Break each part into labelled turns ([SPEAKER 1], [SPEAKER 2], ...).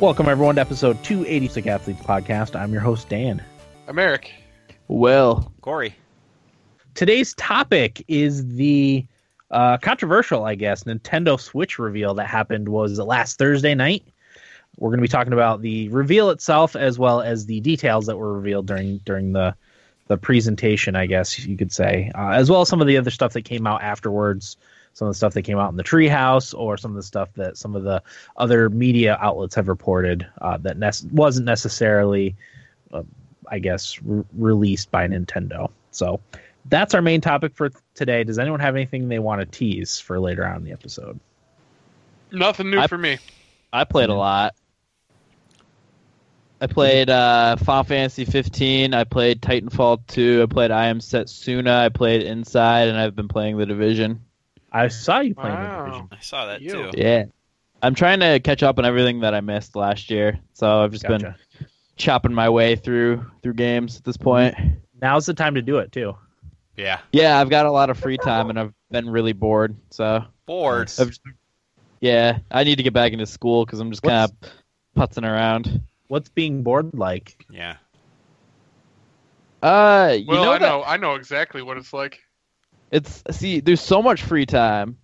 [SPEAKER 1] Welcome, everyone, to episode 286 Athletes Podcast. I'm your host, Dan.
[SPEAKER 2] I'm Eric.
[SPEAKER 3] Well,
[SPEAKER 4] Corey.
[SPEAKER 1] Today's topic is the uh, controversial, I guess, Nintendo Switch reveal that happened was it last Thursday night. We're going to be talking about the reveal itself as well as the details that were revealed during during the the presentation, I guess you could say, uh, as well as some of the other stuff that came out afterwards. Some of the stuff that came out in the treehouse, or some of the stuff that some of the other media outlets have reported uh, that ne- wasn't necessarily, uh, I guess, re- released by Nintendo. So that's our main topic for today. Does anyone have anything they want to tease for later on in the episode?
[SPEAKER 2] Nothing new
[SPEAKER 3] I-
[SPEAKER 2] for me.
[SPEAKER 3] I played a lot. I played uh, Final Fantasy 15. I played Titanfall 2. I played I Am Setsuna. I played Inside, and I've been playing The Division.
[SPEAKER 1] I saw you playing the
[SPEAKER 2] Wow.
[SPEAKER 1] division.
[SPEAKER 4] I saw that
[SPEAKER 2] You.
[SPEAKER 4] too.
[SPEAKER 3] Yeah, I'm trying to catch up on everything that I missed last year. So I've just been
[SPEAKER 1] Gotcha.
[SPEAKER 3] chopping my way through through games at this point.
[SPEAKER 1] Now's the time to do it too.
[SPEAKER 4] Yeah.
[SPEAKER 3] Yeah, I've got a lot of free time, and I've been really bored. So
[SPEAKER 4] Bored.
[SPEAKER 3] I've just- yeah, I need to get back into school because I'm just kind of putzing around.
[SPEAKER 1] What's being bored like?
[SPEAKER 4] Yeah.
[SPEAKER 3] Uh, you
[SPEAKER 2] Well,
[SPEAKER 3] know
[SPEAKER 2] I
[SPEAKER 3] that-
[SPEAKER 2] know I know exactly what it's like.
[SPEAKER 3] It's see, there's so much free time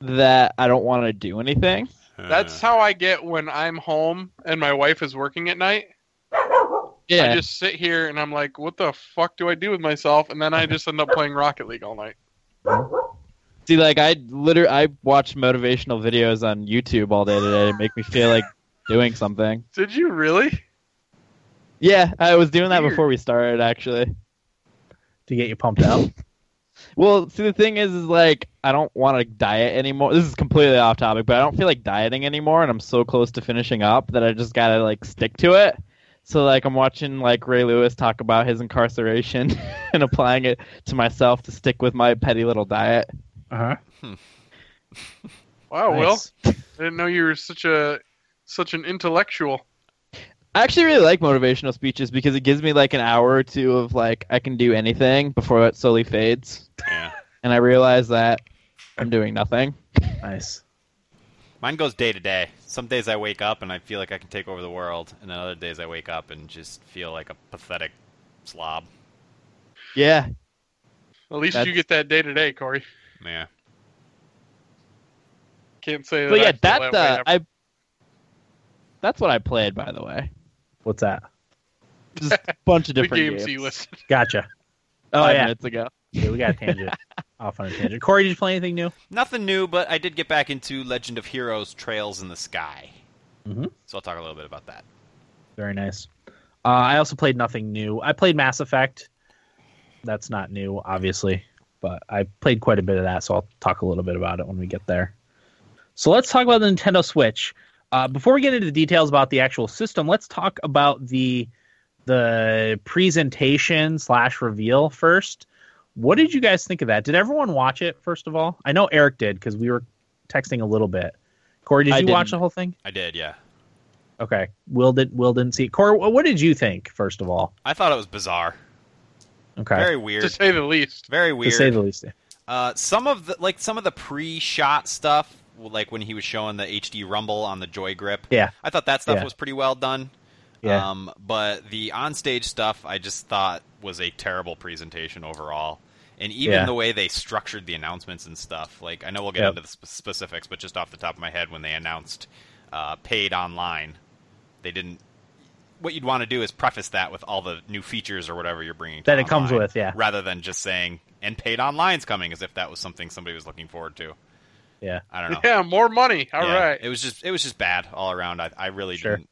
[SPEAKER 3] that I don't want to do anything.
[SPEAKER 2] That's
[SPEAKER 4] Uh,
[SPEAKER 2] how I get when I'm home and my wife is working at night. I just sit here and I'm like, what the fuck do I do with myself? And then I just end up playing Rocket League all night.
[SPEAKER 3] see, like I literally I watched motivational videos on YouTube all day today to make me feel like doing something.
[SPEAKER 2] Did you really?
[SPEAKER 3] Yeah, I was doing that
[SPEAKER 2] Weird.
[SPEAKER 3] before we started actually.
[SPEAKER 1] to get you pumped up.
[SPEAKER 3] Well, see, the thing is, is like I don't want to diet anymore. This is completely off topic, but I don't feel like dieting anymore, and I'm so close to finishing up that I just gotta like stick to it. So like I'm watching like Ray Lewis talk about his incarceration and applying it to myself to stick with my petty little diet.
[SPEAKER 1] Uh-huh.
[SPEAKER 2] Wow,
[SPEAKER 1] Nice.
[SPEAKER 2] Oh, Will. I didn't know you were such a such an intellectual.
[SPEAKER 3] I actually really like motivational speeches because it gives me like an hour or two of like I can do anything before it slowly fades,
[SPEAKER 4] yeah.
[SPEAKER 3] and I realize that I'm doing nothing.
[SPEAKER 1] Nice.
[SPEAKER 4] Mine goes day to day. Some days I wake up and I feel like I can take over the world, and then other days I wake up and just feel like a pathetic slob.
[SPEAKER 3] Yeah,
[SPEAKER 2] At least you
[SPEAKER 3] That's-
[SPEAKER 2] get that day to day, Corey.
[SPEAKER 4] Yeah.
[SPEAKER 2] Can't say that.
[SPEAKER 3] but
[SPEAKER 2] I
[SPEAKER 3] yeah,
[SPEAKER 2] feel
[SPEAKER 3] that,
[SPEAKER 2] way
[SPEAKER 3] uh,
[SPEAKER 2] ever.
[SPEAKER 3] I that's what I played by the way.
[SPEAKER 1] What's that?
[SPEAKER 3] Just a bunch of
[SPEAKER 2] the
[SPEAKER 3] different
[SPEAKER 2] games you
[SPEAKER 3] games.
[SPEAKER 2] listed.
[SPEAKER 1] Gotcha. Oh
[SPEAKER 3] five
[SPEAKER 1] yeah.
[SPEAKER 3] minutes ago.
[SPEAKER 1] yeah, we got a tangent. Off on a tangent. Corey, did you play anything new?
[SPEAKER 4] Nothing new, but I did get back into Legend of Heroes Trails in the Sky.
[SPEAKER 1] Mhm.
[SPEAKER 4] So I'll talk a little bit about that.
[SPEAKER 1] Very nice. Uh, I also played nothing new. I played Mass Effect. That's not new, obviously, but I played quite a bit of that, so I'll talk a little bit about it when we get there. So let's talk about the Nintendo Switch. Uh, before we get into the details about the actual system, let's talk about the the presentation slash reveal first. What did you guys think of that? Did everyone watch it? First of all, I know Eric did because we were texting a little bit. Corey, did
[SPEAKER 3] I
[SPEAKER 1] you watch
[SPEAKER 3] didn't.
[SPEAKER 1] the whole thing?
[SPEAKER 4] I did, yeah.
[SPEAKER 1] Okay. Will did Will didn't see it. Corey, wh- what did you think first of all?
[SPEAKER 4] I thought it was bizarre.
[SPEAKER 1] Okay.
[SPEAKER 4] Very
[SPEAKER 2] To
[SPEAKER 4] weird.
[SPEAKER 2] say the least.
[SPEAKER 4] Very
[SPEAKER 1] to
[SPEAKER 4] weird.
[SPEAKER 1] say the least.
[SPEAKER 4] Uh, some of the like some of the pre-shot stuff, like when he was showing the HD rumble on the Joy Grip.
[SPEAKER 1] Yeah.
[SPEAKER 4] I thought that stuff
[SPEAKER 1] Yeah.
[SPEAKER 4] was pretty well done.
[SPEAKER 1] Yeah.
[SPEAKER 4] Um, but the onstage stuff, I just thought was a terrible presentation overall, and even
[SPEAKER 1] Yeah.
[SPEAKER 4] the way they structured the announcements and stuff. Like I know we'll get
[SPEAKER 1] Yep.
[SPEAKER 4] into the sp- specifics, but just off the top of my head, when they announced uh, paid online, they didn't. What you'd want to do is preface that with all the new features or whatever you're bringing to
[SPEAKER 1] That it comes
[SPEAKER 4] online,
[SPEAKER 1] with, yeah.
[SPEAKER 4] Rather than just saying "and paid online's coming" as if that was something somebody was looking forward to.
[SPEAKER 1] yeah.
[SPEAKER 4] I don't know.
[SPEAKER 2] Yeah, more money. All right.
[SPEAKER 4] Yeah, It was just it was just bad all around. I I really
[SPEAKER 1] Sure.
[SPEAKER 4] didn't.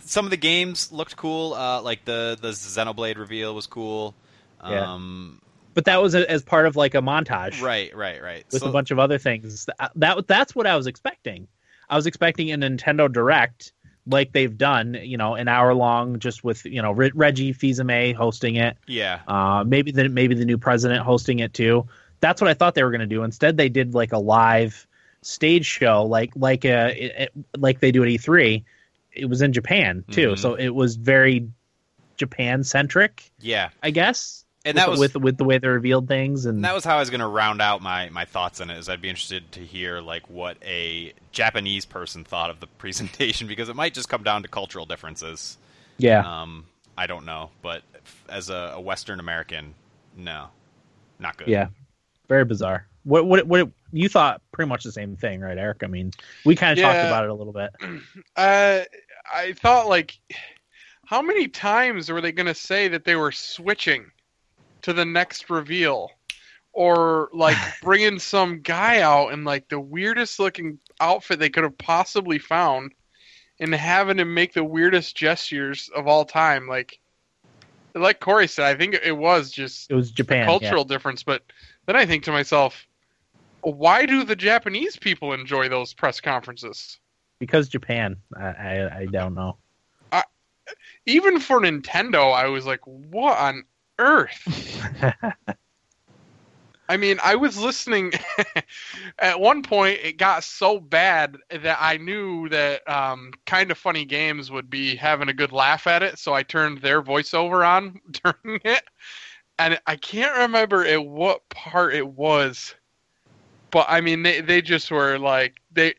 [SPEAKER 4] Some of the games looked cool. Uh, like the the Xenoblade reveal was cool.
[SPEAKER 1] Yeah.
[SPEAKER 4] Um,
[SPEAKER 1] But that was a, as part of like a montage
[SPEAKER 4] Right, right, right.
[SPEAKER 1] with
[SPEAKER 4] So-
[SPEAKER 1] a bunch of other things. Th- uh, That that's what I was expecting. I was expecting a Nintendo Direct like they've done, you know, an hour long just with, you know, Re- Reggie Fils-Aimé hosting it.
[SPEAKER 4] yeah,
[SPEAKER 1] Uh, maybe the maybe the new president hosting it too. That's what I thought they were going to do. Instead, they did like a live stage show, like like a it- like they do at E3. It was in Japan too,
[SPEAKER 4] Mhm.
[SPEAKER 1] so it was very Japan centric,
[SPEAKER 4] yeah.
[SPEAKER 1] I guess.
[SPEAKER 4] And that
[SPEAKER 1] with-
[SPEAKER 4] was
[SPEAKER 1] with with the way they revealed things and
[SPEAKER 4] And that was how I was going to round out my, my thoughts on it. Is I'd be interested to hear like what a Japanese person thought of the presentation because it might just come down to cultural differences.
[SPEAKER 1] yeah.
[SPEAKER 4] Um, I don't know, but f- as a, a Western American, no, not good.
[SPEAKER 1] Yeah, very bizarre. What what what you thought? Pretty much the same thing, right, Eric? I mean, we kind of talked
[SPEAKER 2] Yeah.
[SPEAKER 1] about it a little bit.
[SPEAKER 2] Uh, I thought like, how many times were they going to say that they were switching to the next reveal, or like bringing some guy out in like the weirdest looking outfit they could have possibly found, and having him make the weirdest gestures of all time? Like, like Corey said, I think it was just
[SPEAKER 1] It was Japan. yeah.
[SPEAKER 2] cultural difference. But then I think to myself, why do the Japanese people enjoy those press conferences?
[SPEAKER 1] because Japan. I, I I don't know.
[SPEAKER 2] Even for Nintendo, I was like, what on earth? I mean, I was listening. At one point, it got so bad that I knew that um, kind of funny games would be having a good laugh at it, so I turned their voiceover on during it. And I can't remember at what part it was, but I mean, they, they just were like, they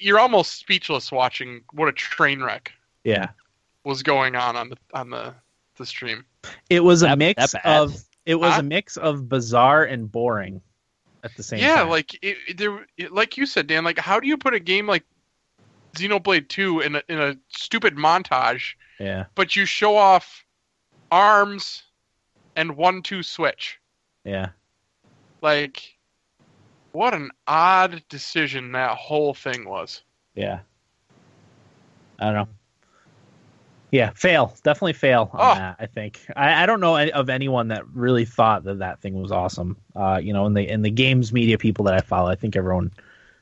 [SPEAKER 2] you're almost speechless watching what a train wreck
[SPEAKER 1] Yeah,
[SPEAKER 2] was going on on the on the the stream.
[SPEAKER 1] it was a
[SPEAKER 3] That-
[SPEAKER 1] mix
[SPEAKER 3] that bad?
[SPEAKER 1] of it was
[SPEAKER 2] Huh?
[SPEAKER 1] a mix of bizarre and boring at the same
[SPEAKER 2] yeah,
[SPEAKER 1] time.
[SPEAKER 2] like it, it- there, it- like you said, Dan. Like, how do you put a game like Xenoblade Two in a, in a stupid montage,
[SPEAKER 1] yeah,
[SPEAKER 2] but you show off arms and one two switch?
[SPEAKER 1] yeah.
[SPEAKER 2] Like, what an odd decision that whole thing was.
[SPEAKER 1] Yeah. I don't know. Yeah, fail. Definitely fail on
[SPEAKER 2] Oh.
[SPEAKER 1] that, I think. I, I don't know any- of anyone that really thought that that thing was awesome. Uh, you know, in the in the games media people that I follow, I think everyone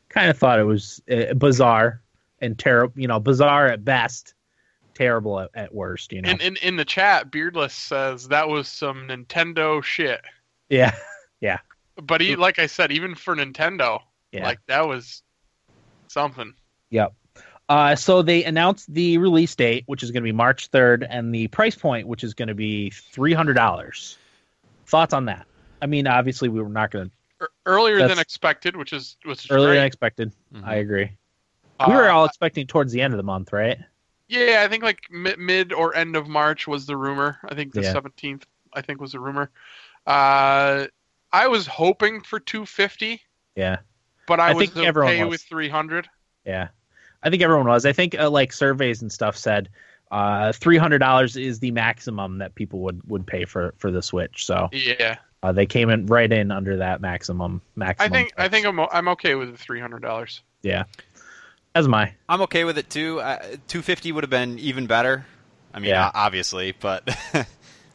[SPEAKER 1] kind of thought it was uh, bizarre and terrible, you know, bizarre at best, terrible at, at worst, you know.
[SPEAKER 2] And in in the chat, Beardless says that was some Nintendo shit.
[SPEAKER 1] yeah.
[SPEAKER 2] But he, like I said, even for Nintendo,
[SPEAKER 1] Yeah.
[SPEAKER 2] like that was something.
[SPEAKER 1] Yep. Uh, so they announced the release date, which is going to be March 3rd, and the price point, which is going to be $300. Thoughts on that? I mean, obviously, we were not going to
[SPEAKER 2] Ear- er, earlier than
[SPEAKER 1] That's-
[SPEAKER 2] expected, which is which is
[SPEAKER 1] earlier
[SPEAKER 2] great. Mm-hmm.
[SPEAKER 1] than expected.
[SPEAKER 4] Mhm.
[SPEAKER 1] I agree.
[SPEAKER 2] Uh,
[SPEAKER 1] we were all expecting towards the end of the month, right?
[SPEAKER 2] yeah, I think like mid, mid or end of March was the rumor. I think the
[SPEAKER 1] Yeah.
[SPEAKER 2] seventeenth, I think was the rumor. Uh, I was hoping for two fifty,
[SPEAKER 1] Yeah,
[SPEAKER 2] but I,
[SPEAKER 1] I
[SPEAKER 2] was
[SPEAKER 1] think everyone
[SPEAKER 2] okay
[SPEAKER 1] was.
[SPEAKER 2] with three hundred.
[SPEAKER 1] yeah. I think everyone was. I think uh, like surveys and stuff said uh, three hundred dollars is the maximum that people would would pay for for the Switch. So
[SPEAKER 2] Yeah,
[SPEAKER 1] uh, they came in right in under that maximum
[SPEAKER 2] I
[SPEAKER 1] maximum.
[SPEAKER 2] think I
[SPEAKER 1] price.
[SPEAKER 2] think I'm o- I'm okay with the three hundred dollars.
[SPEAKER 1] as am I.
[SPEAKER 4] I'm okay with it too. Uh, 250 would have been even better. I mean,
[SPEAKER 1] Yeah.
[SPEAKER 4] o- obviously, but uh,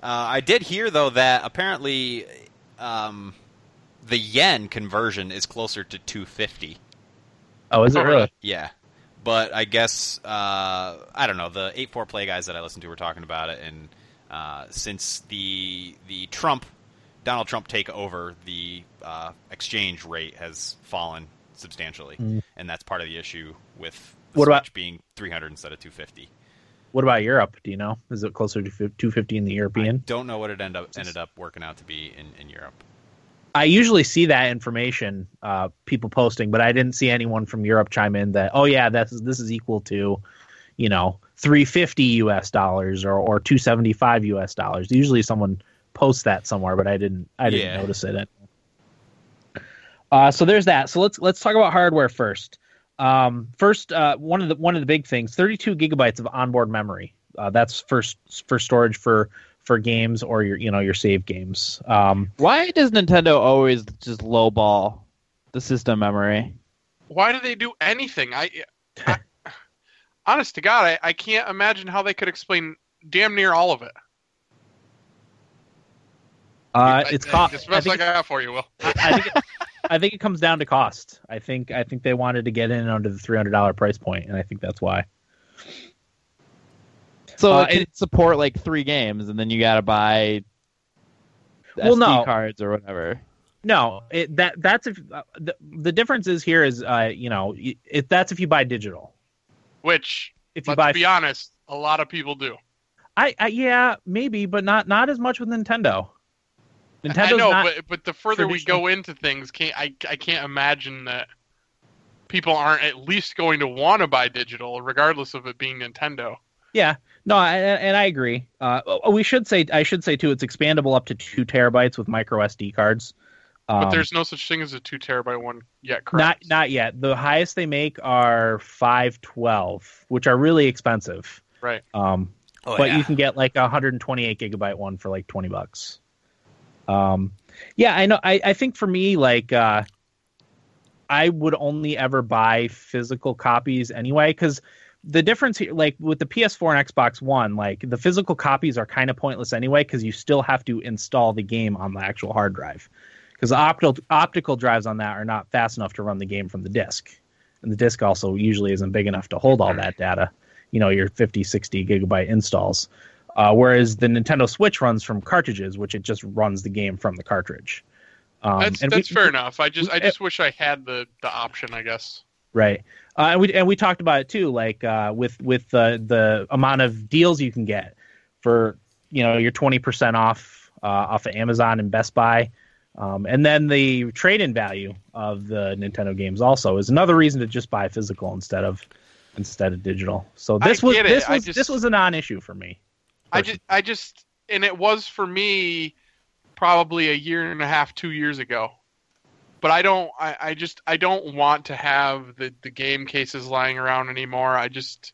[SPEAKER 4] I did hear though that apparently um, the yen conversion is closer to 250.
[SPEAKER 1] Oh, is it
[SPEAKER 2] Oh,
[SPEAKER 1] really?
[SPEAKER 2] really?
[SPEAKER 4] Yeah, but I guess uh, I don't know. The eight four play guys that I listened to were talking about it, and uh, since the the Trump Donald Trump takeover, the uh, exchange rate has fallen substantially,
[SPEAKER 1] Mm.
[SPEAKER 4] and that's part of the issue with the
[SPEAKER 1] What
[SPEAKER 4] Switch
[SPEAKER 1] about-
[SPEAKER 4] being three hundred instead of two fifty.
[SPEAKER 1] What about Europe? Do you know? Is it closer to two fifty in the European?
[SPEAKER 4] Don't know what it end up ended up working out to be in, in Europe.
[SPEAKER 1] I usually see that information uh, people posting, but I didn't see anyone from Europe chime in that. Oh yeah, this is this is equal to, you know, three fifty U.S. dollars or or two seventy five U.S. dollars. Usually someone posts that somewhere, but I didn't I didn't
[SPEAKER 4] Yeah.
[SPEAKER 1] notice it. Uh, so there's that. So let's let's talk about hardware first. Um, first, uh, one of the one of the big things: thirty two gigabytes of onboard memory. Uh, that's first for storage for for games or your you know your save games. Um,
[SPEAKER 3] Why does Nintendo always just lowball the system memory?
[SPEAKER 2] Why do they do anything? I, I honest to God, I, I can't imagine how they could explain damn near all of it.
[SPEAKER 1] Uh,
[SPEAKER 2] I-
[SPEAKER 1] it's
[SPEAKER 2] I-
[SPEAKER 1] cost.
[SPEAKER 2] It's the
[SPEAKER 1] I
[SPEAKER 2] best I
[SPEAKER 1] think,
[SPEAKER 2] got for you, Will.
[SPEAKER 1] I think it, I think it comes down to cost. I think I think they wanted to get in under the three hundred dollar price point, and I think that's why.
[SPEAKER 3] So
[SPEAKER 1] Uh,
[SPEAKER 3] it can support like three games, and then you gotta buy
[SPEAKER 1] Well,
[SPEAKER 3] SD
[SPEAKER 1] no.
[SPEAKER 3] cards or whatever.
[SPEAKER 1] No, it, that that's if uh, the, the difference is here is uh, you know y- if that's if you buy digital.
[SPEAKER 2] Which,
[SPEAKER 1] If you
[SPEAKER 2] let's
[SPEAKER 1] buy,
[SPEAKER 2] be honest, a lot of people do.
[SPEAKER 1] I, I yeah maybe, but not not as much with Nintendo. Nintendo's
[SPEAKER 2] I know,
[SPEAKER 1] not
[SPEAKER 2] but but the further we go into things, can't I I can't imagine that people aren't at least going to want to buy digital, regardless of it being Nintendo.
[SPEAKER 1] Yeah, no, I, and and I agree. Uh, oh, we should say I should say too, it's expandable up to two terabytes with micro SD cards.
[SPEAKER 2] But
[SPEAKER 1] Um,
[SPEAKER 2] there's no such thing as a two terabyte one yet,
[SPEAKER 1] not
[SPEAKER 2] correct?
[SPEAKER 1] not yet. The highest they make are five twelve, which are really expensive.
[SPEAKER 2] Right.
[SPEAKER 1] Um,
[SPEAKER 4] Oh,
[SPEAKER 1] but
[SPEAKER 4] yeah.
[SPEAKER 1] you can get like a hundred and twenty eight gigabyte one for like twenty bucks. Um, yeah, I know. I I think for me, like, uh, I would only ever buy physical copies anyway because the difference here, like with the PS4 and Xbox One, like the physical copies are kind of pointless anyway because you still have to install the game on the actual hard drive because the optical optical drives on that are not fast enough to run the game from the disk, and the disk also usually isn't big enough to hold all that data. You know, your 50, 60 gigabyte installs. Uh, whereas the Nintendo Switch runs from cartridges, which it just runs the game from the cartridge. Um,
[SPEAKER 2] that's
[SPEAKER 1] and
[SPEAKER 2] that's
[SPEAKER 1] we-
[SPEAKER 2] fair enough. I just I
[SPEAKER 1] we-
[SPEAKER 2] just wish I had the the option. I guess.
[SPEAKER 1] Right. Uh, and we and we talked about it too, like uh, with with uh, the amount of deals you can get for you know your twenty percent off uh, off of Amazon and Best Buy, um, and then the trade in value of the Nintendo games also is another reason to just buy physical instead of instead of digital. So
[SPEAKER 2] I
[SPEAKER 1] this was
[SPEAKER 2] get it.
[SPEAKER 1] this
[SPEAKER 2] I
[SPEAKER 1] was
[SPEAKER 2] just-
[SPEAKER 1] this was a non issue for me.
[SPEAKER 2] I
[SPEAKER 1] person.
[SPEAKER 2] just, I just, and it was for me probably a year and a half, two years ago. But I don't, I, I just, I don't want to have the, the game cases lying around anymore. I just,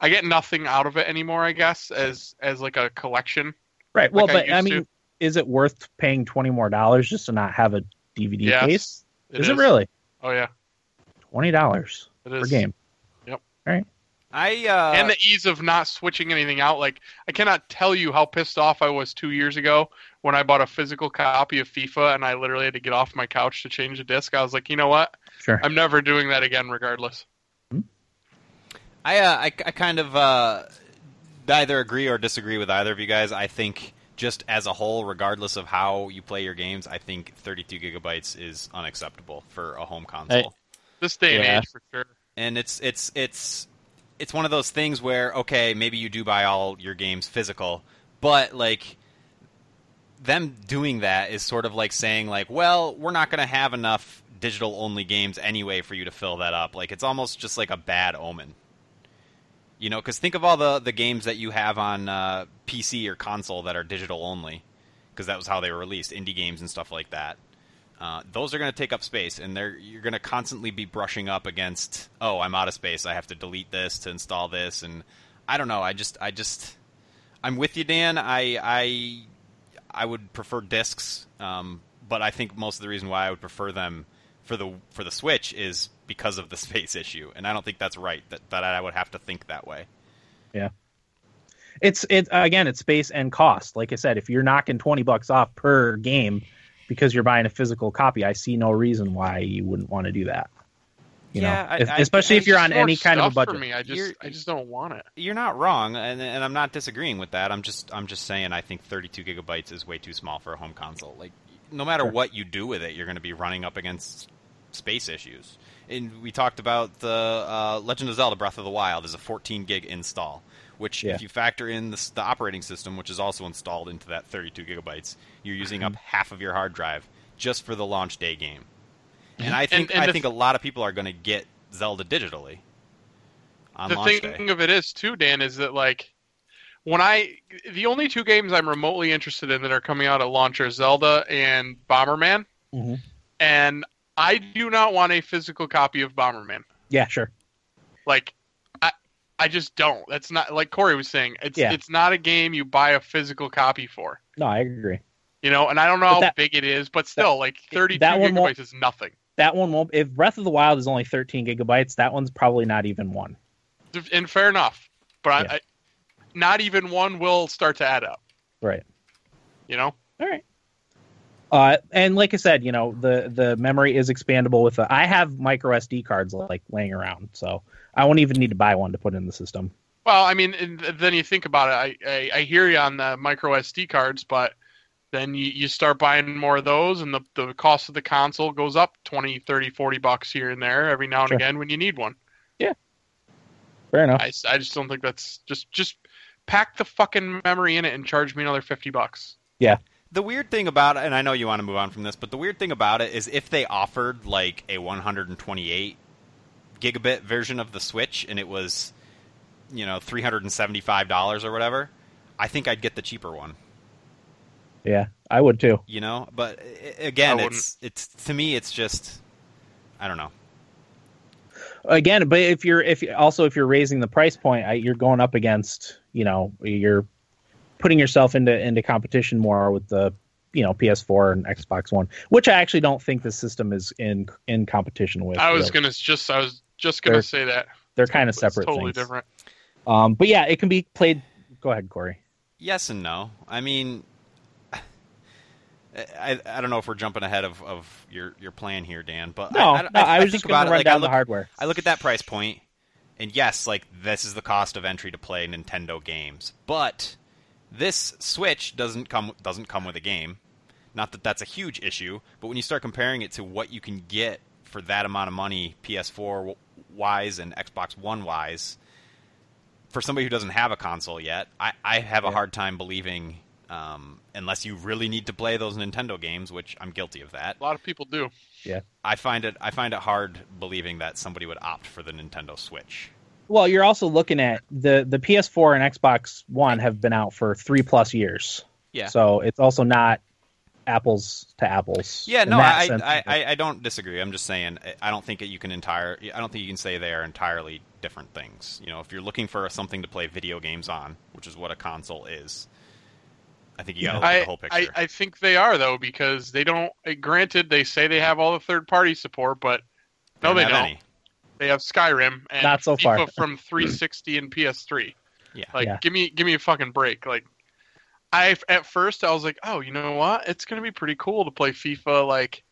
[SPEAKER 2] I get nothing out of it anymore. I guess as, as like a collection.
[SPEAKER 1] Right. Well,
[SPEAKER 2] I
[SPEAKER 1] but I,
[SPEAKER 2] used
[SPEAKER 1] mean,
[SPEAKER 2] to.
[SPEAKER 1] is it worth paying twenty more dollars just to not have a DVD
[SPEAKER 2] Yes,
[SPEAKER 1] case? is it really
[SPEAKER 2] Oh yeah,
[SPEAKER 1] twenty dollars
[SPEAKER 2] it
[SPEAKER 1] per
[SPEAKER 2] is.
[SPEAKER 1] game?
[SPEAKER 4] I uh,
[SPEAKER 2] and the ease of not switching anything out. Like I cannot tell you how pissed off I was two years ago when I bought a physical copy of FIFA and I literally had to get off my couch to change the disc. I was like, you know what?
[SPEAKER 1] Sure.
[SPEAKER 2] I'm never doing that again, regardless.
[SPEAKER 4] I, uh, I, I kind of uh, either agree or disagree with either of you guys. I think just as a whole, regardless of how you play your games, I think 32 gigabytes is unacceptable for a home console.
[SPEAKER 2] This day and
[SPEAKER 3] Yeah.
[SPEAKER 2] age, for sure.
[SPEAKER 4] and it's it's it's it's one of those things where okay maybe you do buy all your games physical but like them doing that is sort of like saying like well we're not going to have enough digital only games anyway for you to fill that up like it's almost just like a bad omen you know because think of all the the games that you have on uh, pc or console that are digital only because that was how they were released indie games and stuff like that uh, those are going to take up space, and they're you're going to constantly be brushing up against. Oh, I'm out of space. I have to delete this to install this, and I don't know. I just, I just, I'm with you, Dan. I, I, I would prefer discs, um, but I think most of the reason why I would prefer them for the for the Switch is because of the space issue, and I don't think that's right. That that I would have to think that way.
[SPEAKER 1] it's it again it's space and cost like i said if you're knocking 20 bucks off per game because you're buying a physical copy i see no reason why you wouldn't want to do that you
[SPEAKER 4] Yeah,
[SPEAKER 1] know
[SPEAKER 4] I-
[SPEAKER 1] If-
[SPEAKER 4] I-
[SPEAKER 1] especially
[SPEAKER 2] It's
[SPEAKER 1] if you're on
[SPEAKER 2] just more
[SPEAKER 1] any kind of a
[SPEAKER 2] stuff
[SPEAKER 1] budget
[SPEAKER 2] For me, I just
[SPEAKER 4] You're-
[SPEAKER 2] I just don't want it.
[SPEAKER 4] You're not wrong, and, and I'm not disagreeing with that. I'm just I'm just saying I think 32 gigabytes is way too small for a home console. Like, no matter
[SPEAKER 1] Sure.
[SPEAKER 4] what you do with it, you're going to be running up against space issues. And we talked about the uh, Legend of Zelda: Breath of the Wild is a 14 gig install, which
[SPEAKER 1] Yeah.
[SPEAKER 4] if you factor in the, s- the operating system, which is also installed into that 32 gigabytes, you're using
[SPEAKER 2] Mm-hmm.
[SPEAKER 4] up half of your hard drive just for the launch day game. And I think
[SPEAKER 2] Mm-hmm. and
[SPEAKER 4] I
[SPEAKER 2] the
[SPEAKER 4] think a lot of people are going to get Zelda digitally on
[SPEAKER 2] the
[SPEAKER 4] launch
[SPEAKER 2] thing
[SPEAKER 4] day.
[SPEAKER 2] of it is too, Dan, is that like when I the only two games I'm remotely interested in that are coming out at launch are Zelda and Bomberman,
[SPEAKER 1] Mhm.
[SPEAKER 2] and I do not want a physical copy of Bomberman.
[SPEAKER 1] yeah sure
[SPEAKER 2] Like, I I just don't. That's not like Corey was saying. It's
[SPEAKER 1] Yeah.
[SPEAKER 2] it's not a game you buy a physical copy for.
[SPEAKER 1] no i agree
[SPEAKER 2] You know, and I don't know
[SPEAKER 1] But
[SPEAKER 2] how
[SPEAKER 1] that-
[SPEAKER 2] big it is, but still, like thirty-two
[SPEAKER 1] that one won't-
[SPEAKER 2] gigabytes is nothing.
[SPEAKER 1] that one won't if breath of the wild is only 13 gigabytes that one's probably not even one
[SPEAKER 2] And fair enough, but
[SPEAKER 1] Yeah.
[SPEAKER 2] I, I, not even one will start to add up.
[SPEAKER 1] right
[SPEAKER 2] You know,
[SPEAKER 1] all right uh, and like I said, you know the the memory is expandable with. A, I have micro SD cards like laying around, so I won't even need to buy one to put in the system.
[SPEAKER 2] Well, I mean, and th- then you think about it. I, I, I hear you on the micro SD cards, but then you, you start buying more of those, and the, the cost of the console goes up 20, 30, 40 bucks here and there every now and
[SPEAKER 1] Sure.
[SPEAKER 2] again when you need one.
[SPEAKER 1] Fair enough.
[SPEAKER 2] I, s- I just don't think that's just just pack the fucking memory in it and charge me another 50 bucks.
[SPEAKER 4] the weird thing about it, and I know you want to move on from this, but the weird thing about it is if they offered like a 128 gigabit version of the Switch and it was, you know, $375 or whatever, I think I'd get the cheaper one,
[SPEAKER 1] Yeah, I would too.
[SPEAKER 4] you know? But i- again,
[SPEAKER 2] I
[SPEAKER 4] it's it's to me it's just I don't know.
[SPEAKER 1] Again, but if you're if you- also if you're raising the price point, I, you're going up against you know you're putting yourself into into competition more with the you know PS4 and Xbox One, which I actually don't think the system is in in competition with.
[SPEAKER 2] I was
[SPEAKER 1] really.
[SPEAKER 2] gonna just I was just gonna
[SPEAKER 1] They're
[SPEAKER 2] say that
[SPEAKER 1] They're kind of
[SPEAKER 2] It's
[SPEAKER 1] separate.
[SPEAKER 2] totally
[SPEAKER 1] things.
[SPEAKER 2] different.
[SPEAKER 1] Um, but yeah, it can be played. Go ahead, Corey.
[SPEAKER 4] Yes and no. I mean, I, I don't know if we're jumping ahead of, of your, your plan here, Dan, but
[SPEAKER 1] No,
[SPEAKER 4] I,
[SPEAKER 1] I, no, I, was
[SPEAKER 4] think
[SPEAKER 1] just going
[SPEAKER 4] about it,
[SPEAKER 1] to run
[SPEAKER 4] like, I
[SPEAKER 1] down
[SPEAKER 4] look-
[SPEAKER 1] the hardware.
[SPEAKER 4] I look at that price point, and yes, like this is the cost of entry to play Nintendo games, but this Switch doesn't come doesn't come with a game. Not that that's a huge issue, but when you start comparing it to what you can get for that amount of money, PS4 wise and Xbox One wise, for somebody who doesn't have a console yet, I, I have a
[SPEAKER 1] Yeah.
[SPEAKER 4] hard time believing. Um, unless you really need to play those Nintendo games, which I'm guilty of that.
[SPEAKER 2] A lot of people do.
[SPEAKER 4] I find it I find it hard believing that somebody would opt for the Nintendo Switch.
[SPEAKER 1] Well, you're also looking at the the PS4 and Xbox One have been out for three plus years.
[SPEAKER 4] Yeah.
[SPEAKER 1] So it's also not apples to apples.
[SPEAKER 4] Yeah,
[SPEAKER 1] in
[SPEAKER 4] no,
[SPEAKER 1] that
[SPEAKER 4] I,
[SPEAKER 1] sense.
[SPEAKER 4] I, I, I don't disagree. I'm just saying I- I don't think that you can entire I don't think you can say they are entirely different things. You know, if you're looking for something to play video games on, which is what a console is, I think you got to look at
[SPEAKER 2] I,
[SPEAKER 4] the whole picture.
[SPEAKER 2] I I think they are though because they don't. eh, Granted, they say they have all the third party support, but no, they
[SPEAKER 4] have
[SPEAKER 2] don't.
[SPEAKER 4] any.
[SPEAKER 2] They have Skyrim and
[SPEAKER 1] Not so
[SPEAKER 2] FIFA
[SPEAKER 1] far.
[SPEAKER 2] from 360 and PS3.
[SPEAKER 4] Yeah.
[SPEAKER 2] Like,
[SPEAKER 1] Yeah.
[SPEAKER 2] give me give me a fucking break. Like, I at first I was like, oh, you know what? It's gonna be pretty cool to play FIFA like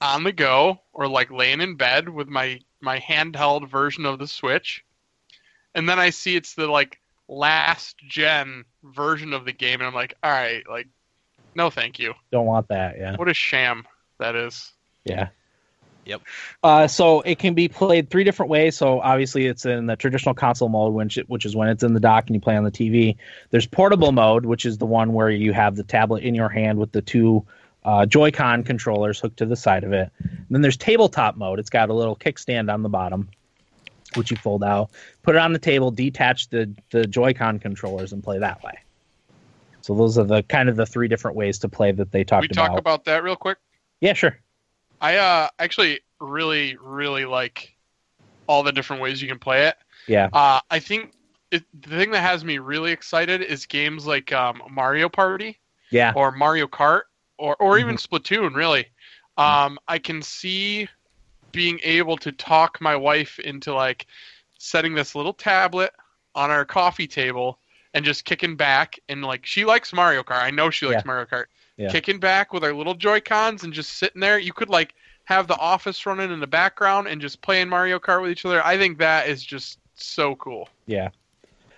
[SPEAKER 2] on the go or like laying in bed with my my handheld version of the Switch. And then I see it's the like last gen version of the game, and I'm like, all right, like, no, thank you.
[SPEAKER 1] don't want that. Yeah.
[SPEAKER 2] What a sham that is.
[SPEAKER 1] Yeah.
[SPEAKER 4] Yep.
[SPEAKER 1] Uh, so it can be played three different ways. So obviously, it's in the traditional console mode, which which is when it's in the dock and you play on the TV. There's portable mode, which is the one where you have the tablet in your hand with the two uh, Joy-Con controllers hooked to the side of it. And then there's tabletop mode. It's got a little kickstand on the bottom, which you fold out, put it on the table, detach the the Joy-Con controllers, and play that way. So those are the kind of the three different ways to play that they talked
[SPEAKER 2] we talk about that real quick.
[SPEAKER 1] Yeah, sure.
[SPEAKER 2] I uh, actually really, really like all the different ways you can play it.
[SPEAKER 1] Yeah.
[SPEAKER 2] Uh, I think it, the thing that has me really excited is games like um, Mario Party
[SPEAKER 1] Yeah.
[SPEAKER 2] or Mario Kart or, or even
[SPEAKER 1] Mm-hmm.
[SPEAKER 2] Splatoon, really. Um, I can see being able to talk my wife into like setting this little tablet on our coffee table and just kicking back and like she likes Mario Kart. I know she likes
[SPEAKER 1] Yeah.
[SPEAKER 2] Mario Kart.
[SPEAKER 1] Yeah.
[SPEAKER 2] Kicking back with our little Joy Cons and just sitting there. You could like have the office running in the background and just playing Mario Kart with each other. I think that is just so cool.
[SPEAKER 1] Yeah.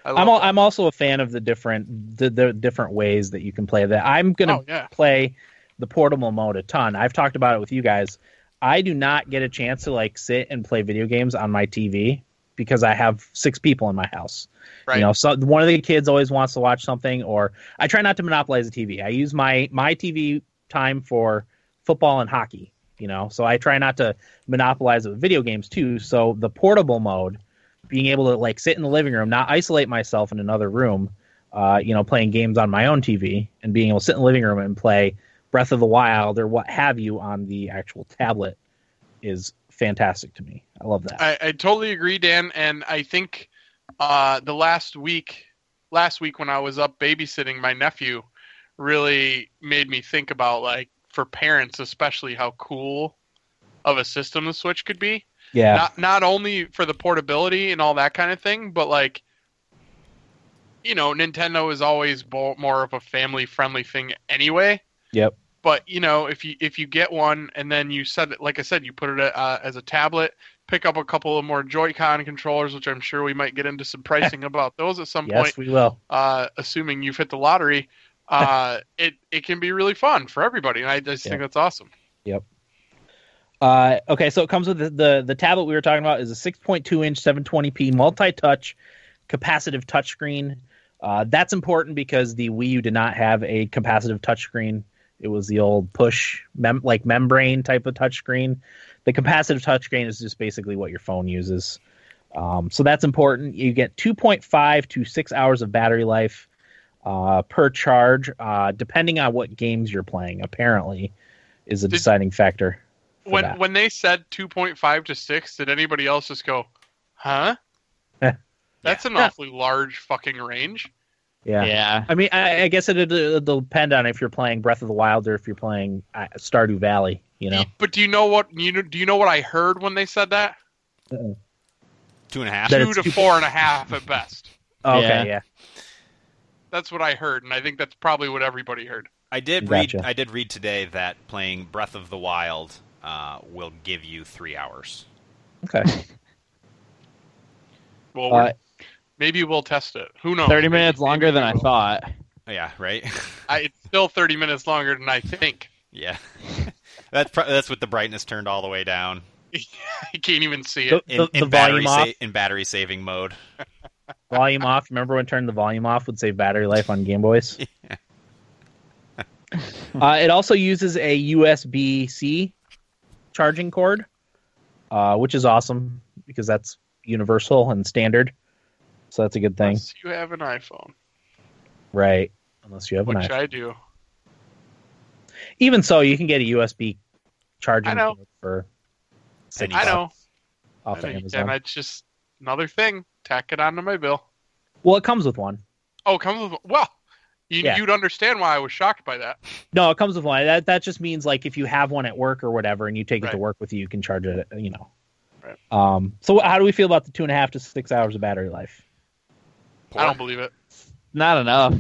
[SPEAKER 2] I love
[SPEAKER 1] I'm al-
[SPEAKER 2] that.
[SPEAKER 1] I'm also a fan of the different the, the different ways that you can play that. I'm gonna
[SPEAKER 2] oh yeah.
[SPEAKER 1] play the portable mode a ton. I've talked about it with you guys. I do not get a chance to like sit and play video games on my TV because I have six people in my house.
[SPEAKER 2] Right.
[SPEAKER 1] You know, so one of the kids always wants to watch something, or I try not to monopolize the TV. I use my my TV time for football and hockey. You know, so I try not to monopolize it with video games too. So the portable mode, being able to like sit in the living room, not isolate myself in another room, uh, you know, playing games on my own TV and being able to sit in the living room and play Breath of the Wild or what have you on the actual tablet is fantastic to me. I love that.
[SPEAKER 2] I, I totally agree, Dan. And I think uh, the last week, last week when I was up babysitting my nephew, really made me think about like for parents, especially how cool of a system the Switch could be.
[SPEAKER 1] yeah.
[SPEAKER 2] Not not only for the portability and all that kind of thing, but like. You know, Nintendo is always bo- more of a family-friendly thing anyway
[SPEAKER 1] yep.
[SPEAKER 2] but you know if you if you get one and then you set it like i said you put it uh, as a tablet pick up a couple of more joy-con controllers which i'm sure we might get into some pricing about those at some
[SPEAKER 1] Yes,
[SPEAKER 2] point
[SPEAKER 1] we will.
[SPEAKER 2] uh, assuming you've hit the lottery uh, it, it can be really fun for everybody and i just think that's awesome
[SPEAKER 1] Uh, okay, so it comes with the, the the tablet we were talking about is a 6.2 inch 720p multi-touch capacitive touchscreen. Uh, that's important because the Wii U did not have a capacitive touchscreen. It was the old push, mem- like membrane type of touchscreen. The capacitive touchscreen is just basically what your phone uses. Um, so that's important. You get 2.5 to 6 hours of battery life uh, per charge, uh, depending on what games you're playing, apparently, is a
[SPEAKER 2] Did-
[SPEAKER 1] deciding factor. for
[SPEAKER 2] When
[SPEAKER 1] that.
[SPEAKER 2] when they said 2.5 to 6, did anybody else just go, "Huh?"
[SPEAKER 1] Yeah.
[SPEAKER 2] That's an awfully large fucking range.
[SPEAKER 1] yeah. I mean, I, I guess it, it, it'll depend on if you're playing Breath of the Wild or if you're playing uh, Stardew Valley. You know,
[SPEAKER 2] But do you know what you know, do you know what I heard when they said that?
[SPEAKER 4] Two and a half.
[SPEAKER 1] That
[SPEAKER 2] Two
[SPEAKER 1] it's
[SPEAKER 2] to
[SPEAKER 1] two-
[SPEAKER 2] four and a half at best.
[SPEAKER 1] Oh, okay,
[SPEAKER 3] Yeah.
[SPEAKER 1] yeah.
[SPEAKER 2] That's what I heard, and I think that's probably what everybody heard.
[SPEAKER 4] I did read.
[SPEAKER 1] Gotcha.
[SPEAKER 4] I did read today that playing Breath of the Wild uh, will give you three hours.
[SPEAKER 1] Okay.
[SPEAKER 2] Well,
[SPEAKER 3] Uh,
[SPEAKER 2] we're maybe we'll test it. Who knows?
[SPEAKER 3] Thirty
[SPEAKER 2] Maybe-
[SPEAKER 3] minutes longer
[SPEAKER 2] maybe
[SPEAKER 3] than
[SPEAKER 2] we
[SPEAKER 3] I
[SPEAKER 2] will.
[SPEAKER 3] thought.
[SPEAKER 4] Yeah, right.
[SPEAKER 2] I, it's still 30 minutes longer than I think.
[SPEAKER 4] yeah, that's pro- that's with the brightness turned all the way down
[SPEAKER 2] I can't even see
[SPEAKER 1] The,
[SPEAKER 2] it.
[SPEAKER 4] in,
[SPEAKER 1] the-
[SPEAKER 4] in
[SPEAKER 1] the
[SPEAKER 4] battery
[SPEAKER 1] volume off.
[SPEAKER 4] sa- in battery saving mode.
[SPEAKER 1] volume off. Remember when turning the volume off would save battery life on Game Boys? uh, it also uses a USB C charging cord, uh, which is awesome because that's universal and standard. So that's a good thing,
[SPEAKER 2] Unless you have an iPhone,
[SPEAKER 1] right? Unless you have an
[SPEAKER 2] which
[SPEAKER 1] iPhone.
[SPEAKER 2] I do.
[SPEAKER 1] Even so, you can get a USB charging
[SPEAKER 2] I know.
[SPEAKER 1] cord for six
[SPEAKER 4] Any
[SPEAKER 2] I
[SPEAKER 1] bucks
[SPEAKER 2] know.
[SPEAKER 1] off
[SPEAKER 2] I
[SPEAKER 1] of
[SPEAKER 2] know you
[SPEAKER 1] Amazon.
[SPEAKER 2] can. I just another thing. Tack it onto my bill.
[SPEAKER 1] Well, it comes with one.
[SPEAKER 2] Oh, it comes with well. You,
[SPEAKER 1] Yeah.
[SPEAKER 2] You'd understand why I was shocked by that.
[SPEAKER 1] No, it comes with one. That that just means like if you have one at work or whatever, and you take it to
[SPEAKER 2] Right.
[SPEAKER 1] work with you, you can charge it. You know.
[SPEAKER 2] Right.
[SPEAKER 1] Um. So how do we feel about the two and a half to six hours of battery life?
[SPEAKER 2] I don't believe it.
[SPEAKER 3] Not enough.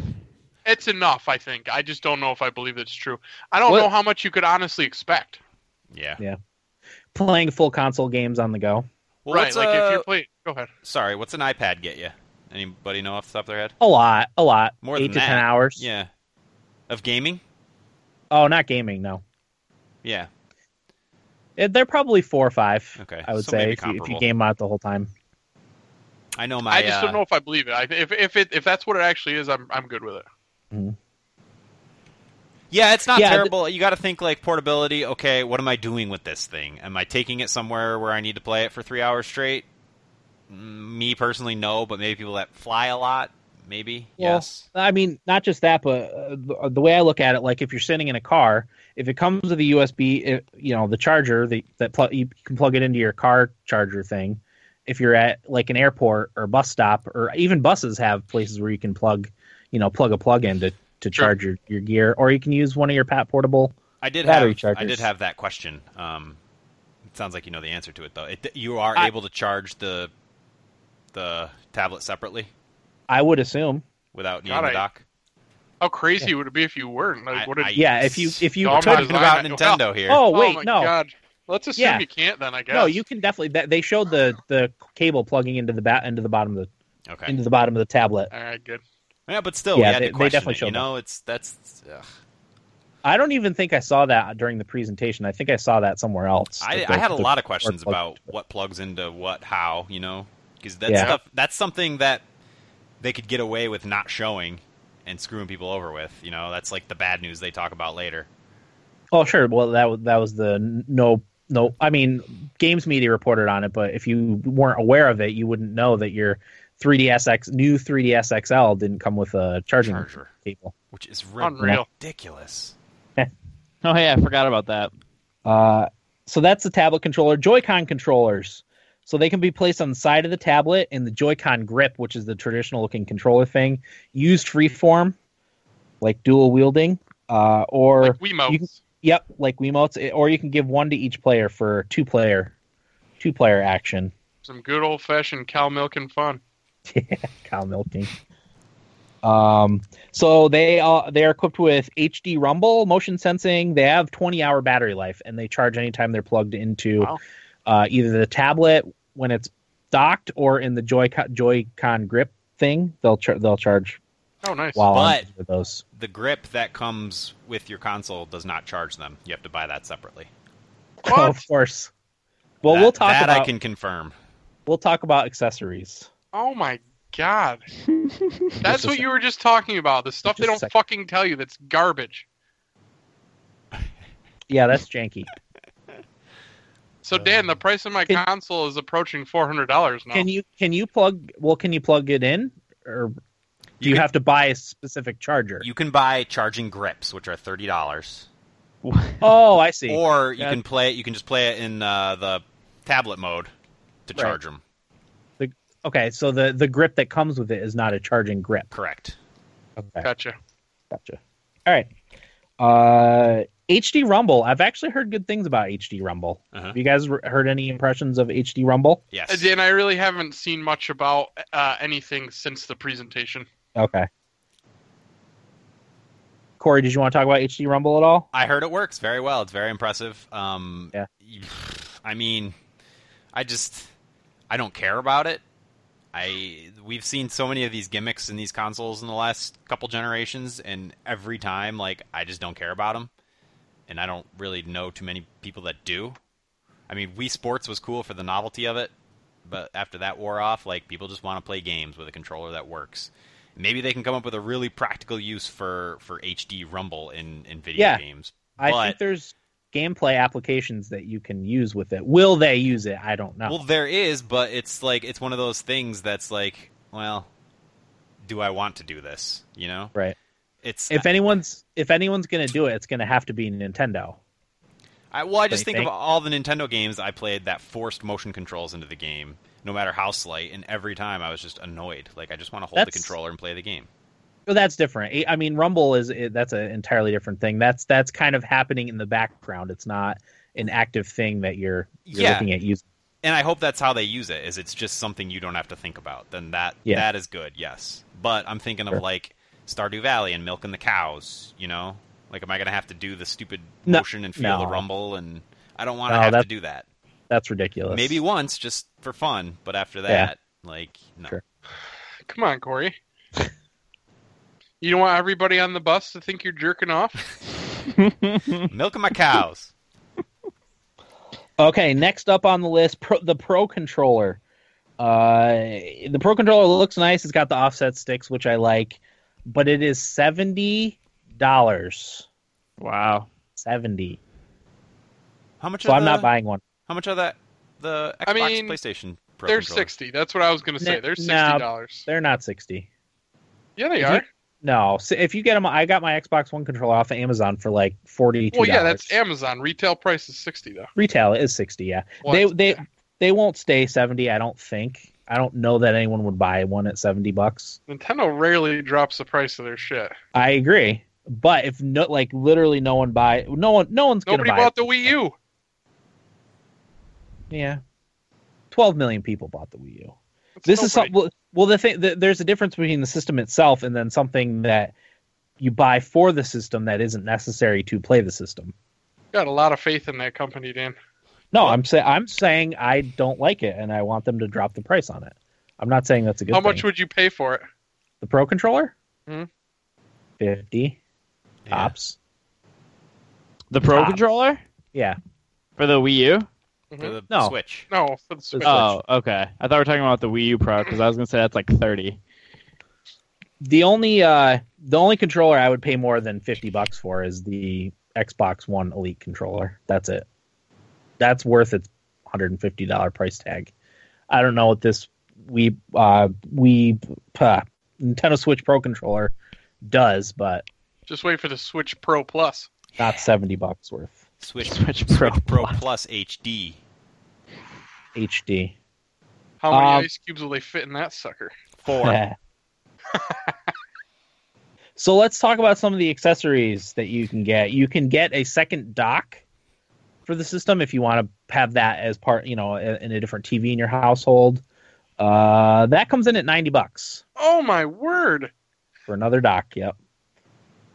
[SPEAKER 2] It's enough, I think. I just don't know if I believe it's true. I don't
[SPEAKER 3] What-
[SPEAKER 2] know how much you could honestly expect.
[SPEAKER 4] Yeah.
[SPEAKER 1] Playing full console games on the go.
[SPEAKER 4] Well,
[SPEAKER 2] right?
[SPEAKER 4] what's,
[SPEAKER 2] Like
[SPEAKER 4] uh,
[SPEAKER 2] if you're playing, go ahead.
[SPEAKER 4] sorry, what's an iPad get you? Anybody know off the top of their head?
[SPEAKER 1] A lot. A lot.
[SPEAKER 4] More
[SPEAKER 1] Eight
[SPEAKER 4] than
[SPEAKER 1] to
[SPEAKER 4] that.
[SPEAKER 1] ten hours.
[SPEAKER 4] Yeah. Of gaming?
[SPEAKER 1] Oh, not gaming. No.
[SPEAKER 4] Yeah.
[SPEAKER 1] It, they're probably four or five.
[SPEAKER 4] Okay,
[SPEAKER 1] I would
[SPEAKER 4] so
[SPEAKER 1] say
[SPEAKER 4] maybe
[SPEAKER 1] if you, if you
[SPEAKER 4] comparable.
[SPEAKER 1] game out the whole time.
[SPEAKER 4] I know my.
[SPEAKER 2] I just
[SPEAKER 4] uh,
[SPEAKER 2] don't know if I believe it. I, if if it if that's what it actually is, I'm I'm good with it.
[SPEAKER 4] Yeah, it's not
[SPEAKER 1] Yeah, th-
[SPEAKER 4] terrible. you got to think like portability. Okay, what am I doing with this thing? Am I taking it somewhere where I need to play it for three hours straight? Mm, Me personally, no, but maybe people that fly a lot, maybe.
[SPEAKER 1] Well,
[SPEAKER 4] yes.
[SPEAKER 1] I mean, not just that, but uh, the, the way I look at it, like if you're sitting in a car, if it comes with a USB, it, eh, you know, the charger that that pl- you can plug it into your car charger thing. If you're at like an airport or bus stop, or even buses have places where you can plug, you know, plug a plug in to to
[SPEAKER 2] Sure.
[SPEAKER 1] charge your, your gear, or you can use one of your Pat portable.
[SPEAKER 4] I did
[SPEAKER 1] battery
[SPEAKER 4] have. I
[SPEAKER 1] chargers.
[SPEAKER 4] did have that question. Um, it sounds like you know the answer to it though. It, you are
[SPEAKER 1] I-
[SPEAKER 4] able to charge the the tablet separately
[SPEAKER 1] I would assume,
[SPEAKER 4] without needing
[SPEAKER 2] God,
[SPEAKER 4] the
[SPEAKER 2] I-
[SPEAKER 4] dock.
[SPEAKER 2] how crazy would it be if you weren't? Like,
[SPEAKER 4] I-
[SPEAKER 2] what did,
[SPEAKER 4] I-
[SPEAKER 1] yeah. If you if you
[SPEAKER 2] Oh, I'm
[SPEAKER 1] could-
[SPEAKER 2] not-
[SPEAKER 4] Talking about
[SPEAKER 2] Wow.
[SPEAKER 4] Nintendo here.
[SPEAKER 1] oh
[SPEAKER 2] Oh
[SPEAKER 1] wait,
[SPEAKER 2] my
[SPEAKER 1] no,
[SPEAKER 2] God. Let's assume
[SPEAKER 1] Yeah.
[SPEAKER 2] you can't. Then I guess.
[SPEAKER 1] no, you can definitely. That, they showed the the cable plugging into the bat into the bottom of the
[SPEAKER 4] okay.
[SPEAKER 1] into the bottom of the tablet.
[SPEAKER 2] All right, good.
[SPEAKER 4] Yeah, but still,
[SPEAKER 1] Yeah,
[SPEAKER 4] we had
[SPEAKER 1] they-
[SPEAKER 4] to
[SPEAKER 1] they
[SPEAKER 4] question
[SPEAKER 1] definitely
[SPEAKER 4] it,
[SPEAKER 1] showed
[SPEAKER 4] You
[SPEAKER 1] that.
[SPEAKER 4] know, it's that's. Ugh.
[SPEAKER 1] I don't even think I saw that during the presentation. I think I saw that somewhere else.
[SPEAKER 4] I,
[SPEAKER 1] That
[SPEAKER 4] I
[SPEAKER 1] the-
[SPEAKER 4] had a
[SPEAKER 1] the-
[SPEAKER 4] lot of questions
[SPEAKER 1] plugs
[SPEAKER 4] about what plugs into what, how, you know, because that
[SPEAKER 1] Yeah.
[SPEAKER 4] stuff that's something that they could get away with not showing and screwing people over with. You know, that's like the bad news they talk about later.
[SPEAKER 1] Oh, sure. Well, that was that was the n- no no. I mean, Games Media reported on it, but if you weren't aware of it, you wouldn't know that your 3ds X new 3ds XL didn't come with a charging
[SPEAKER 4] Charger,
[SPEAKER 1] cable.
[SPEAKER 4] which is ri-
[SPEAKER 2] Unreal.
[SPEAKER 4] ridiculous.
[SPEAKER 3] Oh yeah, I forgot about that.
[SPEAKER 1] Uh, so that's the tablet controller. Joy-Con controllers. So they can be placed on the side of the tablet, and the Joy-Con grip, which is the traditional-looking controller thing, used freeform, like dual wielding, uh, or
[SPEAKER 2] Like Wiimotes.
[SPEAKER 1] you can- Yep, like Wiimotes, it- or you can give one to each player for two player, two player action.
[SPEAKER 2] Some good old fashioned cow milk and fun.
[SPEAKER 1] Cow milking. Um, so they are they are equipped with HD Rumble, motion sensing. They have 20 hour battery life, and they charge anytime they're plugged into
[SPEAKER 2] Wow.
[SPEAKER 1] uh, either the tablet when it's docked or in the Joy Joy-Con grip thing. They'll char- they'll charge
[SPEAKER 2] Oh, nice.
[SPEAKER 1] while on
[SPEAKER 4] But-
[SPEAKER 1] with those.
[SPEAKER 4] The grip that comes with your console does not charge them. You have to buy that separately.
[SPEAKER 1] Oh,
[SPEAKER 2] What?
[SPEAKER 1] of course. Well,
[SPEAKER 4] That-
[SPEAKER 1] we'll talk
[SPEAKER 4] that
[SPEAKER 1] about
[SPEAKER 4] I can confirm.
[SPEAKER 1] we'll talk about accessories.
[SPEAKER 2] Oh my god. That's
[SPEAKER 1] a
[SPEAKER 2] what you were just talking about. The stuff they
[SPEAKER 1] Just a
[SPEAKER 2] don't
[SPEAKER 1] sec.
[SPEAKER 2] fucking tell you that's garbage.
[SPEAKER 1] Yeah, that's janky. Uh,
[SPEAKER 2] So Dan, the price of my
[SPEAKER 1] Can-
[SPEAKER 2] console is approaching four hundred dollars now.
[SPEAKER 1] Can you can you plug? Well, can you plug it in, or do you,
[SPEAKER 4] can,
[SPEAKER 1] have to buy a specific charger?
[SPEAKER 4] you can buy charging grips, which are thirty dollars,
[SPEAKER 1] oh, I see.
[SPEAKER 4] or you
[SPEAKER 3] Yeah.
[SPEAKER 4] can play it. You can just play it in uh, the tablet mode to
[SPEAKER 1] Right.
[SPEAKER 4] charge them.
[SPEAKER 1] okay, so the the grip that comes with it is not a charging grip.
[SPEAKER 4] Correct.
[SPEAKER 1] Okay,
[SPEAKER 2] Gotcha.
[SPEAKER 1] gotcha. All right. Uh, HD Rumble. I've actually heard good things about HD Rumble.
[SPEAKER 4] Uh-huh.
[SPEAKER 1] Have you guys re- heard any impressions of HD Rumble?
[SPEAKER 2] Uh,
[SPEAKER 4] Yes.
[SPEAKER 2] Dan, I really haven't seen much about uh, anything since the presentation.
[SPEAKER 1] Okay. Corey, did you want to talk about HD Rumble at all?
[SPEAKER 4] I heard it works very well. It's very impressive. Um,
[SPEAKER 1] Yeah.
[SPEAKER 4] I mean, I just I don't care about it. I we've seen so many of these gimmicks in these consoles in the last couple generations, and every time, like I just don't care about them, and I don't really know too many people that do. I mean, Wii Sports was cool for the novelty of it, but after that wore off, like people just want to play games with a controller that works. Maybe they can come up with a really practical use for, for HD Rumble in, in video
[SPEAKER 1] Yeah.
[SPEAKER 4] games.
[SPEAKER 1] I think
[SPEAKER 4] But-
[SPEAKER 1] there's gameplay applications that you can use with it. Will they use it? I don't know.
[SPEAKER 4] Well, there is, but it's like it's one of those things that's like, well, do I want to do this? You know,
[SPEAKER 1] right.
[SPEAKER 4] it's
[SPEAKER 1] If anyone's if anyone's going to do it, it's going to have to be Nintendo.
[SPEAKER 4] I, well, I just
[SPEAKER 1] They
[SPEAKER 4] think of
[SPEAKER 1] think-
[SPEAKER 4] all the Nintendo games I played that forced motion controls into the game, no matter how slight, and every time I was just annoyed. Like I just want to hold the
[SPEAKER 1] That's-
[SPEAKER 4] controller and play the game.
[SPEAKER 1] Well, that's different. I- I mean, Rumble is it, that's an entirely different thing. That's that's kind of happening in the background. It's not an active thing that you're, you're
[SPEAKER 4] Yeah.
[SPEAKER 1] looking at using.
[SPEAKER 4] And I hope that's how they use it. Is it's just something you don't have to think about. Then that
[SPEAKER 1] Yeah.
[SPEAKER 4] that is good. Yes, but I'm thinking
[SPEAKER 1] Sure.
[SPEAKER 4] of like Stardew Valley and milking the cows. You know, like am I going to have to do the stupid
[SPEAKER 1] No-
[SPEAKER 4] motion and feel the
[SPEAKER 1] no.
[SPEAKER 4] rumble? And I don't want to
[SPEAKER 1] No,
[SPEAKER 4] have to
[SPEAKER 1] that-
[SPEAKER 4] do that.
[SPEAKER 1] That's ridiculous.
[SPEAKER 4] Maybe once, just for fun. But after
[SPEAKER 1] Yeah.
[SPEAKER 4] that, like no.
[SPEAKER 1] Sure.
[SPEAKER 2] Come on, Corey. You don't want everybody on the bus to think you're jerking off?
[SPEAKER 4] milking my cows.
[SPEAKER 1] Okay, next up on the list, pro, the Pro Controller. Uh, the Pro Controller looks nice. It's got the offset sticks, which I like, but it is seventy dollars.
[SPEAKER 3] wow.
[SPEAKER 1] Seventy.
[SPEAKER 4] How much?
[SPEAKER 1] So
[SPEAKER 4] are
[SPEAKER 1] I'm
[SPEAKER 4] the,
[SPEAKER 1] not buying one.
[SPEAKER 4] How much are that? The Xbox
[SPEAKER 2] I mean,
[SPEAKER 4] PlayStation Pro
[SPEAKER 2] They're
[SPEAKER 4] controller?
[SPEAKER 2] 60. That's what I was going to say.
[SPEAKER 1] N-
[SPEAKER 2] They're $60.
[SPEAKER 1] no. They're not sixty.
[SPEAKER 2] Yeah, they
[SPEAKER 1] If
[SPEAKER 2] are.
[SPEAKER 1] No, so if you get them, I got my Xbox One controller off of Amazon for like forty two.
[SPEAKER 2] Well, yeah, that's Amazon. Retail price is 60 though.
[SPEAKER 1] retail is sixty. Yeah,
[SPEAKER 2] What?
[SPEAKER 1] they they they won't stay seventy. I don't think. I don't know that anyone would buy one at seventy bucks.
[SPEAKER 2] Nintendo rarely drops the price of their shit.
[SPEAKER 1] I agree. But if no, like literally no one buy, no one, no one's
[SPEAKER 2] Nobody
[SPEAKER 1] gonna buy.
[SPEAKER 2] bought the Wii U.
[SPEAKER 1] it. Yeah, twelve million people bought the Wii U.
[SPEAKER 2] That's
[SPEAKER 1] This is
[SPEAKER 2] nobody.
[SPEAKER 1] something. Well, well, the thing, the, there's a difference between the system itself and then something that you buy for the system that isn't necessary to play the system.
[SPEAKER 2] Got a lot of faith in that company, Dan.
[SPEAKER 1] No, I'm saying I'm saying I don't like it and I want them to drop the price on it. I'm not saying that's a good.
[SPEAKER 2] How
[SPEAKER 1] thing.
[SPEAKER 2] much would you pay for it?
[SPEAKER 1] the Pro controller?
[SPEAKER 2] Hmm.
[SPEAKER 1] Fifty
[SPEAKER 4] Yeah.
[SPEAKER 1] tops.
[SPEAKER 3] The Pro
[SPEAKER 1] Top.
[SPEAKER 3] controller
[SPEAKER 1] Yeah.
[SPEAKER 3] for the Wii U.
[SPEAKER 4] for the
[SPEAKER 1] No.
[SPEAKER 4] Switch.
[SPEAKER 2] No, for the Switch.
[SPEAKER 3] Oh, okay. I thought we were talking about the Wii U Pro because I was gonna say that's like thirty.
[SPEAKER 1] the only uh the only controller I would pay more than fifty bucks for is the Xbox One Elite controller. That's it. That's worth its hundred and fifty dollar price tag. I don't know what this we uh we uh, Nintendo Switch Pro controller does, but
[SPEAKER 2] Just wait for the Switch Pro Plus.
[SPEAKER 1] not seventy bucks worth
[SPEAKER 4] Switch.
[SPEAKER 3] Switch Pro.
[SPEAKER 4] Switch Pro Plus HD.
[SPEAKER 1] HD.
[SPEAKER 2] How many
[SPEAKER 1] Um,
[SPEAKER 2] ice cubes will they fit in that sucker?
[SPEAKER 4] Four.
[SPEAKER 1] so let's talk about some of the accessories that you can get. You can get a second dock for the system if you want to have that as part, you know, in a different TV in your household. Uh, that comes in at ninety bucks
[SPEAKER 2] Oh my word!
[SPEAKER 1] for another dock. Yep.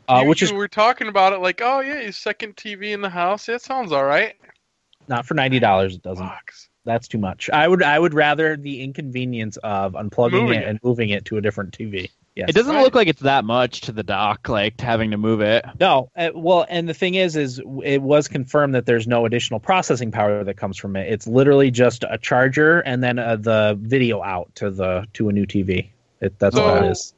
[SPEAKER 1] Uh,
[SPEAKER 2] You
[SPEAKER 1] which is
[SPEAKER 2] two were talking about it like, oh yeah, your second TV in the house. That sounds all right.
[SPEAKER 1] not for ninety dollars. It doesn't.
[SPEAKER 2] Box.
[SPEAKER 1] That's too much. I would. I would rather the inconvenience of unplugging
[SPEAKER 2] Moving
[SPEAKER 1] it,
[SPEAKER 2] it.
[SPEAKER 1] and moving it to a different TV. Yes.
[SPEAKER 3] It doesn't
[SPEAKER 2] Right.
[SPEAKER 3] look like it's that much to the dock, like having to move it.
[SPEAKER 1] No, uh, well, and the thing is, is it was confirmed that there's no additional processing power that comes from it. It's literally just a charger and then uh, the video out to the to a new TV. It, that's all
[SPEAKER 2] So-
[SPEAKER 1] it is.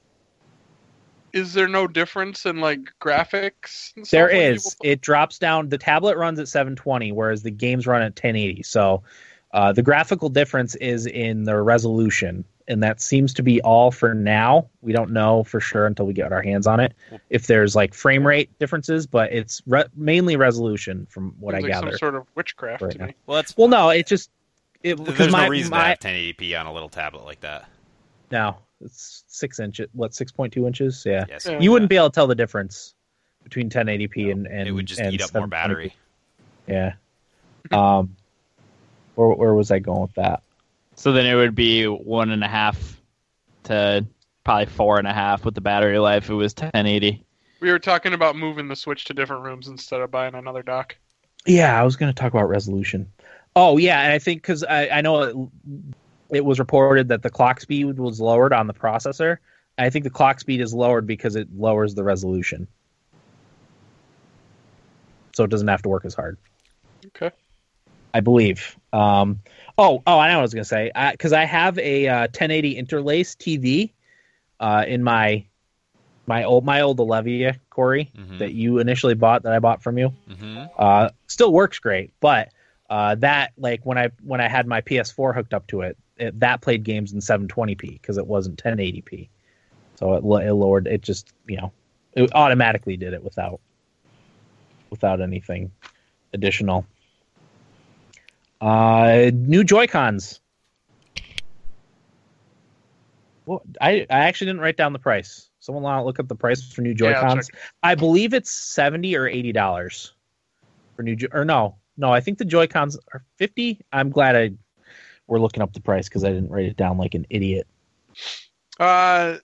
[SPEAKER 2] Is there no difference in like graphics? And stuff
[SPEAKER 1] There
[SPEAKER 2] when
[SPEAKER 1] is.
[SPEAKER 2] people-
[SPEAKER 1] It drops down. The tablet runs at 720, whereas the games run at 1080. So uh, the graphical difference is in the resolution, and that seems to be all for now. We don't know for sure until we get our hands on it if there's like frame rate differences, but it's re- mainly resolution from what I
[SPEAKER 2] Seems like
[SPEAKER 1] gather.
[SPEAKER 2] Some sort of witchcraft
[SPEAKER 1] Right
[SPEAKER 2] to
[SPEAKER 1] now.
[SPEAKER 2] me.
[SPEAKER 4] Well, that's
[SPEAKER 1] Well, no, it just it because
[SPEAKER 4] there's
[SPEAKER 1] my,
[SPEAKER 4] no reason
[SPEAKER 1] my
[SPEAKER 4] to have 1080p on a little tablet like that.
[SPEAKER 1] no, it's six inches. What six point two inches? Yeah.
[SPEAKER 4] Yes,
[SPEAKER 2] Yeah.
[SPEAKER 1] you wouldn't be able to tell the difference between 1080p and and
[SPEAKER 4] It would just
[SPEAKER 1] and
[SPEAKER 4] eat up more
[SPEAKER 1] 720p.
[SPEAKER 4] battery.
[SPEAKER 1] Yeah. Um, where where was I going with that?
[SPEAKER 3] So then it would be one and a half to probably four and a half with the battery life. It was 1080.
[SPEAKER 2] We were talking about moving the Switch to different rooms instead of buying another dock.
[SPEAKER 1] Yeah, I was going to talk about resolution. Oh yeah, and I think because I I know it, it was reported that the clock speed was lowered on the processor. I think the clock speed is lowered because it lowers the resolution, so it doesn't have to work as hard.
[SPEAKER 2] Okay.
[SPEAKER 1] I believe. Um, oh, oh, I know what I was gonna say because I, have a uh, 1080 interlace TV uh, in my my old my old Olivia Corey
[SPEAKER 4] Mhm.
[SPEAKER 1] that you initially bought that I bought from you.
[SPEAKER 4] hmm
[SPEAKER 1] Uh, still works great, but uh, that like when I when I had my PS4 hooked up to it, it that played games in 720p because it wasn't 1080p. So it, lo- it lowered it just you know it automatically did it without without anything additional. Uh, new Joy Cons. Well, I I actually didn't write down the price. Someone wanna look up the price for new Joy
[SPEAKER 2] Yeah, I'll
[SPEAKER 1] Cons. I believe it's seventy or eighty dollars for new. Jo- Or no, no, I think the Joy Cons are fifty. I'm glad I we're looking up the price because I didn't write it down like an idiot.
[SPEAKER 2] Uh,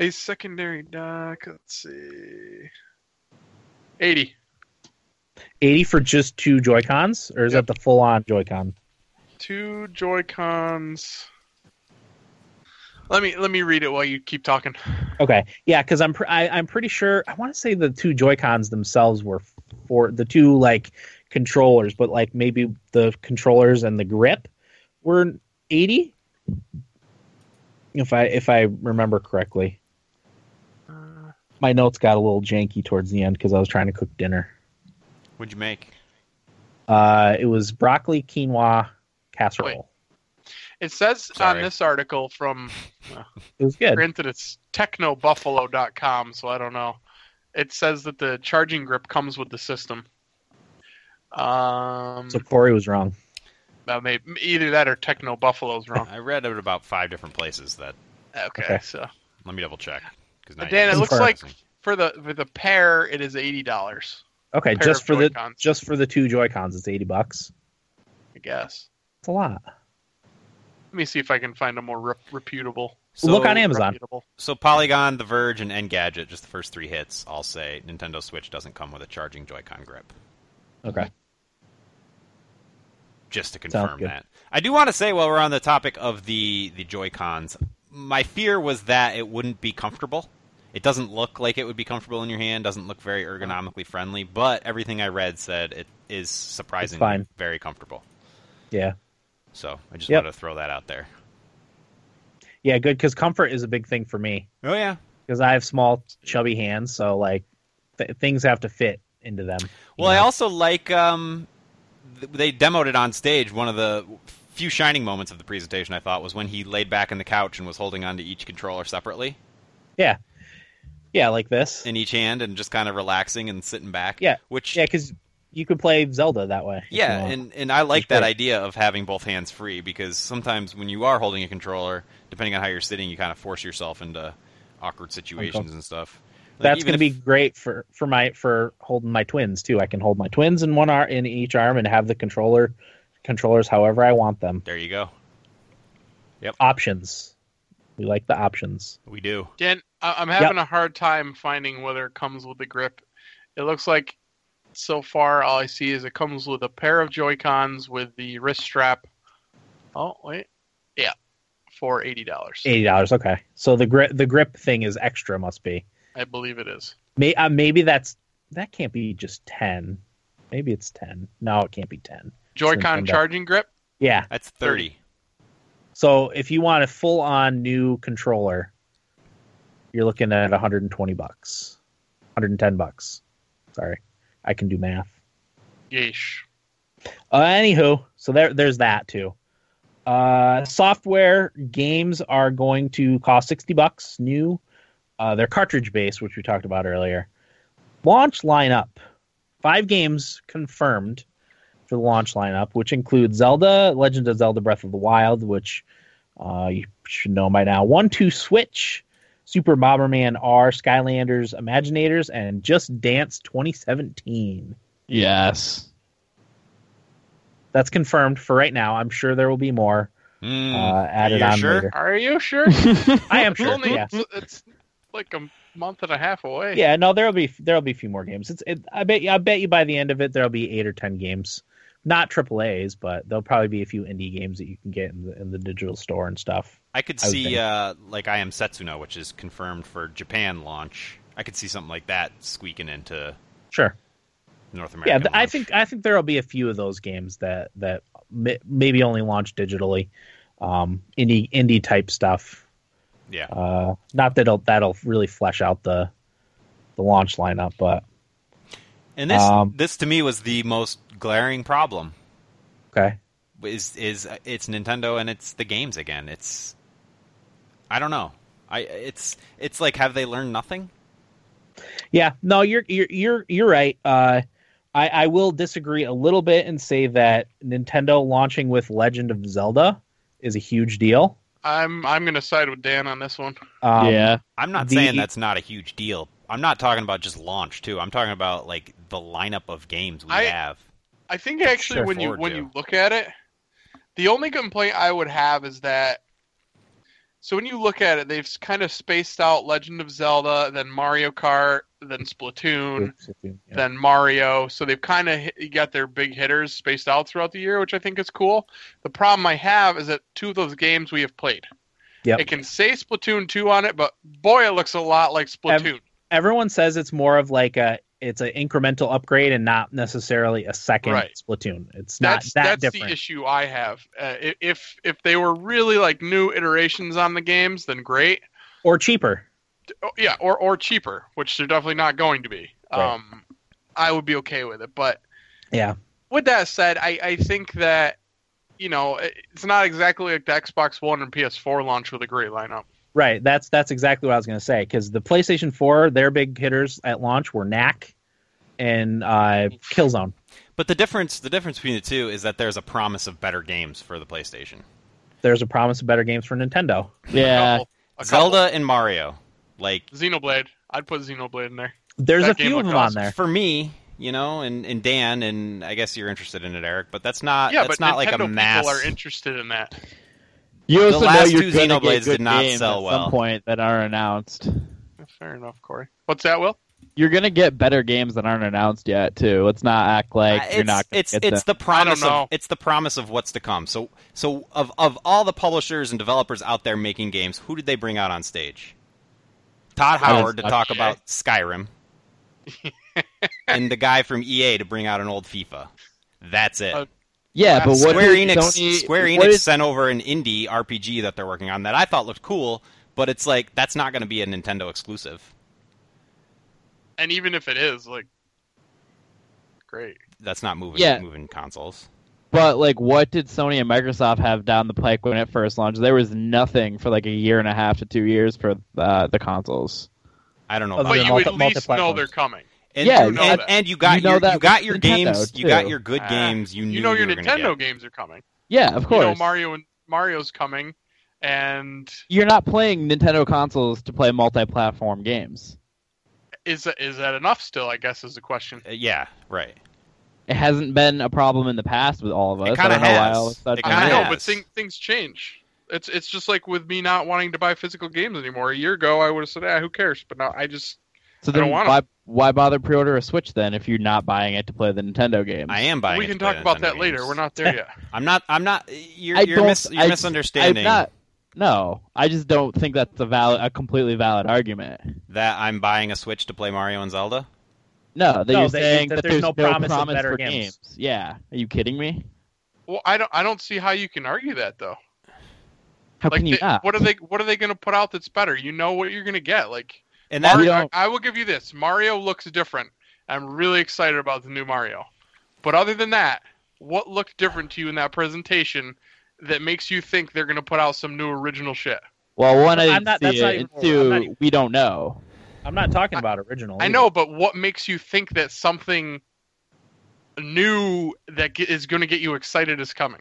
[SPEAKER 2] a secondary dock. Let's see. Eighty.
[SPEAKER 1] Eighty for just two Joy Cons, or is
[SPEAKER 2] Yep.
[SPEAKER 1] that the full on Joy Con?
[SPEAKER 2] Two Joy Cons. Let me let me read it while you keep talking.
[SPEAKER 1] Okay, yeah, because I'm pr- I, I'm pretty sure I want to say the two Joy Cons themselves were for the two like controllers, but like maybe the controllers and the grip were eighty. If I if I remember correctly,
[SPEAKER 2] Uh,
[SPEAKER 1] my notes got a little janky towards the end because I was trying to cook dinner.
[SPEAKER 4] What'd you make?
[SPEAKER 1] Uh, it was broccoli quinoa casserole.
[SPEAKER 2] it says
[SPEAKER 4] Sorry.
[SPEAKER 2] on this article from
[SPEAKER 1] It was good.
[SPEAKER 2] granted it's technobuffalo.com, so I don't know. It says that the charging grip comes with the system. Um,
[SPEAKER 1] So Corey was wrong.
[SPEAKER 2] that may, either that or Techno Buffalo's wrong.
[SPEAKER 4] I read it about five different places. That
[SPEAKER 2] okay,
[SPEAKER 1] Okay.
[SPEAKER 2] so
[SPEAKER 4] let me double check. 'cause now
[SPEAKER 2] Dan,
[SPEAKER 4] you're
[SPEAKER 2] it
[SPEAKER 1] looks
[SPEAKER 4] confusing.
[SPEAKER 2] for the for the pair, it is eighty dollars.
[SPEAKER 1] Okay,
[SPEAKER 2] Pair
[SPEAKER 1] just
[SPEAKER 2] of
[SPEAKER 1] for the
[SPEAKER 2] Joy-Cons.
[SPEAKER 1] just for the two Joy Cons, it's eighty bucks.
[SPEAKER 2] I guess.
[SPEAKER 1] It's a lot.
[SPEAKER 2] Let me see if I can find a more rep- reputable.
[SPEAKER 1] Look on Amazon.
[SPEAKER 2] reputable.
[SPEAKER 4] So Polygon, The Verge, and Engadget, just the first three hits, all say Nintendo Switch doesn't come with a charging Joy-Con grip.
[SPEAKER 1] Okay.
[SPEAKER 4] Just to
[SPEAKER 1] Sounds
[SPEAKER 4] confirm
[SPEAKER 1] good.
[SPEAKER 4] that. I do want to say while we're on the topic of the the Joy-Cons, my fear was that it wouldn't be comfortable. It doesn't look like it would be comfortable in your hand. Doesn't look very ergonomically friendly. But everything I read said it is surprisingly
[SPEAKER 1] fine.
[SPEAKER 4] very comfortable.
[SPEAKER 1] Yeah.
[SPEAKER 4] So I just
[SPEAKER 1] Yep.
[SPEAKER 4] wanted to throw that out there.
[SPEAKER 1] Yeah, good because comfort is a big thing for me
[SPEAKER 4] Oh yeah.
[SPEAKER 1] because I have small, chubby hands, so like th- things have to fit into them. you
[SPEAKER 4] Well, I
[SPEAKER 1] know?
[SPEAKER 4] also like um, th- they demoed it on stage. One of the few shining moments of the presentation, I thought, was when he laid back in the couch and was holding on to each controller separately
[SPEAKER 1] yeah, yeah, like this.
[SPEAKER 4] in each hand and just kind of relaxing and sitting back.
[SPEAKER 1] Yeah.
[SPEAKER 4] which
[SPEAKER 1] Yeah, because you could play Zelda that way. if you
[SPEAKER 4] Yeah,
[SPEAKER 1] want.
[SPEAKER 4] and, and I like
[SPEAKER 1] It's
[SPEAKER 4] that
[SPEAKER 1] great.
[SPEAKER 4] idea of having both hands free because sometimes when you are holding a controller, depending on how you're sitting, you kind of force yourself into awkward situations and stuff. Like,
[SPEAKER 1] That's
[SPEAKER 4] even
[SPEAKER 1] going to be
[SPEAKER 4] if-
[SPEAKER 1] great for for my for holding my twins too. I can hold my twins in one arm in each arm and have the controller controllers however I want them.
[SPEAKER 4] there. You go.
[SPEAKER 1] Options. We like the options.
[SPEAKER 4] We do.
[SPEAKER 2] Dan, I- I'm having a hard time finding whether it comes with the grip. It looks like so far all I see is it comes with a pair of Joy Cons with the wrist strap. Oh wait, yeah, for eighty dollars.
[SPEAKER 1] Eighty dollars. Okay. So the grip the grip thing is extra. Must be.
[SPEAKER 2] I believe it is.
[SPEAKER 1] May, uh, maybe that's that can't be just ten. Maybe it's ten. No, it can't be ten.
[SPEAKER 2] Joy-Con
[SPEAKER 1] Nintendo.
[SPEAKER 2] charging grip.
[SPEAKER 1] Yeah.
[SPEAKER 4] That's thirty.
[SPEAKER 1] So if you want a full on new controller, you're looking at 120 bucks, 110 bucks. Sorry, I can do math.
[SPEAKER 2] Yeesh.
[SPEAKER 1] Uh, anywho, so there, there's that too. Uh, software games are going to cost 60 bucks new. Uh, they're cartridge based, which we talked about earlier. Launch lineup five games confirmed for the launch lineup, which includes Zelda, Legend of Zelda Breath of the Wild, which uh, you should know by now, 1 2 Switch, Super Bomberman R, Skylanders, Imaginators, and Just Dance 2017.
[SPEAKER 3] Yes.
[SPEAKER 1] That's confirmed for right now. I'm sure there will be more
[SPEAKER 4] Hmm.
[SPEAKER 1] uh, added on
[SPEAKER 4] sure?
[SPEAKER 1] later.
[SPEAKER 2] Are you sure?
[SPEAKER 1] I am
[SPEAKER 2] It's
[SPEAKER 1] sure.
[SPEAKER 2] only-
[SPEAKER 1] yes.
[SPEAKER 2] It's like a month and a half away.
[SPEAKER 1] Yeah, no, there'll be there'll be a few more games. It's it, I bet you I bet you by the end of it there'll be eight or ten games, not triple A's, but there'll probably be a few indie games that you can get in the, in the digital store and stuff.
[SPEAKER 4] I could
[SPEAKER 1] I would
[SPEAKER 4] see
[SPEAKER 1] think.
[SPEAKER 4] uh, like I am Setsuno, which is confirmed for Japan launch. I could see something like that squeaking into
[SPEAKER 1] Sure,
[SPEAKER 4] North America.
[SPEAKER 1] yeah, th- I think I think there'll be a few of those games that that may, maybe only launch digitally, um, indie indie type stuff.
[SPEAKER 4] yeah.
[SPEAKER 1] Uh, not that it'll, that'll really flesh out the the launch lineup, but
[SPEAKER 4] And this
[SPEAKER 1] um,
[SPEAKER 4] this to me was the most glaring problem
[SPEAKER 1] okay,
[SPEAKER 4] is is uh, it's Nintendo and it's the games again. It's I don't know. I it's it's like have they learned nothing?
[SPEAKER 1] Yeah, no, you're you're you're you're right. Uh, I I will disagree a little bit and say that Nintendo launching with Legend of Zelda is a huge deal.
[SPEAKER 2] I'm I'm gonna side with Dan on this one.
[SPEAKER 1] Um,
[SPEAKER 3] yeah.
[SPEAKER 4] I'm not
[SPEAKER 1] The-
[SPEAKER 4] saying that's not a huge deal. I'm not talking about just launch too. I'm talking about like the lineup of games we
[SPEAKER 2] I-
[SPEAKER 4] have.
[SPEAKER 2] I think actually
[SPEAKER 1] Sure.
[SPEAKER 2] when you
[SPEAKER 4] Forward
[SPEAKER 2] when
[SPEAKER 4] to.
[SPEAKER 2] you look at it, the only complaint I would have is that so when you look at it, they've kind of spaced out Legend of Zelda, then Mario Kart, then Splatoon,
[SPEAKER 1] yeah.
[SPEAKER 2] then Mario. So they've kind of hit, got their big hitters spaced out throughout the year, which I think is cool. The problem I have is that two of those games we have played.
[SPEAKER 1] Yep.
[SPEAKER 2] It can say Splatoon 2 on it, but boy, it looks a lot like Splatoon.
[SPEAKER 1] Everyone says it's more of like a it's an incremental upgrade and not necessarily a second
[SPEAKER 2] Right.
[SPEAKER 1] Splatoon. It's not
[SPEAKER 2] that's
[SPEAKER 1] that
[SPEAKER 2] that's the
[SPEAKER 1] different.
[SPEAKER 2] issue I have. Uh, i- if if they were really like new iterations on the games, then great.
[SPEAKER 1] Or cheaper.
[SPEAKER 2] Oh, yeah, or or cheaper, which they're definitely not going to be.
[SPEAKER 1] Right.
[SPEAKER 2] Um, I would be okay with it. But
[SPEAKER 1] Yeah.
[SPEAKER 2] with that said, I I think that you know it- it's not exactly like the Xbox One and PS4 launch with a great lineup.
[SPEAKER 1] Right. That's that's exactly what I was going to say because the PlayStation 4 their big hitters at launch were Knack and uh, Killzone.
[SPEAKER 4] But the difference the difference between the two is that there's a promise of better games for the PlayStation.
[SPEAKER 1] There's a promise of better games for Nintendo.
[SPEAKER 3] Yeah.
[SPEAKER 2] Couple- a couple.
[SPEAKER 4] Zelda and Mario. Like
[SPEAKER 2] Xenoblade. I'd put Xenoblade in there.
[SPEAKER 1] There's
[SPEAKER 2] That
[SPEAKER 1] a
[SPEAKER 2] game
[SPEAKER 1] few of
[SPEAKER 2] looked
[SPEAKER 1] them on
[SPEAKER 2] awesome.
[SPEAKER 1] there.
[SPEAKER 4] for me, you know, and, and Dan and I guess you're interested in it, Eric, but that's not
[SPEAKER 2] yeah,
[SPEAKER 4] Uh, that's
[SPEAKER 2] but
[SPEAKER 4] not
[SPEAKER 2] Nintendo
[SPEAKER 4] like a mass
[SPEAKER 2] people are interested in that.
[SPEAKER 3] You also know
[SPEAKER 4] last
[SPEAKER 3] you're
[SPEAKER 4] two
[SPEAKER 3] gonna get
[SPEAKER 4] Xenoblades
[SPEAKER 3] good
[SPEAKER 4] did not
[SPEAKER 3] games
[SPEAKER 4] sell
[SPEAKER 3] at
[SPEAKER 4] well.
[SPEAKER 3] some point that aren't announced.
[SPEAKER 2] Fair enough, Corey. What's that, Will?
[SPEAKER 3] You're gonna get better games that aren't announced yet too. Let's not act like
[SPEAKER 4] Uh,
[SPEAKER 3] you're
[SPEAKER 4] it's,
[SPEAKER 3] not gonna
[SPEAKER 4] it's
[SPEAKER 3] get
[SPEAKER 4] it's
[SPEAKER 3] them.
[SPEAKER 4] the promise
[SPEAKER 2] know.
[SPEAKER 4] of it's the promise of what's to come. So so of of all the publishers and developers out there making games, who did they bring out on stage? Todd
[SPEAKER 3] That is
[SPEAKER 4] Howard to
[SPEAKER 3] not
[SPEAKER 4] talk
[SPEAKER 3] shit.
[SPEAKER 4] about Skyrim, and the guy from EA to bring out an old FIFA. That's it.
[SPEAKER 2] Uh,
[SPEAKER 3] Yeah, but what
[SPEAKER 4] Square
[SPEAKER 3] did
[SPEAKER 4] Enix,
[SPEAKER 3] Sony,
[SPEAKER 4] Square
[SPEAKER 3] what
[SPEAKER 4] Enix
[SPEAKER 3] did-
[SPEAKER 4] sent over an indie RPG that they're working on that I thought looked cool, but it's like that's not going to be a Nintendo exclusive.
[SPEAKER 2] And even if it is, like, great.
[SPEAKER 4] That's not moving
[SPEAKER 3] Yeah.
[SPEAKER 4] moving consoles.
[SPEAKER 3] But like, what did Sony and Microsoft have down the pike when it first launched? There was nothing for like a year and a half to two years for uh, the consoles.
[SPEAKER 4] I don't know.
[SPEAKER 1] Other
[SPEAKER 2] But
[SPEAKER 4] about
[SPEAKER 1] than
[SPEAKER 4] that.
[SPEAKER 2] you
[SPEAKER 1] multi-
[SPEAKER 2] at least know
[SPEAKER 1] multi-platforms.
[SPEAKER 2] they're coming.
[SPEAKER 4] And,
[SPEAKER 3] Yeah,
[SPEAKER 4] and,
[SPEAKER 2] you know that.
[SPEAKER 4] and you got
[SPEAKER 3] You know
[SPEAKER 4] your
[SPEAKER 3] that
[SPEAKER 4] you got
[SPEAKER 3] with
[SPEAKER 4] your
[SPEAKER 3] Nintendo,
[SPEAKER 4] games, you got
[SPEAKER 3] too.
[SPEAKER 4] your good
[SPEAKER 2] Ah,
[SPEAKER 4] games. You, knew
[SPEAKER 2] You know your
[SPEAKER 4] you were gonna
[SPEAKER 2] Nintendo
[SPEAKER 4] get.
[SPEAKER 2] games are coming.
[SPEAKER 3] Yeah, of course.
[SPEAKER 2] You know Mario and Mario's coming, and
[SPEAKER 3] You're not playing Nintendo consoles to play multi-platform games.
[SPEAKER 2] is is that enough? Still, I guess is the question.
[SPEAKER 4] Uh, yeah, right.
[SPEAKER 3] It hasn't been a problem in the past with all of us.
[SPEAKER 4] It
[SPEAKER 3] I
[SPEAKER 4] kinda
[SPEAKER 3] don't know why
[SPEAKER 4] has.
[SPEAKER 3] all of a sudden-
[SPEAKER 4] It
[SPEAKER 2] I
[SPEAKER 4] kinda
[SPEAKER 2] know,
[SPEAKER 4] has.
[SPEAKER 2] but thing, things change. It's it's just like with me not wanting to buy physical games anymore. A year ago, I would have said, "Ah, who cares?" But now I just
[SPEAKER 3] So
[SPEAKER 2] I don't
[SPEAKER 3] then
[SPEAKER 2] want 'em.
[SPEAKER 3] why why bother pre-order a Switch then if you're not buying it to play the Nintendo games?
[SPEAKER 4] I am buying.
[SPEAKER 2] we
[SPEAKER 4] it
[SPEAKER 2] can
[SPEAKER 4] to play
[SPEAKER 2] talk about
[SPEAKER 4] Nintendo
[SPEAKER 2] that later.
[SPEAKER 4] games.
[SPEAKER 2] We're not there yet.
[SPEAKER 4] I'm not. I'm not. You're,
[SPEAKER 3] I
[SPEAKER 4] you're,
[SPEAKER 3] don't-
[SPEAKER 4] mis- you're
[SPEAKER 3] I-
[SPEAKER 4] misunderstanding
[SPEAKER 3] I'm not. No, I just don't think that's a valid, a completely valid argument.
[SPEAKER 4] that I'm buying a Switch to play Mario and Zelda.
[SPEAKER 3] No, that
[SPEAKER 1] No,
[SPEAKER 3] you're
[SPEAKER 1] that-
[SPEAKER 3] saying
[SPEAKER 1] that
[SPEAKER 3] that,
[SPEAKER 1] there's
[SPEAKER 3] there's,
[SPEAKER 1] no promise of better
[SPEAKER 3] for
[SPEAKER 1] games.
[SPEAKER 3] Yeah, are you kidding me?
[SPEAKER 2] Well, I don't I don't see how you can argue that though.
[SPEAKER 3] How
[SPEAKER 2] Like,
[SPEAKER 3] can you
[SPEAKER 2] they-
[SPEAKER 3] not?
[SPEAKER 2] what are they? What are they going to put out that's better? You know what you're going to get. Like
[SPEAKER 4] And that,
[SPEAKER 3] We
[SPEAKER 2] Mario,
[SPEAKER 3] don't-
[SPEAKER 2] I, I will give you this. Mario looks different. I'm really excited about the new Mario. But other than that, what looked different to you in that presentation that makes you think they're going to put out some new original shit?
[SPEAKER 3] Well, one, I
[SPEAKER 1] I'm
[SPEAKER 3] didn't
[SPEAKER 1] not- that's
[SPEAKER 3] see
[SPEAKER 1] not
[SPEAKER 3] it.
[SPEAKER 1] even-
[SPEAKER 3] and
[SPEAKER 1] I'm not
[SPEAKER 3] two,
[SPEAKER 1] even-
[SPEAKER 3] we don't know.
[SPEAKER 1] I'm not talking about original.
[SPEAKER 2] I
[SPEAKER 1] either.
[SPEAKER 2] know, but what makes you think that something new that ge- is going to get you excited is coming?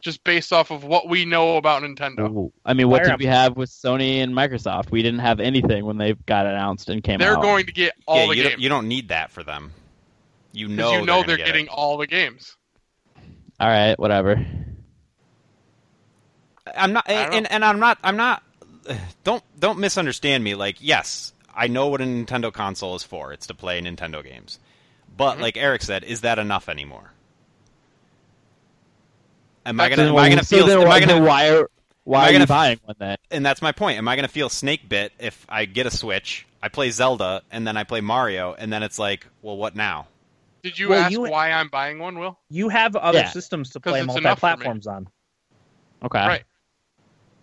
[SPEAKER 2] Just based off of what we know about Nintendo.
[SPEAKER 3] Ooh. I mean, what
[SPEAKER 1] Fire
[SPEAKER 3] did
[SPEAKER 1] up.
[SPEAKER 3] we have with Sony and Microsoft? We didn't have anything when they got announced and came
[SPEAKER 2] They're
[SPEAKER 3] out.
[SPEAKER 2] going to get all
[SPEAKER 4] yeah,
[SPEAKER 2] the
[SPEAKER 4] you
[SPEAKER 2] games.
[SPEAKER 4] don't, you don't need that for them. You
[SPEAKER 2] 'cause
[SPEAKER 4] know,
[SPEAKER 2] you know they're,
[SPEAKER 4] gonna get
[SPEAKER 2] getting
[SPEAKER 4] it.
[SPEAKER 2] all the games.
[SPEAKER 3] All right, whatever.
[SPEAKER 4] I'm not,
[SPEAKER 2] I don't
[SPEAKER 4] and,
[SPEAKER 2] know.
[SPEAKER 4] and I'm not, I'm not. Don't don't misunderstand me. Like, yes, I know what a Nintendo console is for. It's to play Nintendo games. But
[SPEAKER 2] Mm-hmm.
[SPEAKER 4] like Eric said, is that enough anymore? Am I gonna? Am I gonna
[SPEAKER 3] So
[SPEAKER 4] feel?
[SPEAKER 3] then
[SPEAKER 4] Am I
[SPEAKER 3] why-
[SPEAKER 4] gonna?
[SPEAKER 3] then why are, why
[SPEAKER 4] I
[SPEAKER 3] are
[SPEAKER 4] gonna
[SPEAKER 3] you
[SPEAKER 4] f-
[SPEAKER 3] buying one then?
[SPEAKER 4] and that's my point. Am I going to feel snake bit if I get a Switch, I play Zelda, and then I play Mario, and then it's like, well, what now?
[SPEAKER 2] Did you
[SPEAKER 1] Well,
[SPEAKER 2] ask
[SPEAKER 1] you-
[SPEAKER 2] why I'm buying one, Will?
[SPEAKER 1] You have other
[SPEAKER 3] Yeah.
[SPEAKER 1] systems to
[SPEAKER 2] 'Cause
[SPEAKER 1] play
[SPEAKER 2] it's enough for me.
[SPEAKER 1] multi-platforms on.
[SPEAKER 3] Okay.
[SPEAKER 2] Right.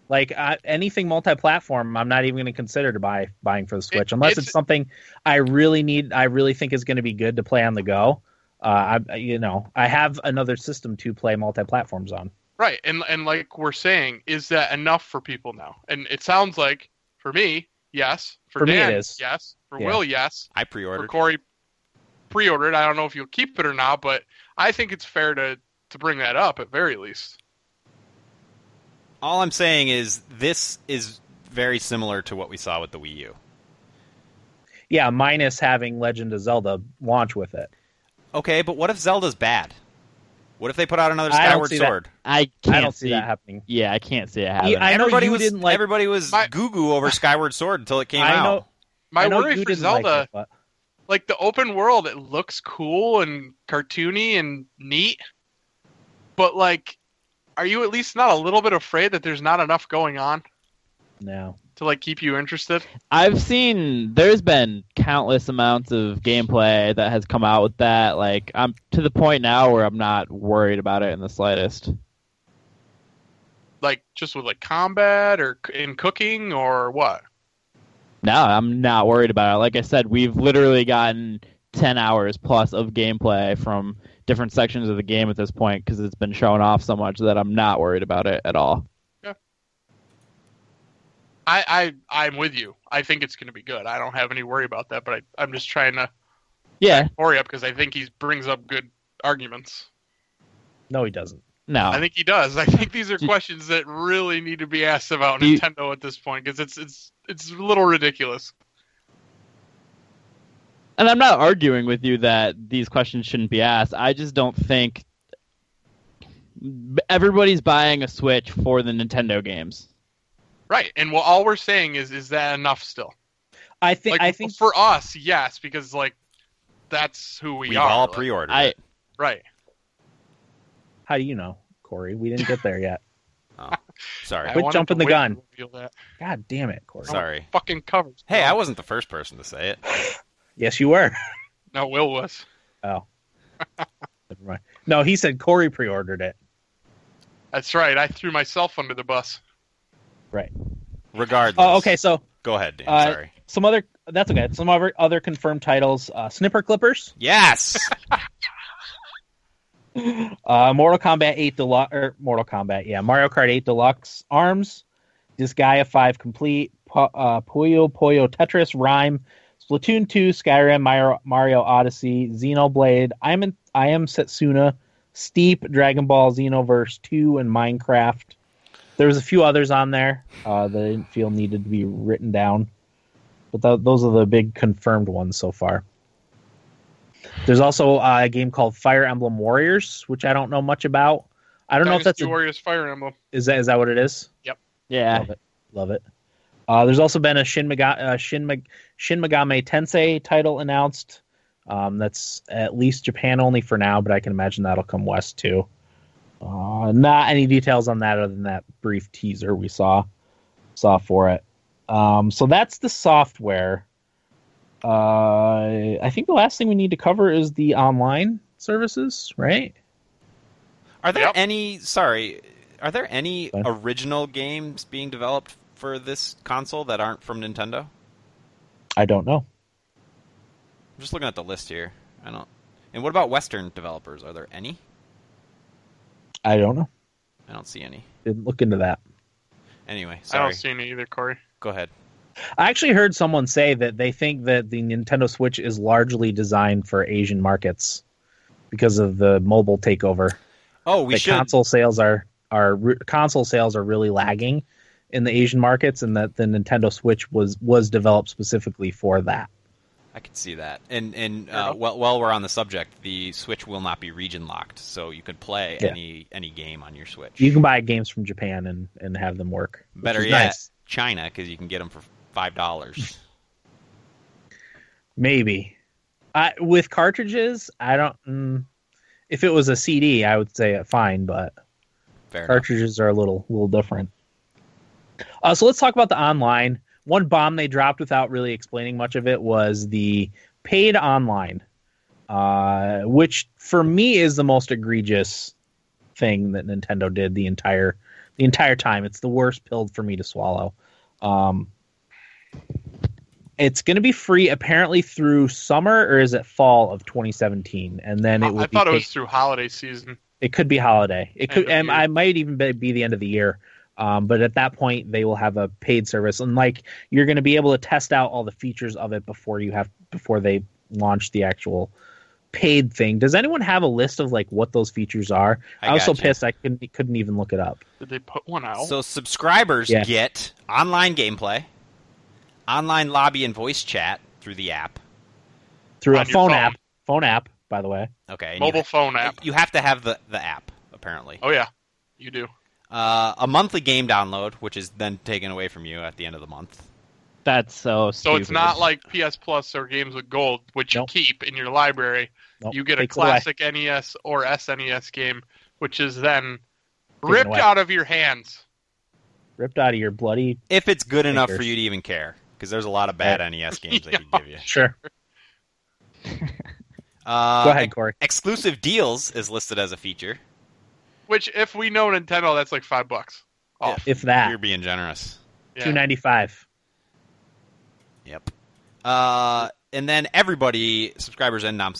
[SPEAKER 1] Like uh, anything multi-platform, I'm not even going to consider to buy buying for the Switch unless it's,
[SPEAKER 2] it's-
[SPEAKER 1] something I really need. I really think is going to be good to play on the go. Uh, I, you know, I have another system to play multi-platforms on.
[SPEAKER 2] Right, and and like we're saying, is that enough for people now? And it sounds like for me, yes. For,
[SPEAKER 1] For me,
[SPEAKER 2] Dan,
[SPEAKER 1] it is.
[SPEAKER 2] Yes. For
[SPEAKER 1] Yeah.
[SPEAKER 2] Will, yes.
[SPEAKER 4] I
[SPEAKER 2] For
[SPEAKER 4] pre-ordered.
[SPEAKER 2] Corey, pre-ordered. I don't know if you'll keep it or not, but I think it's fair to to bring that up at very least.
[SPEAKER 4] All I'm saying is this is very similar to what we saw with the Wii U.
[SPEAKER 1] Yeah, minus having Legend of Zelda launch with it.
[SPEAKER 4] Okay, but what if Zelda's bad? What if they put out another
[SPEAKER 1] I don't
[SPEAKER 4] Skyward
[SPEAKER 1] see that.
[SPEAKER 4] Sword?
[SPEAKER 3] I can't
[SPEAKER 1] I don't see, that happening. E-
[SPEAKER 3] Yeah, I can't see it
[SPEAKER 1] Yeah,
[SPEAKER 3] happening.
[SPEAKER 1] I know
[SPEAKER 4] everybody
[SPEAKER 1] you
[SPEAKER 4] was
[SPEAKER 1] didn't like.
[SPEAKER 4] everybody was
[SPEAKER 2] My-
[SPEAKER 4] goo goo over Skyward Sword until it came
[SPEAKER 1] I
[SPEAKER 4] out.
[SPEAKER 1] know-
[SPEAKER 2] My
[SPEAKER 1] I know
[SPEAKER 2] worry
[SPEAKER 1] you
[SPEAKER 2] for
[SPEAKER 1] didn't
[SPEAKER 2] Zelda,
[SPEAKER 1] like it, but
[SPEAKER 2] like the open world, it looks cool and cartoony and neat, but like, are you at least not a little bit afraid that there's not enough going on
[SPEAKER 1] no.
[SPEAKER 2] to like keep you interested?
[SPEAKER 3] I've seen there's been countless amounts of gameplay that has come out with that. Like I'm to the point now where I'm not worried about it in the slightest.
[SPEAKER 2] like just with like combat or c- in cooking or what?
[SPEAKER 3] No, I'm not worried about it. Like I said, we've literally gotten ten hours plus of gameplay from different sections of the game at this point because it's been shown off so much that I'm not worried about it at all.
[SPEAKER 2] I, I I'm with you. I think it's going to be good. I don't have any worry about that, but I, I'm just trying to
[SPEAKER 3] Yeah,
[SPEAKER 2] hurry up because I think he brings up good arguments.
[SPEAKER 1] No, he doesn't.
[SPEAKER 4] Uh,
[SPEAKER 2] I
[SPEAKER 3] no.
[SPEAKER 2] think he does. I think these are
[SPEAKER 3] Do-
[SPEAKER 2] questions that really need to be asked about
[SPEAKER 3] Do you-
[SPEAKER 2] Nintendo at this point because it's it's it's a little ridiculous.
[SPEAKER 3] And I'm not arguing with you that these questions shouldn't be asked. I just don't think everybody's buying a Switch for the Nintendo games.
[SPEAKER 2] Right, and well, all we're saying is is that enough still?
[SPEAKER 1] I think.
[SPEAKER 2] Like
[SPEAKER 1] I think
[SPEAKER 2] for us, yes, because like that's who we
[SPEAKER 4] We've
[SPEAKER 2] are.
[SPEAKER 4] all
[SPEAKER 2] like,
[SPEAKER 4] pre-ordered.
[SPEAKER 3] I
[SPEAKER 4] it.
[SPEAKER 2] right.
[SPEAKER 1] How do you know, Corey? We didn't get there yet.
[SPEAKER 4] Sorry,
[SPEAKER 2] I
[SPEAKER 1] Quit
[SPEAKER 2] wanted
[SPEAKER 1] jumping
[SPEAKER 2] to
[SPEAKER 1] the
[SPEAKER 2] wait to
[SPEAKER 1] gun.
[SPEAKER 2] reveal that.
[SPEAKER 1] God damn it, Corey.
[SPEAKER 4] sorry.
[SPEAKER 2] Fucking covers.
[SPEAKER 4] Hey, I wasn't the first person to say it.
[SPEAKER 1] Yes, you were.
[SPEAKER 2] No, Will was.
[SPEAKER 1] Never mind. No, he said Corey pre-ordered it.
[SPEAKER 2] That's right. I threw myself under the bus.
[SPEAKER 4] Regardless.
[SPEAKER 1] Oh, okay. So
[SPEAKER 4] Go ahead, Dan.
[SPEAKER 1] Uh,
[SPEAKER 4] sorry.
[SPEAKER 1] some other. That's okay. Some other other confirmed titles: uh, Snipper Clippers,
[SPEAKER 4] Yes.
[SPEAKER 1] uh, Mortal Kombat 8 Deluxe, or Mortal Kombat, yeah, Mario Kart 8 Deluxe Arms, Disgaea 5 Complete, po- uh, Puyo Puyo Tetris, Rhyme, Splatoon 2, Skyrim, Mario, Mario Odyssey, Xenoblade, I'm in, I am Setsuna, Steep, Dragon Ball Xenoverse 2, and Minecraft. There was a few others on there uh, that I didn't feel needed to be written down, but tho- those are the big confirmed ones so far. There's also uh, a game called Fire Emblem Warriors, which I don't know much about. I don't know if that's
[SPEAKER 2] Dynasty
[SPEAKER 1] a,
[SPEAKER 2] Warriors Fire Emblem.
[SPEAKER 1] is that is that what it is?
[SPEAKER 3] yeah.
[SPEAKER 1] Love it. Love it. Uh, there's also been a Shin, Mega, uh, Shin, Meg- Shin Megami Tensei title announced. Um, that's at least Japan only for now, but I can imagine that'll come west too. Uh, not any details on that other than that brief teaser we saw saw for it. Um, so that's the software. Uh, I think the last thing we need to cover is the online services, right?
[SPEAKER 4] Are there
[SPEAKER 2] Yep.
[SPEAKER 4] any? Sorry, Are there any
[SPEAKER 1] Fine.
[SPEAKER 4] original games being developed for this console that aren't from Nintendo?
[SPEAKER 1] I don't know.
[SPEAKER 4] I'm just looking at the list here. I don't. And what about Western developers? Are there any?
[SPEAKER 1] I don't know.
[SPEAKER 4] I don't see any.
[SPEAKER 1] Didn't look into that.
[SPEAKER 4] Anyway,
[SPEAKER 2] I
[SPEAKER 4] sorry.
[SPEAKER 2] don't see any either, Corey.
[SPEAKER 4] Go ahead.
[SPEAKER 1] I actually heard someone say that they think that the Nintendo Switch is largely designed for Asian markets because of the mobile takeover.
[SPEAKER 4] Oh, we
[SPEAKER 1] that
[SPEAKER 4] should.
[SPEAKER 1] console sales are are re- console sales are really lagging in the Asian markets, and that the Nintendo Switch was was developed specifically for that.
[SPEAKER 4] I could see that. And and
[SPEAKER 2] Yeah.
[SPEAKER 4] uh, well, while we're on the subject, the Switch will not be region locked, so you could play
[SPEAKER 1] Yeah.
[SPEAKER 4] any any game on your Switch.
[SPEAKER 1] You can buy games from Japan and and have them work. which
[SPEAKER 4] Better
[SPEAKER 1] is
[SPEAKER 4] yet,
[SPEAKER 1] nice.
[SPEAKER 4] China, because you can get them for five dollars.
[SPEAKER 1] maybe. I, with cartridges, I don't. Mm, if it was a CD, I would say uh, fine, but
[SPEAKER 4] Fair enough.
[SPEAKER 1] cartridges are a little little different. Uh, so let's talk about the online. One bomb they dropped without really explaining much of it was the paid online, uh, which for me is the most egregious thing that Nintendo did the entire the entire time. It's the worst pill for me to swallow. Um, it's going to be free apparently through summer or is it fall of 2017, and then
[SPEAKER 2] I,
[SPEAKER 1] it will
[SPEAKER 2] I
[SPEAKER 1] be
[SPEAKER 2] thought it
[SPEAKER 1] paid-
[SPEAKER 2] was through holiday season.
[SPEAKER 1] it could be holiday. It
[SPEAKER 2] End
[SPEAKER 1] could,
[SPEAKER 2] of
[SPEAKER 1] and
[SPEAKER 2] year.
[SPEAKER 1] I might even be, be the end of the year. Um, but at that point, they will have a paid service, and like you're going to be able to test out all the features of it before you have before they launch the actual paid thing. Does anyone have a list of like what those features are?
[SPEAKER 4] I
[SPEAKER 1] was so
[SPEAKER 4] gotcha.
[SPEAKER 1] pissed I couldn't couldn't even look it up.
[SPEAKER 2] Did they put one out?
[SPEAKER 4] So subscribers
[SPEAKER 1] Yeah.
[SPEAKER 4] get online gameplay, online lobby and voice chat through the app.
[SPEAKER 1] Through
[SPEAKER 2] On
[SPEAKER 1] a
[SPEAKER 2] your
[SPEAKER 1] phone,
[SPEAKER 2] phone.
[SPEAKER 1] app, phone app, by the way.
[SPEAKER 4] Okay. and
[SPEAKER 2] Mobile
[SPEAKER 4] you,
[SPEAKER 2] phone app.
[SPEAKER 4] You have to have the the app apparently.
[SPEAKER 2] Oh yeah, you do.
[SPEAKER 4] Uh, a monthly game download, which is then taken away from you at the end of the month.
[SPEAKER 3] That's so.
[SPEAKER 2] So it's not like PS Plus or Games with Gold, which
[SPEAKER 1] Nope.
[SPEAKER 2] you keep in your library.
[SPEAKER 1] Nope,
[SPEAKER 2] you get
[SPEAKER 1] Oh,
[SPEAKER 2] a
[SPEAKER 1] takes it away.
[SPEAKER 2] classic NES or SNES game, which is then
[SPEAKER 1] Taken
[SPEAKER 2] ripped
[SPEAKER 1] away.
[SPEAKER 2] out of your hands.
[SPEAKER 1] ripped out of your bloody
[SPEAKER 4] If it's good enough
[SPEAKER 1] Stickers.
[SPEAKER 4] for you to even care, because there's a lot of bad NES games they could give you.
[SPEAKER 1] sure.
[SPEAKER 4] Uh,
[SPEAKER 1] Go ahead, Corey.
[SPEAKER 4] Exclusive deals is listed as a feature.
[SPEAKER 2] Which, if we know Nintendo, that's like five bucks off.
[SPEAKER 1] If that
[SPEAKER 4] You're being generous.
[SPEAKER 2] Yeah.
[SPEAKER 1] two ninety five.
[SPEAKER 4] Yep. Uh, and then everybody, subscribers and non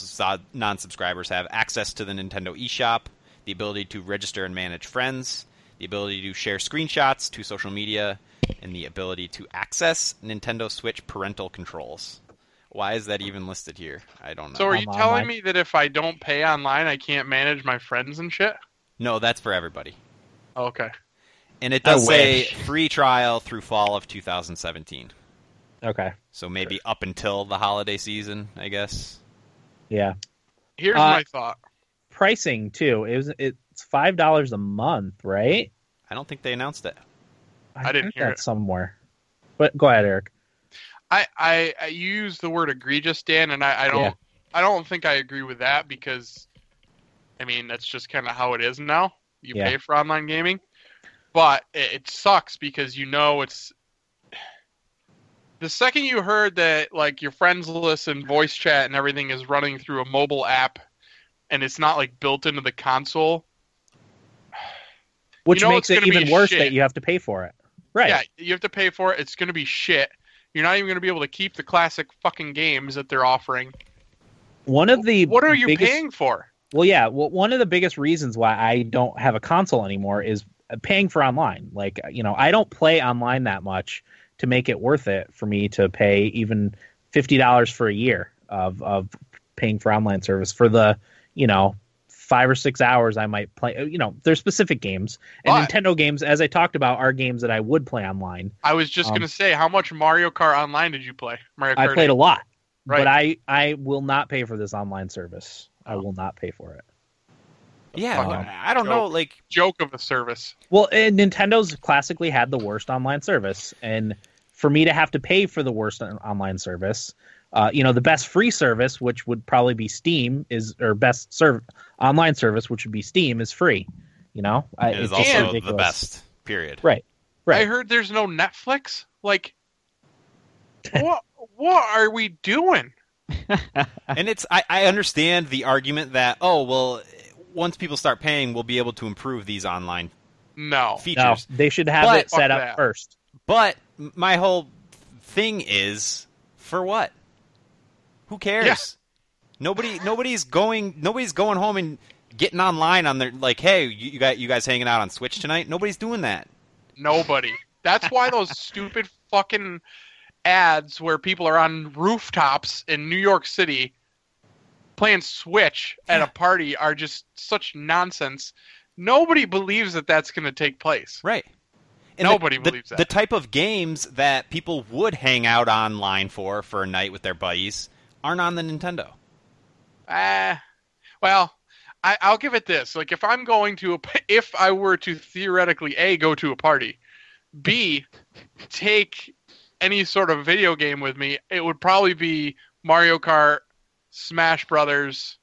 [SPEAKER 4] subscribers, have access to the Nintendo eShop, the ability to register and manage friends, the ability to share screenshots to social media, and the ability to access Nintendo Switch parental controls. Why is that even listed here? I don't know.
[SPEAKER 2] So are you
[SPEAKER 1] Online.
[SPEAKER 2] telling me that if I don't pay online, I can't manage my friends and shit? Oh,
[SPEAKER 4] no, that's for everybody.
[SPEAKER 2] Okay.
[SPEAKER 4] And it
[SPEAKER 1] I
[SPEAKER 4] does say
[SPEAKER 1] wish.
[SPEAKER 4] free trial through fall of 2017.
[SPEAKER 1] Okay.
[SPEAKER 4] So maybe up until the holiday season, I guess.
[SPEAKER 1] Yeah.
[SPEAKER 2] Here's
[SPEAKER 1] Uh,
[SPEAKER 2] my thought.
[SPEAKER 1] Pricing too. It was it's five dollars a month, right?
[SPEAKER 4] I don't think they announced it.
[SPEAKER 2] I didn't
[SPEAKER 1] heard
[SPEAKER 2] hear
[SPEAKER 1] that
[SPEAKER 2] it.
[SPEAKER 1] somewhere. But go ahead, Eric.
[SPEAKER 2] I, I, I use the word egregious, Dan, and I, I don't
[SPEAKER 1] Yeah.
[SPEAKER 2] I don't think I agree with that because I mean that's just kind of how it is now. You
[SPEAKER 1] Yeah.
[SPEAKER 2] pay for online gaming, but it, it sucks because you know it's the second you heard that like your friends list and voice chat and everything is running through a mobile app, and it's not like built into the console.
[SPEAKER 1] Which
[SPEAKER 2] know
[SPEAKER 1] makes
[SPEAKER 2] it's
[SPEAKER 1] it
[SPEAKER 2] gonna be
[SPEAKER 1] even worse
[SPEAKER 2] shit.
[SPEAKER 1] that you have to pay for it. Right.
[SPEAKER 2] Yeah, you have to pay for it. It's going to be shit. You're not even going to be able to keep the classic fucking games that they're offering.
[SPEAKER 1] One of the
[SPEAKER 2] What are you
[SPEAKER 1] biggest-
[SPEAKER 2] paying for?
[SPEAKER 1] Well, yeah. Well, one of the biggest reasons why I don't have a console anymore is paying for online. Like, you know, I don't play online that much to make it worth it for me to pay even fifty dollars for a year of of paying for online service for the, you know, five or six hours I might play. You know, there's specific games and
[SPEAKER 2] But-
[SPEAKER 1] Nintendo games, as I talked about, are games that I would play online.
[SPEAKER 2] I was just
[SPEAKER 1] Um,
[SPEAKER 2] gonna say, how much Mario Kart Online did you play? Mario Kart.
[SPEAKER 1] I played a lot,
[SPEAKER 2] Right.
[SPEAKER 1] but I I will not pay for this online service. I will not pay for it.
[SPEAKER 4] Yeah,
[SPEAKER 1] fuck
[SPEAKER 4] well,
[SPEAKER 1] no.
[SPEAKER 4] I don't know. Like,
[SPEAKER 2] joke of a service.
[SPEAKER 1] Well, and Nintendo's classically had the worst online service, and for me to have to pay for the worst on- online service, uh, you know, the best free service, which would probably be Steam, is or best serv- online service, which would be Steam, is free. You know, I,
[SPEAKER 4] it is
[SPEAKER 1] it's just
[SPEAKER 4] also the
[SPEAKER 1] ridiculous.
[SPEAKER 4] best. Period.
[SPEAKER 1] Right, right.
[SPEAKER 2] I heard there's no Netflix. Like, what? What are we doing?
[SPEAKER 4] and it's I, I understand the argument that oh well, once people start paying, we'll be able to improve these online
[SPEAKER 2] No.
[SPEAKER 1] No,
[SPEAKER 4] features.
[SPEAKER 1] they should have
[SPEAKER 4] But-
[SPEAKER 1] it set
[SPEAKER 2] Fuck
[SPEAKER 1] up
[SPEAKER 2] that.
[SPEAKER 1] first.
[SPEAKER 4] But m- my whole thing is for what? Who cares?
[SPEAKER 2] Yeah.
[SPEAKER 4] Nobody nobody's going nobody's going home and getting online on their like, hey, you, you got you guys hanging out on Switch tonight? Nobody's doing that.
[SPEAKER 2] Nobody. That's why those stupid fucking ads where people are on rooftops in New York City playing Switch at a party are just such nonsense. Nobody believes that that's going to take place.
[SPEAKER 4] Right.
[SPEAKER 2] Nobody
[SPEAKER 4] the, the-
[SPEAKER 2] believes that.
[SPEAKER 4] The type of games that people would hang out online for for a night with their buddies aren't on the Nintendo.
[SPEAKER 2] Ah, well, I, I'll give it this. Like, if I'm going to, a, p- if I were to theoretically a go to a party, b take any sort of video game with me, it would probably be Mario Kart, Smash Brothers.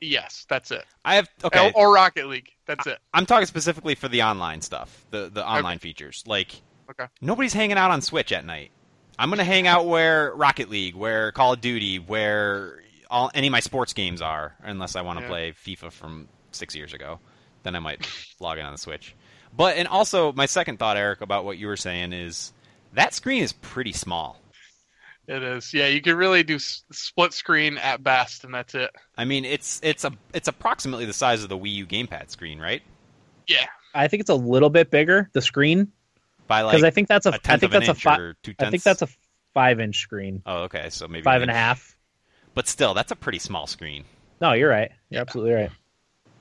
[SPEAKER 2] Yes, that's it.
[SPEAKER 4] I have okay.
[SPEAKER 2] Or, or Rocket League. That's it.
[SPEAKER 4] I'm talking specifically for the online stuff, the the online features. Like,
[SPEAKER 2] Okay.
[SPEAKER 4] nobody's hanging out on Switch at night. I'm gonna hang out where Rocket League, where Call of Duty, where all any of my sports games are, unless I want to
[SPEAKER 2] Yeah.
[SPEAKER 4] play FIFA from six years ago. Then I might log in on the Switch. But and also my second thought, Eric, about what you were saying is that screen is pretty small.
[SPEAKER 2] It is. Yeah, you can really do s- split screen at best, and that's it.
[SPEAKER 4] I mean, it's it's a it's approximately the size of the Wii U gamepad screen, right?
[SPEAKER 2] Yeah.
[SPEAKER 1] I think it's a little bit bigger the screen
[SPEAKER 4] By like
[SPEAKER 1] because I think that's a,
[SPEAKER 4] a
[SPEAKER 1] I
[SPEAKER 4] tenth
[SPEAKER 1] think
[SPEAKER 4] of an
[SPEAKER 1] that's a
[SPEAKER 4] inch
[SPEAKER 1] fi-
[SPEAKER 4] or two tenths.
[SPEAKER 1] I think that's a five inch screen,
[SPEAKER 4] oh okay, so maybe
[SPEAKER 1] five
[SPEAKER 4] an
[SPEAKER 1] and a
[SPEAKER 4] inch.
[SPEAKER 1] half.
[SPEAKER 4] But still, that's a pretty small screen.
[SPEAKER 1] No, you're right. You're absolutely right.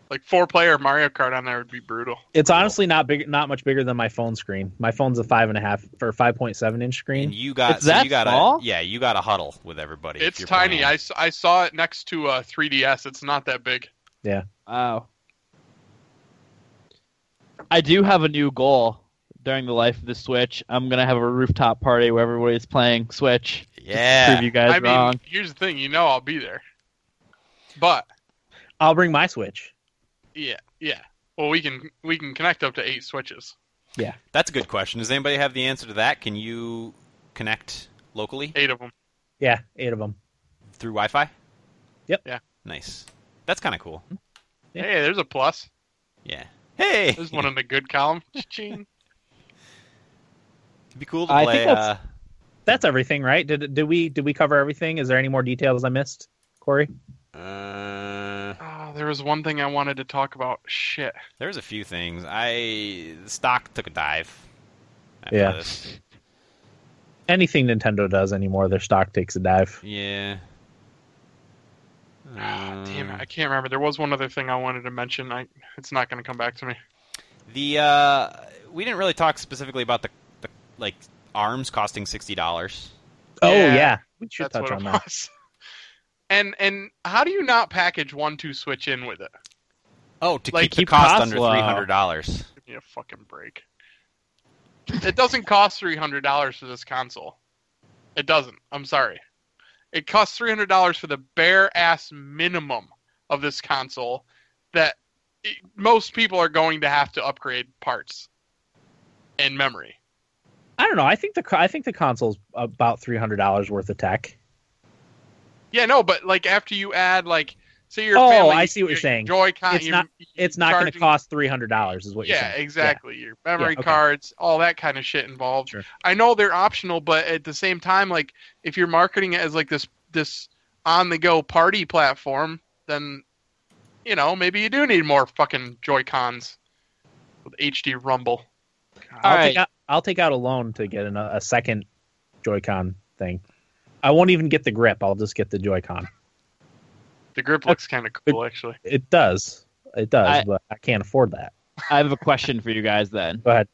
[SPEAKER 2] Like four player Mario Kart on there would be brutal.
[SPEAKER 1] It's
[SPEAKER 4] Cool.
[SPEAKER 1] honestly not big, not much bigger than my phone screen. My phone's a five and a half or five point seven inch
[SPEAKER 4] And
[SPEAKER 1] screen.
[SPEAKER 4] you got
[SPEAKER 3] It's
[SPEAKER 4] so
[SPEAKER 3] that
[SPEAKER 4] you got
[SPEAKER 3] small?
[SPEAKER 4] a yeah, you got a huddle with everybody. if
[SPEAKER 2] It's
[SPEAKER 4] you're
[SPEAKER 2] tiny.
[SPEAKER 4] playing.
[SPEAKER 2] I, s- I saw it next to uh, 3DS. It's not that big.
[SPEAKER 3] Wow. I do have a new goal during the life of the Switch. I'm gonna have a rooftop party where everybody's playing Switch.
[SPEAKER 4] yeah.
[SPEAKER 3] Prove you guys
[SPEAKER 2] I mean,
[SPEAKER 3] wrong.
[SPEAKER 2] here's the thing. You know, I'll be there. But
[SPEAKER 1] I'll bring my Switch.
[SPEAKER 2] yeah, yeah. Well, we can we can connect up to eight switches.
[SPEAKER 4] That's a good question. Does anybody have the answer to that? Can you connect locally
[SPEAKER 2] Eight of them.
[SPEAKER 1] Yeah, eight of them.
[SPEAKER 4] through Wi-Fi?
[SPEAKER 1] Yep.
[SPEAKER 2] Yeah.
[SPEAKER 4] Nice. That's kind of cool.
[SPEAKER 1] Yeah.
[SPEAKER 2] Hey, there's a plus.
[SPEAKER 4] Yeah. Hey,
[SPEAKER 2] There's one in the good column. Ching.
[SPEAKER 4] it'd be cool to
[SPEAKER 3] I
[SPEAKER 4] play.
[SPEAKER 3] think that's-
[SPEAKER 4] Uh,
[SPEAKER 1] That's everything, right? Did did we did we cover everything? Is there any more details I missed, Corey?
[SPEAKER 4] uh,
[SPEAKER 2] Oh, there was one thing I wanted to talk about. Shit.
[SPEAKER 4] there's a few things. I the stock took a dive. after
[SPEAKER 1] Yeah.
[SPEAKER 4] this.
[SPEAKER 1] Anything Nintendo does anymore, their stock takes a dive.
[SPEAKER 4] Yeah.
[SPEAKER 2] Ah, Damn
[SPEAKER 1] Mm.
[SPEAKER 2] it!
[SPEAKER 4] Uh,
[SPEAKER 2] I can't remember. There was one other thing I wanted to mention. I it's not going to come back to me.
[SPEAKER 4] The uh, we didn't really talk specifically about the, the like arms costing sixty dollars.
[SPEAKER 1] Oh
[SPEAKER 2] Yeah,
[SPEAKER 1] yeah, we should
[SPEAKER 2] That's
[SPEAKER 1] touch
[SPEAKER 2] what
[SPEAKER 1] on
[SPEAKER 2] it
[SPEAKER 1] that.
[SPEAKER 2] was. And and how do you not package one two switch in with it?
[SPEAKER 4] Oh, to
[SPEAKER 2] Like,
[SPEAKER 4] keep the
[SPEAKER 1] keep
[SPEAKER 4] cost
[SPEAKER 1] costs
[SPEAKER 4] under
[SPEAKER 1] low.
[SPEAKER 4] three hundred dollars.
[SPEAKER 2] Give me a fucking break. It doesn't cost three hundred dollars for this console. It doesn't. I'm sorry. It costs three hundred dollars for the bare ass minimum of this console that it, most people are going to have to upgrade parts and memory.
[SPEAKER 1] I don't know. I think the co- I think the console's about three hundred dollars worth of tech.
[SPEAKER 2] Yeah, no, but like after you add like say your
[SPEAKER 1] Oh,
[SPEAKER 2] family,
[SPEAKER 1] I see what you're saying.
[SPEAKER 2] Joy-Con,
[SPEAKER 1] It's
[SPEAKER 2] you-
[SPEAKER 1] not-
[SPEAKER 2] you
[SPEAKER 1] It's not going to
[SPEAKER 2] charging-
[SPEAKER 1] cost three hundred dollars, is what you're
[SPEAKER 2] yeah,
[SPEAKER 1] saying.
[SPEAKER 2] exactly. Your memory
[SPEAKER 1] Yeah, okay.
[SPEAKER 2] cards, all that kind of shit involved.
[SPEAKER 1] Sure.
[SPEAKER 2] I know they're optional, but at the same time, like if you're marketing it as like this this on the go party platform, then you know maybe you do need more fucking Joy Cons with HD Rumble.
[SPEAKER 1] I'll
[SPEAKER 3] All right.
[SPEAKER 1] take out I'll take out a loan to get an, a second Joy-Con thing. I won't even get the grip. I'll just get the Joy-Con.
[SPEAKER 2] The grip looks kind of cool, actually.
[SPEAKER 1] It does. It does,
[SPEAKER 3] I-
[SPEAKER 1] but I can't afford that.
[SPEAKER 3] I have a question for you guys then.
[SPEAKER 1] Go ahead.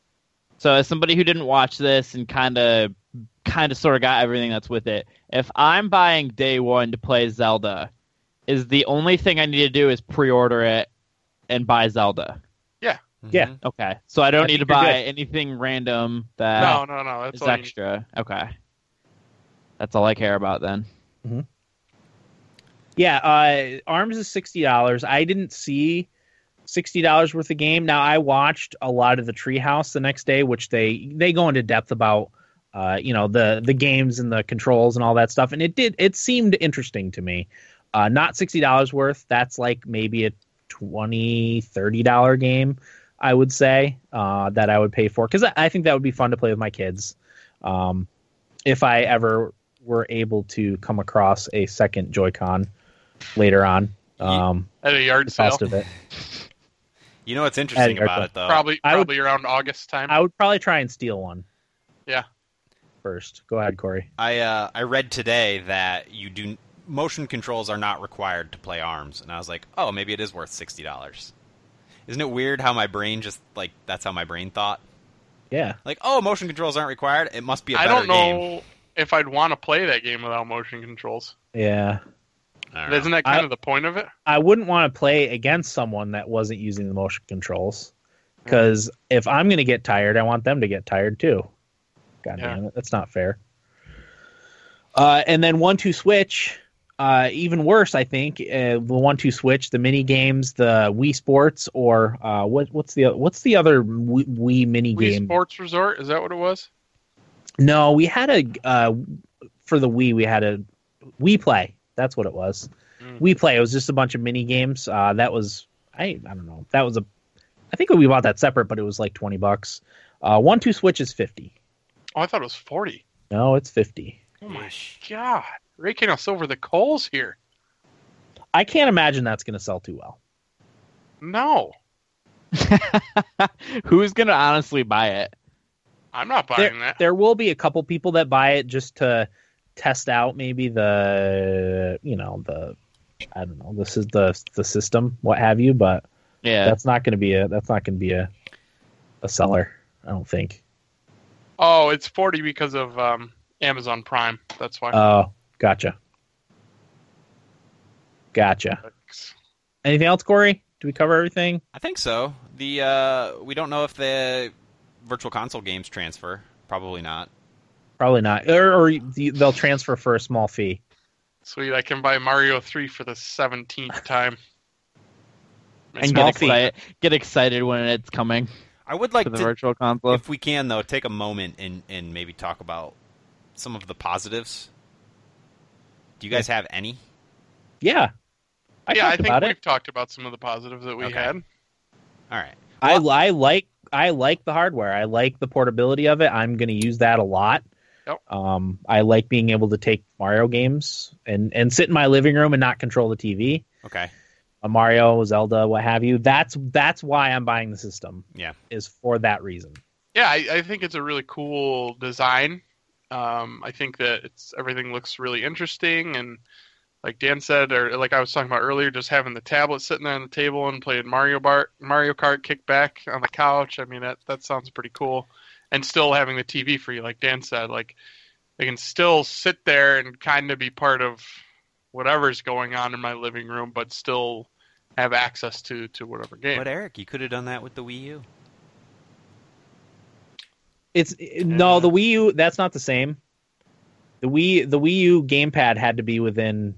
[SPEAKER 3] So, as somebody who didn't watch this and kind of, kind of, sort of got everything that's with it, if I'm buying day one to play Zelda, is the only thing I need to do is pre-order it and buy Zelda?
[SPEAKER 4] Mm-hmm.
[SPEAKER 1] Yeah.
[SPEAKER 3] Okay, so I don't
[SPEAKER 1] I
[SPEAKER 3] need to
[SPEAKER 1] think you're
[SPEAKER 3] buy
[SPEAKER 1] good.
[SPEAKER 3] anything random that
[SPEAKER 2] No, no, no. That's
[SPEAKER 3] is
[SPEAKER 2] all you need.
[SPEAKER 3] extra. Okay, that's all I care about then.
[SPEAKER 1] Yeah, uh, Arms is sixty dollars. I didn't see sixty dollars worth of game. Now I watched a lot of the Treehouse the next day, which they they go into depth about uh, you know the the games and the controls and all that stuff. And it did it seemed interesting to me. Uh, not sixty dollars worth. That's like maybe a twenty thirty dollar game. I would say uh, that I would pay for because I, I think that would be fun to play with my kids. Um, if I ever were able to come across a second Joy-Con later on, um,
[SPEAKER 2] at a yard
[SPEAKER 1] the
[SPEAKER 2] sale.
[SPEAKER 1] cost of it,
[SPEAKER 4] You know what's interesting
[SPEAKER 1] Adding
[SPEAKER 4] about
[SPEAKER 1] Urkel.
[SPEAKER 4] it though?
[SPEAKER 2] Probably
[SPEAKER 1] I would-
[SPEAKER 2] probably around August time.
[SPEAKER 1] I would probably try and steal one.
[SPEAKER 2] Yeah.
[SPEAKER 1] First, go ahead, Corey.
[SPEAKER 4] I uh, I read today that you do motion controls are not required to play arms, and I was like, oh, maybe it is worth sixty dollars. Isn't it weird how my brain just like that's how my brain thought?
[SPEAKER 1] Yeah,
[SPEAKER 4] Like, oh, motion controls aren't required. It must be a
[SPEAKER 2] I don't
[SPEAKER 4] better
[SPEAKER 2] know
[SPEAKER 4] game.
[SPEAKER 2] if I'd want to play that game without motion controls.
[SPEAKER 1] yeah.
[SPEAKER 4] I don't know.
[SPEAKER 2] Isn't that kind
[SPEAKER 1] I-
[SPEAKER 2] of the point of it?
[SPEAKER 1] I wouldn't want to play against someone that wasn't using the motion controls because if I'm going to get tired, I want them to get tired too. God
[SPEAKER 2] Yeah.
[SPEAKER 1] damn it, that's not fair. Uh, and then one two switch, uh, even worse, I think. Uh, the one two switch, the mini games, the Wii Sports, or uh, what, what's the what's the other Wii, Wii mini
[SPEAKER 2] Wii
[SPEAKER 1] game?
[SPEAKER 2] Sports Resort, is that what it was?
[SPEAKER 1] No, we had a uh, for the Wii. We had a Wii Play. That's what it was.
[SPEAKER 2] Mm.
[SPEAKER 1] Wii Play. It was just a bunch of mini games. Uh, that was I. I don't know. That was a. I think we bought that separate, but it was like twenty bucks. Uh, one two switch is fifty.
[SPEAKER 2] Oh, I thought it was 40.
[SPEAKER 1] No, it's fifty.
[SPEAKER 2] Oh my god. Raking us over the coals here.
[SPEAKER 1] I can't imagine that's going to sell too well.
[SPEAKER 2] No.
[SPEAKER 3] Who's gonna honestly buy it?
[SPEAKER 2] I'm not
[SPEAKER 1] There,
[SPEAKER 2] buying that.
[SPEAKER 1] there will be a couple people that buy it just to test out maybe the you know the I don't know this is the the system what have you, but
[SPEAKER 3] Yeah,
[SPEAKER 1] that's not going to be a that's not going to be a a seller. I don't think.
[SPEAKER 2] Oh, it's 40 because of um, Amazon Prime. That's why.
[SPEAKER 1] Oh, gotcha, gotcha. Anything else, Corey? Do we cover everything?
[SPEAKER 4] I think so. The uh, we don't know if the virtual console games transfer. Probably not.
[SPEAKER 1] Probably not. Or, or the- they'll transfer for a small fee.
[SPEAKER 2] Sweet, I can buy Mario 3 for the 17th time.
[SPEAKER 3] and get excited, get excited when it's coming
[SPEAKER 4] I would like
[SPEAKER 3] for the
[SPEAKER 4] to,
[SPEAKER 3] virtual console.
[SPEAKER 4] if we can though, take a moment and and maybe talk about some of the positives. Do you guys have any?
[SPEAKER 1] Yeah, I
[SPEAKER 2] yeah,
[SPEAKER 1] talked
[SPEAKER 2] I think
[SPEAKER 1] about
[SPEAKER 2] we've
[SPEAKER 1] it.
[SPEAKER 2] talked about some of the positives that we
[SPEAKER 4] Okay.
[SPEAKER 2] had.
[SPEAKER 4] All right.
[SPEAKER 1] I, I like I like the hardware. I like the portability of it. I'm going to use that a lot.
[SPEAKER 2] Yep.
[SPEAKER 1] Um, I like being able to take Mario games and and sit in my living room and not control the TV.
[SPEAKER 4] Okay.
[SPEAKER 1] a uh, Mario, Zelda, what have you. That's that's why I'm buying the system.
[SPEAKER 4] Yeah.
[SPEAKER 1] is for that reason.
[SPEAKER 2] Yeah, I, I think it's a really cool design. Um, I think that it's everything looks really interesting, and like Dan said, or like I was talking about earlier, just having the tablet sitting there on the table and playing Mario Bar Mario Kart kickback on the couch. I mean, that that sounds pretty cool, and still having the TV for you, like Dan said, like they can still sit there and kind of be part of whatever's going on in my living room, but still have access to to whatever game.
[SPEAKER 4] But Eric, you could have done that with the Wii U.
[SPEAKER 1] It's
[SPEAKER 2] uh,
[SPEAKER 1] no the Wii U. That's not the same. The Wii the Wii U gamepad had to be within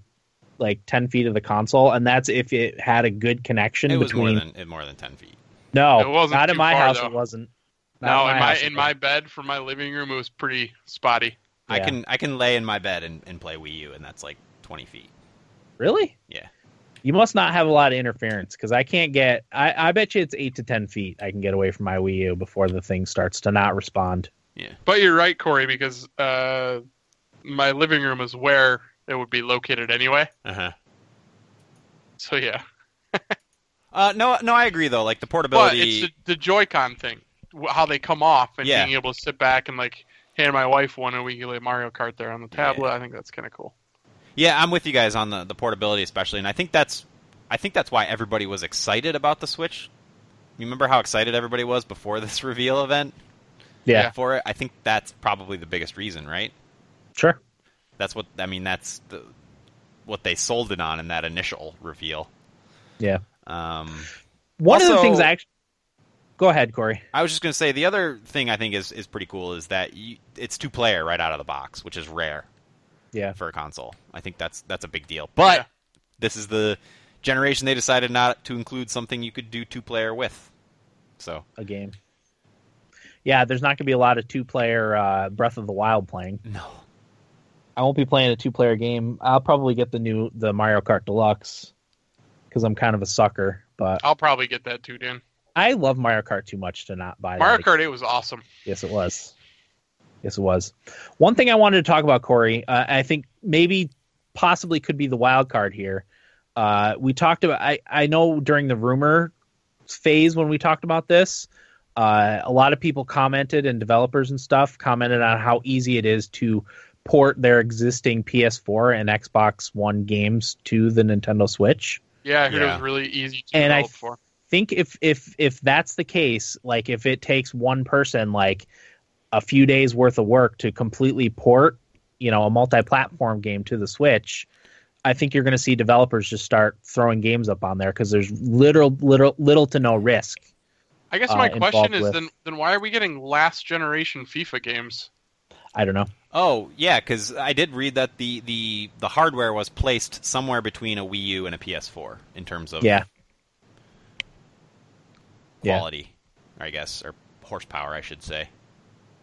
[SPEAKER 1] like ten feet of the console, and that's if it had a good connection
[SPEAKER 4] It was
[SPEAKER 1] between.
[SPEAKER 4] more than it more than ten feet.
[SPEAKER 1] no,
[SPEAKER 2] It wasn't
[SPEAKER 1] not in
[SPEAKER 2] too
[SPEAKER 1] my
[SPEAKER 2] far,
[SPEAKER 1] house.
[SPEAKER 2] though.
[SPEAKER 1] It wasn't. Not
[SPEAKER 2] No, in my
[SPEAKER 1] house, it
[SPEAKER 2] in my bed for my living room, it was pretty spotty.
[SPEAKER 4] I
[SPEAKER 1] Yeah.
[SPEAKER 4] can I can lay in my bed and, and play Wii U, and that's like twenty feet.
[SPEAKER 1] wasn't. really.
[SPEAKER 4] Yeah.
[SPEAKER 1] You must not have a lot of interference because I can't get. I, I bet you it's eight to ten feet. I can get away from my Wii U before the thing starts to not respond.
[SPEAKER 2] But you're right, Corey, because uh, my living room is where it would be located anyway.
[SPEAKER 4] Uh huh.
[SPEAKER 2] So yeah,
[SPEAKER 4] Uh, no, no, I agree though. Like the
[SPEAKER 2] but
[SPEAKER 4] portability,
[SPEAKER 2] it's the, the Joy-Con thing, wh- how they come off, and
[SPEAKER 4] Yeah.
[SPEAKER 2] being able to sit back and like hand my wife one, and we can play Mario Kart there on the tablet. I think that's kind of cool.
[SPEAKER 4] yeah, I'm with you guys on the, the portability especially, and I think that's I think that's why everybody was excited about the Switch. You remember how excited everybody was before this reveal event
[SPEAKER 1] Yeah,
[SPEAKER 2] Yeah.
[SPEAKER 4] for it? I think that's probably the biggest reason, right?
[SPEAKER 1] sure.
[SPEAKER 4] That's what I mean. That's the, what they sold it on in that initial reveal.
[SPEAKER 1] Yeah.
[SPEAKER 4] Um,
[SPEAKER 1] One of the
[SPEAKER 4] Also-
[SPEAKER 1] things I actually go ahead, Corey.
[SPEAKER 4] I was just going to say the other thing I think is is pretty cool is that you, it's two player right out of the box, which is rare
[SPEAKER 1] Yeah,
[SPEAKER 4] for a console. I think that's that's a big deal. But
[SPEAKER 2] Yeah.
[SPEAKER 4] this is the generation they decided not to include something you could do two player with. So
[SPEAKER 1] a game. Yeah, there's not going to be a lot of two-player uh, Breath of the Wild playing.
[SPEAKER 4] no,
[SPEAKER 1] I won't be playing a two-player game. I'll probably get the new the Mario Kart Deluxe because I'm kind of a sucker. But
[SPEAKER 2] I'll probably get that too, Dan.
[SPEAKER 1] I love Mario Kart too much to not buy
[SPEAKER 2] Mario
[SPEAKER 1] that.
[SPEAKER 2] Kart 8 was awesome.
[SPEAKER 1] Yes, it was. Yes, it was. One thing I wanted to talk about, Corey, uh, I think maybe possibly could be the wild card here. Uh, we talked about, I, I know during the rumor phase when we talked about this, uh, a lot of people commented and developers and stuff commented on how easy it is to port their existing PS4 and Xbox One games to the Nintendo Switch.
[SPEAKER 2] Yeah, I heard it
[SPEAKER 4] Yeah.
[SPEAKER 2] was really easy to
[SPEAKER 1] And I
[SPEAKER 2] develop for.
[SPEAKER 1] think if if if that's the case, like if it takes one person like a few days worth of work to completely port, you know, a multi-platform game to the Switch, I think you're going to see developers just start throwing games up on there because there's little little little to no risk.
[SPEAKER 2] I guess
[SPEAKER 1] uh,
[SPEAKER 2] my
[SPEAKER 1] involved
[SPEAKER 2] question is
[SPEAKER 1] with-
[SPEAKER 2] then then why are we getting last generation FIFA games?
[SPEAKER 1] I don't know.
[SPEAKER 4] Oh yeah, because I did read that the, the the hardware was placed somewhere between a Wii U and a PS4 in terms of
[SPEAKER 1] Yeah. Yeah.
[SPEAKER 4] quality, I guess, or horsepower, I should say.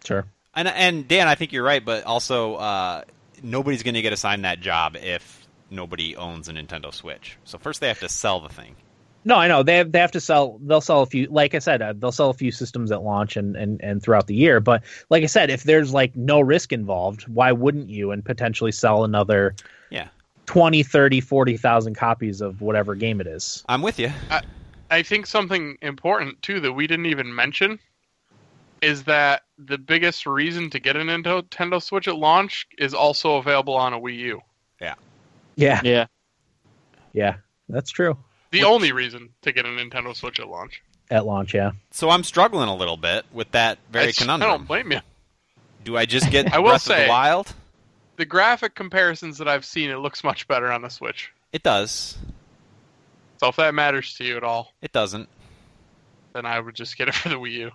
[SPEAKER 1] Sure.
[SPEAKER 4] And and Dan, I think you're right, but also uh, nobody's going to get assigned that job if nobody owns a Nintendo Switch. So first they have to sell the thing.
[SPEAKER 1] No, I know they have, they have to sell. They'll sell a few. Like I said, uh, they'll sell a few systems at launch and, and and throughout the year. But like I said, if there's like no risk involved, why wouldn't you and potentially sell another
[SPEAKER 4] Yeah,
[SPEAKER 1] 20, 30, 40,000 copies of whatever game it is?
[SPEAKER 4] I'm with you.
[SPEAKER 2] I think something important too that we didn't even mention is that the biggest reason to get a Nintendo Switch at launch is also available on a Wii U.
[SPEAKER 1] Yeah,
[SPEAKER 3] Yeah.
[SPEAKER 1] yeah, that's true.
[SPEAKER 2] The only reason to get a Nintendo Switch at launch.
[SPEAKER 1] At launch, yeah.
[SPEAKER 4] So I'm struggling a little bit with that very
[SPEAKER 2] I,
[SPEAKER 4] conundrum.
[SPEAKER 2] I don't blame you.
[SPEAKER 4] Do I just get
[SPEAKER 2] I will
[SPEAKER 4] Breath of
[SPEAKER 2] say-
[SPEAKER 4] the Wild?
[SPEAKER 2] The graphic comparisons that I've seen, it looks much better on the Switch.
[SPEAKER 4] It does.
[SPEAKER 2] So if that matters to you at all,
[SPEAKER 4] It doesn't.
[SPEAKER 2] then I would just get it for the Wii U.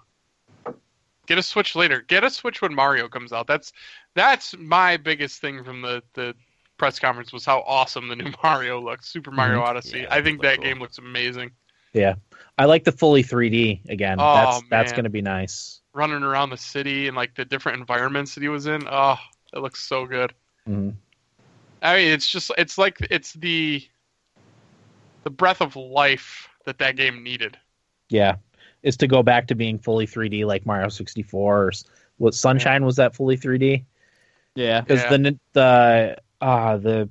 [SPEAKER 2] Get a Switch later. Get a Switch when Mario comes out. That's that's my biggest thing from the, the press conference was how awesome the new Mario looks. Super Mario Odyssey.
[SPEAKER 4] Mm-hmm. Yeah, that
[SPEAKER 2] I
[SPEAKER 4] did
[SPEAKER 2] think
[SPEAKER 4] look
[SPEAKER 2] that
[SPEAKER 4] cool.
[SPEAKER 2] game looks amazing.
[SPEAKER 1] I like the fully 3D again.
[SPEAKER 2] Oh,
[SPEAKER 1] that's that's
[SPEAKER 2] man.
[SPEAKER 1] going to be nice.
[SPEAKER 2] Running around the city and like the different environments that he was in. Oh, it looks so good.
[SPEAKER 1] hmm
[SPEAKER 2] I mean, it's just it's like it's the the breath of life that that game needed.
[SPEAKER 1] Yeah, is to go back to being fully 3D like Mario 64 or s- what Sunshine was that fully 3D?
[SPEAKER 3] Yeah.
[SPEAKER 1] Because
[SPEAKER 2] Yeah.
[SPEAKER 1] the nin- the uh the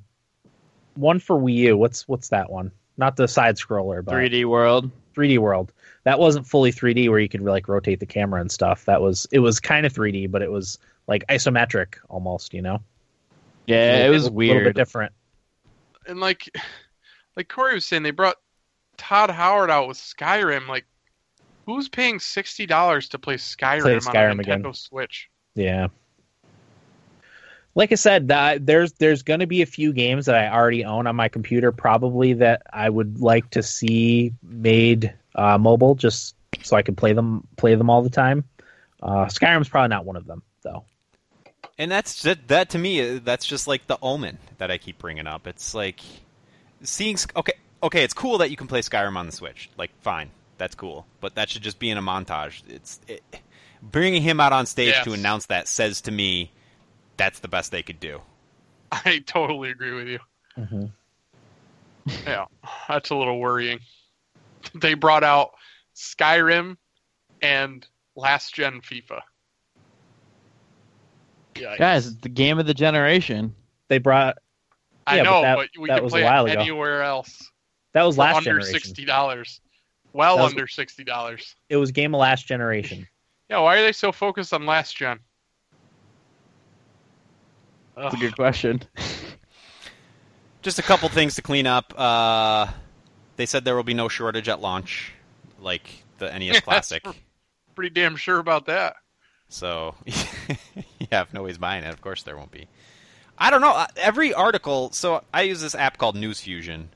[SPEAKER 1] one for Wii U, what's what's that one? Not the side scroller, but
[SPEAKER 3] 3D world.
[SPEAKER 1] 3D World. That wasn't fully 3D where you could like rotate the camera and stuff. That was it was kind of 3D, but it was like isometric almost. You know,
[SPEAKER 3] Yeah, it
[SPEAKER 1] Little-
[SPEAKER 3] was
[SPEAKER 1] A little bit
[SPEAKER 3] weird.
[SPEAKER 1] different.
[SPEAKER 2] and like like Corey was saying, they brought Todd Howard out with Skyrim. Like, who's paying sixty dollars to play Skyrim,
[SPEAKER 1] Play
[SPEAKER 2] on
[SPEAKER 1] Skyrim
[SPEAKER 2] a Nintendo
[SPEAKER 1] again.
[SPEAKER 2] Switch?
[SPEAKER 1] Yeah. Like I said, that there's there's going to be a few games that I already own on my computer, probably that I would like to see made uh, mobile, just so I can play them play them all the time. Uh, Skyrim's probably not one of them, though.
[SPEAKER 4] And that's that, that to me. uh, That's just like the omen that I keep bringing up. It's like seeing. Sk- Okay, okay, it's cool that you can play Skyrim on the Switch. Like, fine, that's cool. But that should just be in a montage. It's it, bringing him out on stage
[SPEAKER 2] Yes.
[SPEAKER 4] to announce that says to me that's the best they could do.
[SPEAKER 2] I totally agree with you.
[SPEAKER 1] Mm-hmm.
[SPEAKER 2] Yeah, that's a little worrying. They brought out Skyrim and last gen FIFA. Yeah,
[SPEAKER 3] Guys, it's the game of the generation.
[SPEAKER 1] They brought
[SPEAKER 2] I
[SPEAKER 1] yeah, but
[SPEAKER 2] know,
[SPEAKER 1] that-
[SPEAKER 2] but, we
[SPEAKER 1] that
[SPEAKER 2] can
[SPEAKER 1] was a
[SPEAKER 2] play
[SPEAKER 1] while
[SPEAKER 2] it
[SPEAKER 1] ago.
[SPEAKER 2] anywhere else
[SPEAKER 1] that was
[SPEAKER 2] for
[SPEAKER 1] last
[SPEAKER 2] under
[SPEAKER 1] generation.
[SPEAKER 2] sixty dollars. Well
[SPEAKER 1] That was-
[SPEAKER 2] under sixty dollars.
[SPEAKER 1] It was game of last generation.
[SPEAKER 2] Yeah, why are they so focused on last gen?
[SPEAKER 3] That's a
[SPEAKER 2] Ugh.
[SPEAKER 3] good question.
[SPEAKER 4] Just a couple things to clean up. Uh, they said there will be no shortage at launch, like the NES
[SPEAKER 2] Yes.
[SPEAKER 4] Classic.
[SPEAKER 2] Pretty damn sure about that.
[SPEAKER 4] So, yeah, if nobody's buying it, of course there won't be. I don't know. uh, Every article. So I use this app called News Fusion,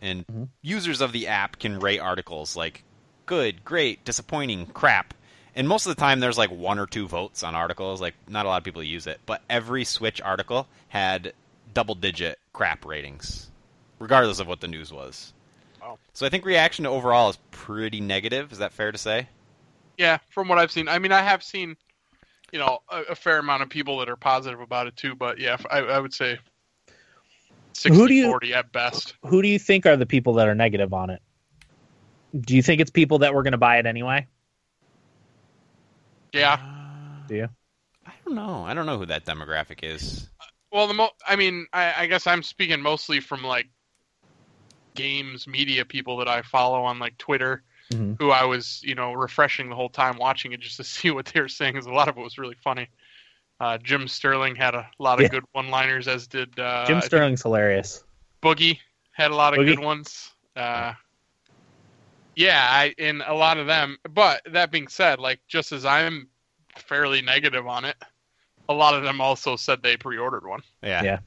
[SPEAKER 4] and
[SPEAKER 1] Mhm.
[SPEAKER 4] users of the app can rate articles like good, great, disappointing, crap. And most of the time, there's like one or two votes on articles. Like, not a lot of people use it, but every Switch article had double-digit crap ratings, regardless of what the news was.
[SPEAKER 2] Wow.
[SPEAKER 4] So I think reaction to overall is pretty negative. Is that fair to say?
[SPEAKER 2] Yeah, from what I've seen. I mean, I have seen, you know, a, a fair amount of people that are positive about it too. But yeah, I, I would say 60,
[SPEAKER 1] Who do you-
[SPEAKER 2] 40 at best.
[SPEAKER 1] Who do you think are the people that are negative on it? Do you think it's people that were going to buy it anyway?
[SPEAKER 2] Yeah.
[SPEAKER 1] Do you?
[SPEAKER 4] I don't know. I don't know who that demographic is.
[SPEAKER 2] Well, the mo- I mean, I, I guess I'm speaking mostly from like games media people that I follow on like Twitter,
[SPEAKER 1] Mhm.
[SPEAKER 2] who I was you know refreshing the whole time watching it just to see what they were saying. Because a lot of it was really funny. Uh, Jim Sterling had a lot of
[SPEAKER 1] Yeah.
[SPEAKER 2] good one-liners, as did uh,
[SPEAKER 1] Jim Sterling's hilarious.
[SPEAKER 2] Boogie had a lot of
[SPEAKER 1] Boogie.
[SPEAKER 2] good ones. Uh, yeah, I, and a lot of them. But that being said, like just as I'm fairly negative on it, a lot of them also said they pre-ordered one.
[SPEAKER 4] Yeah.
[SPEAKER 1] Yeah.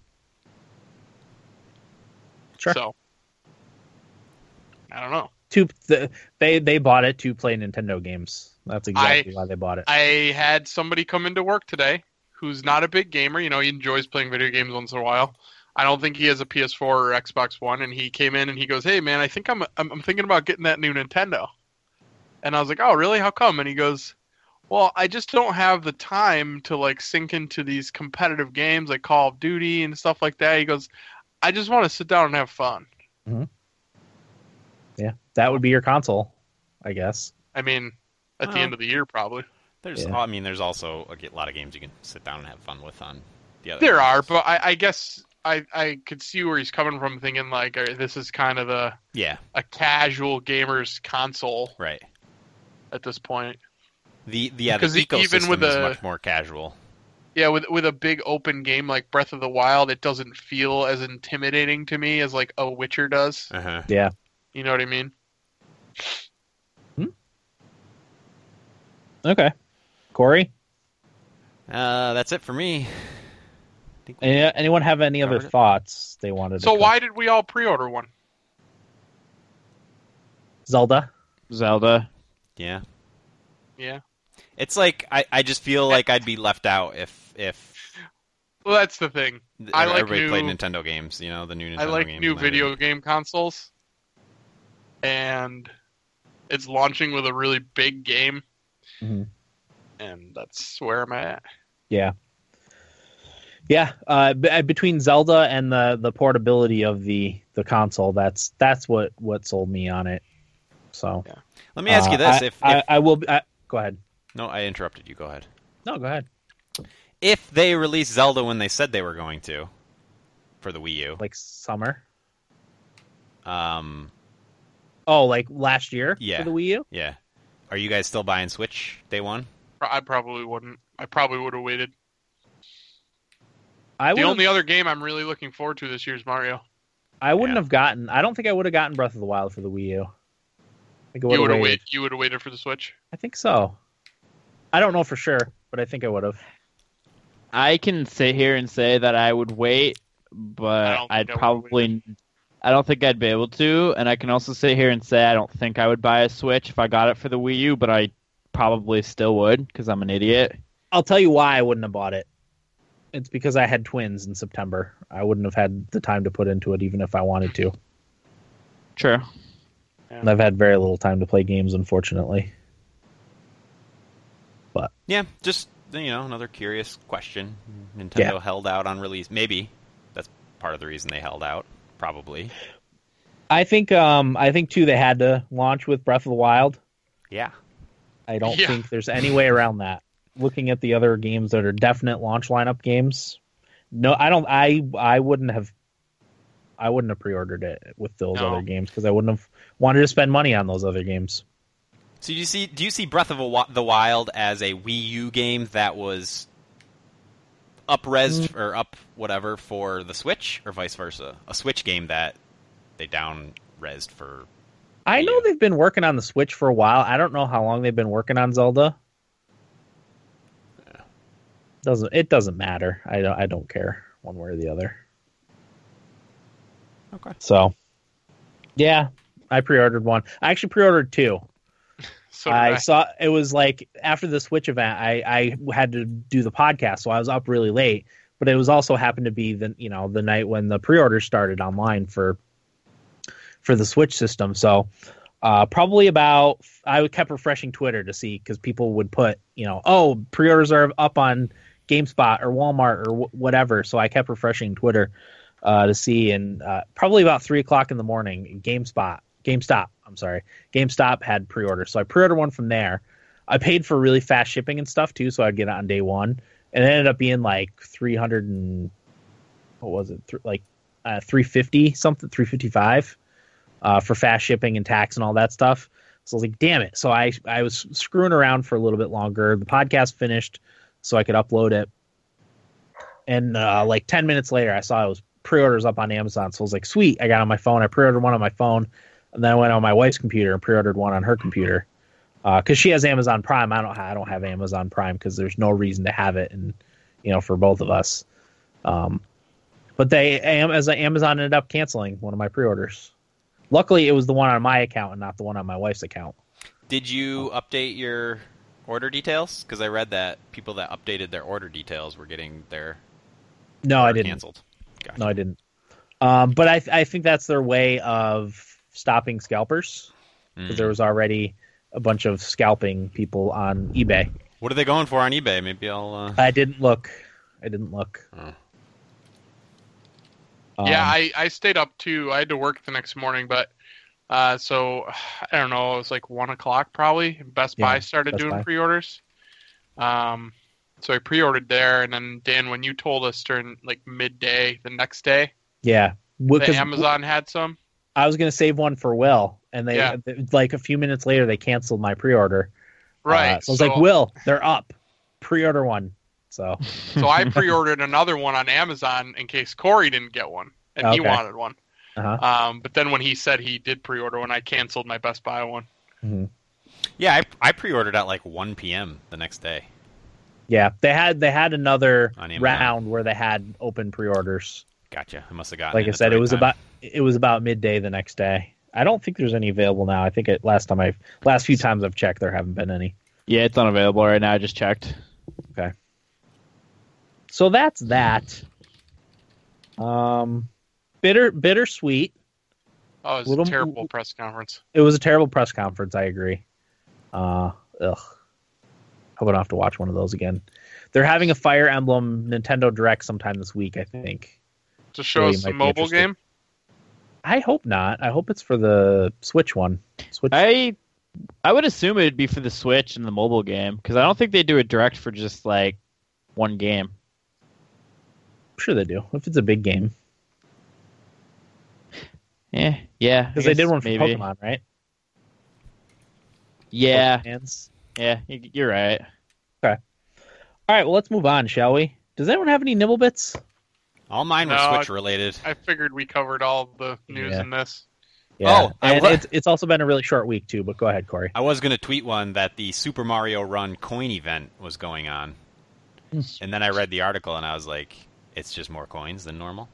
[SPEAKER 1] Sure.
[SPEAKER 2] So I don't know.
[SPEAKER 1] Two, the, they they bought it to play Nintendo games. That's exactly why they bought it.
[SPEAKER 2] I had somebody come into work today who's not a big gamer. You know, he enjoys playing video games once in a while. I don't think he has a PS4 or Xbox One, and he came in and he goes, "Hey, man, I think I'm I'm, I'm thinking about getting that new Nintendo." And I was like, "Oh, really? How come?" And he goes, "Well, I just don't have the time to like sink into these competitive games like Call of Duty and stuff like that." He goes, "I just want to sit down and have fun."
[SPEAKER 1] yeah, that would be your console, I guess.
[SPEAKER 2] I mean, at the
[SPEAKER 4] Well.
[SPEAKER 2] end of the year, probably.
[SPEAKER 4] There's.
[SPEAKER 1] Yeah.
[SPEAKER 4] I mean, there's also a g- lot of games you can sit down and have fun with on the other.
[SPEAKER 2] There are, but I, I guess I, I could see where he's coming from, thinking like all right, this is kind of a,
[SPEAKER 4] Yeah.
[SPEAKER 2] a casual gamer's console
[SPEAKER 4] Right.
[SPEAKER 2] at this point.
[SPEAKER 4] The the yeah, the
[SPEAKER 2] Because e-
[SPEAKER 4] ecosystem
[SPEAKER 2] even with
[SPEAKER 4] is
[SPEAKER 2] a-
[SPEAKER 4] much more casual.
[SPEAKER 2] Yeah, with with a big open game like Breath of the Wild, it doesn't feel as intimidating to me as like a Witcher does.
[SPEAKER 4] Uh-huh.
[SPEAKER 1] Yeah,
[SPEAKER 2] You know what I mean?
[SPEAKER 1] Okay. Corey?
[SPEAKER 4] Uh, that's it for me.
[SPEAKER 1] Any, anyone have any other
[SPEAKER 4] Covered it.
[SPEAKER 1] thoughts they wanted
[SPEAKER 2] So
[SPEAKER 1] to
[SPEAKER 2] why did we all pre-order one?
[SPEAKER 1] Zelda?
[SPEAKER 3] Zelda.
[SPEAKER 4] Yeah.
[SPEAKER 2] Yeah.
[SPEAKER 4] It's like I, I just feel like I'd be left out if if
[SPEAKER 2] Well, that's the thing.
[SPEAKER 4] th-
[SPEAKER 2] I like
[SPEAKER 4] everybody
[SPEAKER 2] new-
[SPEAKER 4] played Nintendo games. You know, the new Nintendo
[SPEAKER 2] I like
[SPEAKER 4] games
[SPEAKER 2] new
[SPEAKER 4] and I didn't.
[SPEAKER 2] video game consoles, and it's launching with a really big game,
[SPEAKER 1] Mhm.
[SPEAKER 2] and that's where I'm at.
[SPEAKER 1] Yeah. Yeah, uh, b- uh, between Zelda and the, the portability of the, the console, that's that's what, what sold me on it. So
[SPEAKER 4] Let me ask you this:
[SPEAKER 1] Uh, I,
[SPEAKER 4] if,
[SPEAKER 1] I,
[SPEAKER 4] if
[SPEAKER 1] I will. be- I, go ahead.
[SPEAKER 4] no, I interrupted you. Go ahead.
[SPEAKER 1] No, go ahead.
[SPEAKER 4] If they released Zelda when they said they were going to for the Wii U,
[SPEAKER 1] Like summer.
[SPEAKER 4] um,
[SPEAKER 1] Oh, like last year
[SPEAKER 4] Yeah.
[SPEAKER 1] for the Wii U.
[SPEAKER 4] yeah, are you guys still buying Switch day one?
[SPEAKER 2] Pro- I probably wouldn't. I probably would have waited.
[SPEAKER 1] I
[SPEAKER 2] the
[SPEAKER 1] would.
[SPEAKER 2] only other game I'm really looking forward to this year is Mario.
[SPEAKER 1] I wouldn't
[SPEAKER 4] Yeah.
[SPEAKER 1] have gotten. I don't think I would have gotten Breath of the Wild for the Wii U. I think I
[SPEAKER 2] You
[SPEAKER 1] would've
[SPEAKER 2] would have
[SPEAKER 1] waited.
[SPEAKER 2] waited. You would have waited for the Switch.
[SPEAKER 1] I think so. I don't know for sure, but I think I would have.
[SPEAKER 3] I can sit here and say that I would wait,
[SPEAKER 2] I
[SPEAKER 3] but
[SPEAKER 2] don't think
[SPEAKER 3] I'd
[SPEAKER 2] I would
[SPEAKER 3] probably. I don't think I'd be able to, and I can also sit here and say I don't think I would buy a Switch if I got it for the Wii U, but I probably still would because I'm an idiot.
[SPEAKER 1] I'll tell you why I wouldn't have bought it. It's because I had twins in September. I wouldn't have had the time to put into it, even if I wanted to.
[SPEAKER 3] Sure.
[SPEAKER 1] And I've had very little time to play games, unfortunately.
[SPEAKER 4] Yeah, just you know, another curious question. Nintendo held out on release. Maybe that's part of the reason they held out. Probably.
[SPEAKER 1] I think, um, I think too, they had to launch with Breath of the Wild.
[SPEAKER 4] Yeah.
[SPEAKER 1] I don't
[SPEAKER 2] Yeah.
[SPEAKER 1] think there's any way around that. Looking at the other games that are definite launch lineup games, no, I don't. I I wouldn't have. I wouldn't have pre-ordered it with those
[SPEAKER 2] No.
[SPEAKER 1] other games because I wouldn't have wanted to spend money on those other games.
[SPEAKER 4] So do you see do you see Breath of a Wi- the Wild as a Wii U game that was upresed or up whatever for the Switch or vice versa? A Switch game that they down resed for
[SPEAKER 1] I know
[SPEAKER 4] Yeah.
[SPEAKER 1] they've been working on the Switch for a while. I don't know how long they've been working on Zelda. Doesn't it doesn't matter. I don't I don't care one way or the other.
[SPEAKER 4] Okay.
[SPEAKER 1] So yeah, I pre-ordered one. I actually pre-ordered two.
[SPEAKER 2] So did
[SPEAKER 1] I,
[SPEAKER 2] I.
[SPEAKER 1] saw it was like after the Switch event, I I had to do the podcast, so I was up really late. But it was also happened to be the you know the night when the pre-order started online for for the Switch system. So uh, probably about I kept refreshing Twitter to see because people would put you know oh pre-orders are up on GameSpot or Walmart or wh- whatever. So I kept refreshing Twitter uh, to see, and uh, probably about three o'clock in the morning, GameSpot GameStop. I'm sorry, GameStop had pre-order, so I pre-ordered one from there. I paid for really fast shipping and stuff too, so I'd get it on day one, and it ended up being like 300 and what was it, Thr like uh, 350 something, 355 uh, for fast shipping and tax and all that stuff. So I was like, damn it. So I I was screwing around for a little bit longer. The podcast finished, so I could upload it. And uh, like 10 minutes later, I saw it was pre-orders up on Amazon. So I was like, sweet. I got on my phone. I pre-ordered one on my phone, and then I went on my wife's computer and pre-ordered one on her computer because she has Amazon Prime. I don't I don't have Amazon Prime because there's no reason to have it, and you know for both of us. Um, but they am as Amazon ended up canceling one of my pre-orders. Luckily, it was the one on my account and not the one on my wife's account.
[SPEAKER 4] Did you update your order details? Because I read that people that updated their order details were getting their
[SPEAKER 1] No, I
[SPEAKER 4] order
[SPEAKER 1] didn't.
[SPEAKER 4] canceled. Gotcha.
[SPEAKER 1] No, I didn't. Um, but I I think that's their way of stopping scalpers because
[SPEAKER 4] Mm.
[SPEAKER 1] there was already a bunch of scalping people on eBay.
[SPEAKER 4] What are they going for on eBay? Maybe I'll. Uh...
[SPEAKER 1] I didn't look. I didn't look.
[SPEAKER 4] Oh.
[SPEAKER 1] Um,
[SPEAKER 2] yeah, I, I stayed up too. I had to work the next morning, but uh, so I don't know. It was like one o'clock probably. Best
[SPEAKER 1] Yeah,
[SPEAKER 2] Buy started
[SPEAKER 1] Best
[SPEAKER 2] doing
[SPEAKER 1] Buy.
[SPEAKER 2] pre-orders. Um, so I pre-ordered there, and then Dan, when you told us during like midday the next day
[SPEAKER 1] yeah. Well,
[SPEAKER 2] that
[SPEAKER 1] 'cause Uh,
[SPEAKER 2] Amazon had some,
[SPEAKER 1] I was gonna save one for Will, and they
[SPEAKER 2] Yeah.
[SPEAKER 1] like a few minutes later they canceled my pre-order.
[SPEAKER 2] right?
[SPEAKER 1] Uh, so I was like, Will, they're up. Pre-order one. So
[SPEAKER 2] so I pre-ordered another one on Amazon in case Corey didn't get one and he
[SPEAKER 1] Okay.
[SPEAKER 2] wanted one.
[SPEAKER 1] Uh-huh.
[SPEAKER 2] Um, but then when he said he did pre-order one, I canceled my Best Buy one.
[SPEAKER 4] Yeah, I, I pre-ordered at like 1 p.m. the next day.
[SPEAKER 1] yeah, they had they had another
[SPEAKER 4] On Amazon.
[SPEAKER 1] round where they had open pre-orders.
[SPEAKER 4] Gotcha. I must have gotten.
[SPEAKER 1] Like
[SPEAKER 4] in
[SPEAKER 1] I
[SPEAKER 4] at the
[SPEAKER 1] said, it
[SPEAKER 4] right
[SPEAKER 1] was
[SPEAKER 4] time.
[SPEAKER 1] about it was about midday the next day. I don't think there's any available now. I think it last time I've last few times I've checked there haven't been any.
[SPEAKER 3] Yeah, it's unavailable right now. I just checked.
[SPEAKER 1] So that's that. Um bitter bittersweet.
[SPEAKER 2] Oh, it was
[SPEAKER 1] Little-
[SPEAKER 2] a terrible press conference.
[SPEAKER 1] It was a terrible press conference, I agree. Uh ugh. I'm gonna have to watch one of those again. They're having a Fire Emblem Nintendo Direct sometime this week, I think.
[SPEAKER 2] to show
[SPEAKER 1] Really
[SPEAKER 2] us
[SPEAKER 1] might
[SPEAKER 2] the
[SPEAKER 1] be
[SPEAKER 2] mobile
[SPEAKER 1] interested.
[SPEAKER 2] game.
[SPEAKER 1] I hope not. I hope it's for the Switch one. Switch
[SPEAKER 3] I I would assume it'd be for the Switch and the mobile game because I don't think they do it direct for just like one game.
[SPEAKER 1] I'm sure they do. If it's a big game.
[SPEAKER 3] Eh, yeah, I
[SPEAKER 1] Because they
[SPEAKER 3] guess
[SPEAKER 1] did one for
[SPEAKER 3] maybe.
[SPEAKER 1] Pokemon, right?
[SPEAKER 3] Yeah,
[SPEAKER 1] Pokemans.
[SPEAKER 3] yeah, you- you're right.
[SPEAKER 1] All right, well, let's move on, shall we? Does anyone have any nibble bits?
[SPEAKER 4] Oh, All mine were
[SPEAKER 2] No, I-
[SPEAKER 4] Switch related.
[SPEAKER 2] I figured we covered all the news
[SPEAKER 1] Yeah.
[SPEAKER 2] in this.
[SPEAKER 4] Oh, I
[SPEAKER 1] and
[SPEAKER 4] wa-
[SPEAKER 1] it's, it's also been a really short week too. But go ahead, Corey.
[SPEAKER 4] I was gonna tweet one that the Super Mario Run coin event was going on, and then I read the article and I was like, "It's just more coins than normal."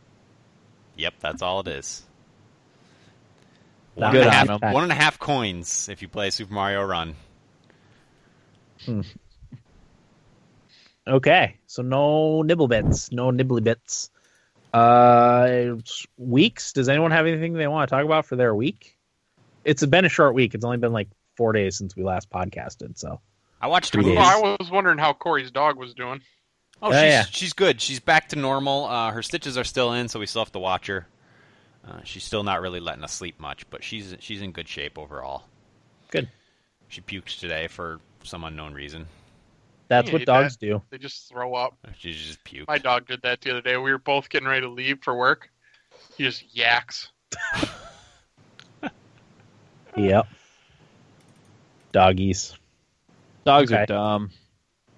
[SPEAKER 4] Yep, that's all it is. One and,
[SPEAKER 3] Good
[SPEAKER 4] a
[SPEAKER 3] on
[SPEAKER 4] half,
[SPEAKER 3] 'em.
[SPEAKER 4] one and a half coins if you play Super Mario Run.
[SPEAKER 1] Okay, so no nibble bits, no nibbly bits. Uh, weeks. Does anyone have anything they want to talk about for their week? It's been a short week. It's only been like four days since we last podcasted. So
[SPEAKER 4] I watched
[SPEAKER 1] Three
[SPEAKER 4] Movies.
[SPEAKER 1] days.
[SPEAKER 2] I was wondering how Corey's dog was doing.
[SPEAKER 4] Oh,
[SPEAKER 1] Oh,
[SPEAKER 4] she's,
[SPEAKER 1] yeah.
[SPEAKER 4] she's good. She's back to normal. Uh, her stitches are still in, so we still have to watch her. Uh, she's still not really letting us sleep much, but she's she's in good shape overall.
[SPEAKER 1] Good.
[SPEAKER 4] She puked today for some unknown reason.
[SPEAKER 1] that's
[SPEAKER 2] Yeah,
[SPEAKER 1] what
[SPEAKER 2] that-
[SPEAKER 1] dogs do.
[SPEAKER 2] They just throw up.
[SPEAKER 4] She just puked.
[SPEAKER 2] My dog did that the other day. We were both getting ready to leave for work. He just yaks.
[SPEAKER 1] Yep. Doggies.
[SPEAKER 3] Dogs
[SPEAKER 1] Okay.
[SPEAKER 3] are dumb.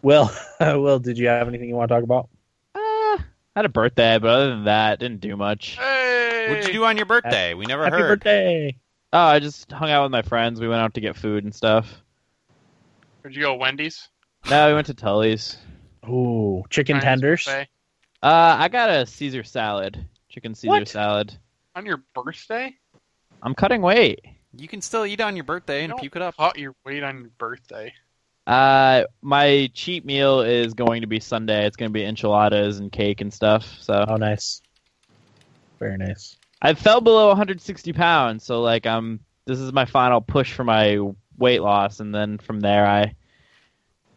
[SPEAKER 1] Will, Will, did you have anything you want to talk about?
[SPEAKER 3] Uh, I had a birthday, but other than that, didn't do much.
[SPEAKER 2] Hey!
[SPEAKER 4] What'd you do on your birthday? We never
[SPEAKER 1] Happy
[SPEAKER 4] heard.
[SPEAKER 1] birthday.
[SPEAKER 3] Oh, I just hung out with my friends. We went out to get food and stuff.
[SPEAKER 2] Where'd you go, Wendy's?
[SPEAKER 3] No, we went to Tully's.
[SPEAKER 1] Ooh, chicken
[SPEAKER 2] Chinese
[SPEAKER 1] tenders.
[SPEAKER 2] buffet?
[SPEAKER 3] Uh, I got a Caesar salad, chicken Caesar
[SPEAKER 1] What?
[SPEAKER 3] salad.
[SPEAKER 2] On your birthday?
[SPEAKER 3] I'm cutting weight.
[SPEAKER 4] You can still eat on your birthday and
[SPEAKER 2] Don't
[SPEAKER 4] puke it up.
[SPEAKER 2] cut your weight on your birthday.
[SPEAKER 3] Uh, my cheat meal is going to be Sunday. It's going to be enchiladas and cake and stuff. So
[SPEAKER 1] Oh, nice. Very nice.
[SPEAKER 3] I fell below 160 pounds. So like, I'm this is my final push for my weight loss, and then from there I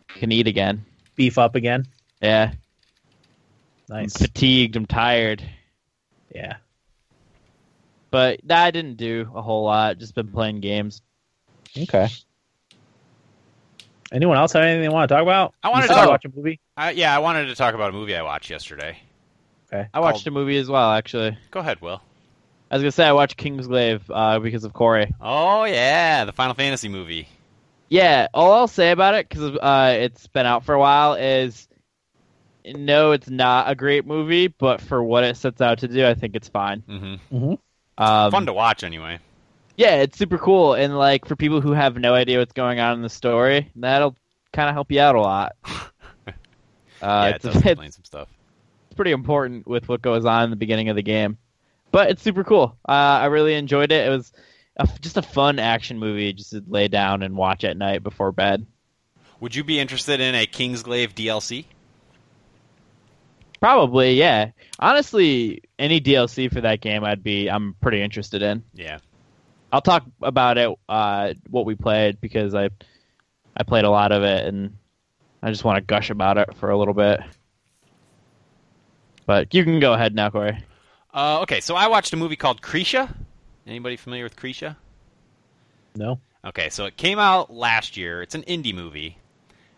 [SPEAKER 3] can eat again.
[SPEAKER 1] Beef up again.
[SPEAKER 3] Yeah, I'm
[SPEAKER 1] Nice.
[SPEAKER 4] Mm-hmm.
[SPEAKER 3] fatigued. I'm tired.
[SPEAKER 1] Yeah.
[SPEAKER 3] But that I didn't do a whole lot. Just been playing games.
[SPEAKER 1] Okay. Anyone else have anything they want to talk about?
[SPEAKER 4] I wanted
[SPEAKER 1] You
[SPEAKER 4] to
[SPEAKER 1] said
[SPEAKER 4] talk-
[SPEAKER 1] watch a movie.
[SPEAKER 4] I, yeah, I wanted to talk about a movie I watched yesterday.
[SPEAKER 3] I watched
[SPEAKER 4] Called-
[SPEAKER 3] a movie as well, actually.
[SPEAKER 4] Go ahead, Will.
[SPEAKER 3] I was gonna say I watched Kingsglaive uh, because of Corey.
[SPEAKER 4] Oh yeah, the Final Fantasy movie.
[SPEAKER 3] Yeah, all I'll say about it because uh, it's been out for a while is no, it's not a great movie, but for what it sets out to do, I think it's fine.
[SPEAKER 4] hmm
[SPEAKER 3] Um,
[SPEAKER 4] Fun to watch anyway.
[SPEAKER 3] yeah, it's super cool, and like for people who have no idea what's going on in the story, that'll kind of help you out a lot.
[SPEAKER 4] yeah,
[SPEAKER 3] Uh,
[SPEAKER 4] it does
[SPEAKER 3] it's, it's
[SPEAKER 4] explain some stuff.
[SPEAKER 3] it's pretty important with what goes on in the beginning of the game. But it's super cool. Uh, I really enjoyed it. It was a, just a fun action movie just to lay down and watch at night before bed.
[SPEAKER 4] Would you be interested in a Kingsglaive DLC?
[SPEAKER 3] Probably, yeah. Honestly, any DLC for that game, I'd be I'm pretty interested in.
[SPEAKER 4] Yeah.
[SPEAKER 3] I'll talk about it uh, what we played because I I played a lot of it and I just want to gush about it for a little bit. But you can go ahead now, Corey.
[SPEAKER 4] Uh, okay, so I watched a movie called Cretia. Anybody familiar with Cretia?
[SPEAKER 1] No.
[SPEAKER 4] Okay, so it came out last year. It's an indie movie,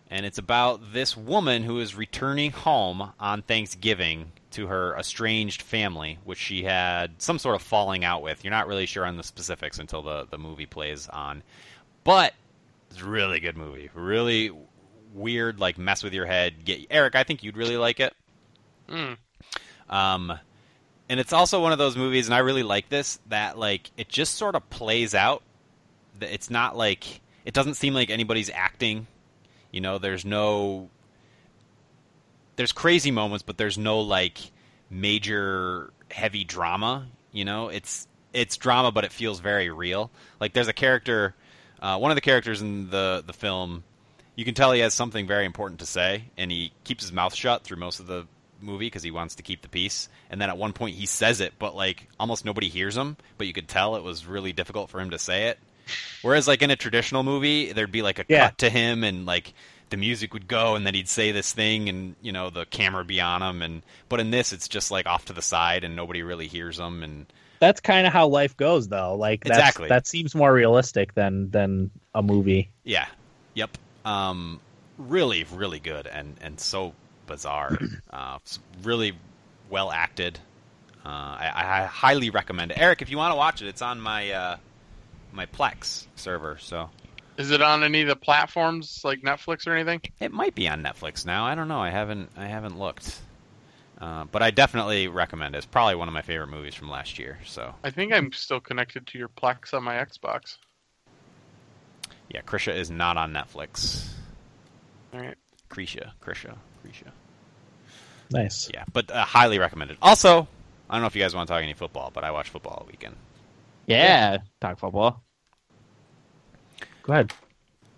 [SPEAKER 4] and it's about this woman who is returning home on Thanksgiving to her estranged family, which she had some sort of falling out with. You're not really sure on the specifics until the, the movie plays on. But it's a really good movie. Really weird, like mess with your head. Get Eric, I think you'd really like it.
[SPEAKER 2] Mm.
[SPEAKER 4] Um, and it's also one of those movies, and I really like this that like it just sort of plays out. That It's not like it doesn't seem like anybody's acting. You know, there's no there's crazy moments, but there's no like major heavy drama. You know, it's it's drama, but it feels very real. Like there's a character, uh, one of the characters in the the film. You can tell he has something very important to say, and he keeps his mouth shut through most of the movie because he wants to keep the peace. And then at one point he says it, but like almost nobody hears him. But you could tell it was really difficult for him to say it. Whereas like in a traditional movie, there'd be like a
[SPEAKER 1] Yeah.
[SPEAKER 4] cut to him, and like the music would go, and then he'd say this thing, and you know the camera would be on him. And but in this, it's just like off to the side, and nobody really hears him. And
[SPEAKER 1] That's kind of how life goes, though. Like that's,
[SPEAKER 4] Exactly.
[SPEAKER 1] that seems more realistic than than a movie.
[SPEAKER 4] Yeah. Yep. Um, really, really good and, and so bizarre. uh, s- really well acted. Uh, I, I highly recommend it. Eric, if you want to watch it, it's on my uh, my Plex server, so
[SPEAKER 2] Is it on any of the platforms like Netflix or anything?
[SPEAKER 4] it might be on Netflix now. I don't know. I haven't I haven't looked, uh, but I definitely recommend it. It's probably one of my favorite movies from last year. So
[SPEAKER 2] I think I'm still connected to your Plex on my Xbox.
[SPEAKER 4] yeah, Krisha is not on Netflix.
[SPEAKER 2] All right.
[SPEAKER 4] Krisha, Krisha, Krisha.
[SPEAKER 1] Nice.
[SPEAKER 4] Yeah, but uh, highly recommended. Also, I don't know if you guys want to talk any football, but I watch football all weekend.
[SPEAKER 3] Yeah, talk football.
[SPEAKER 1] Go ahead.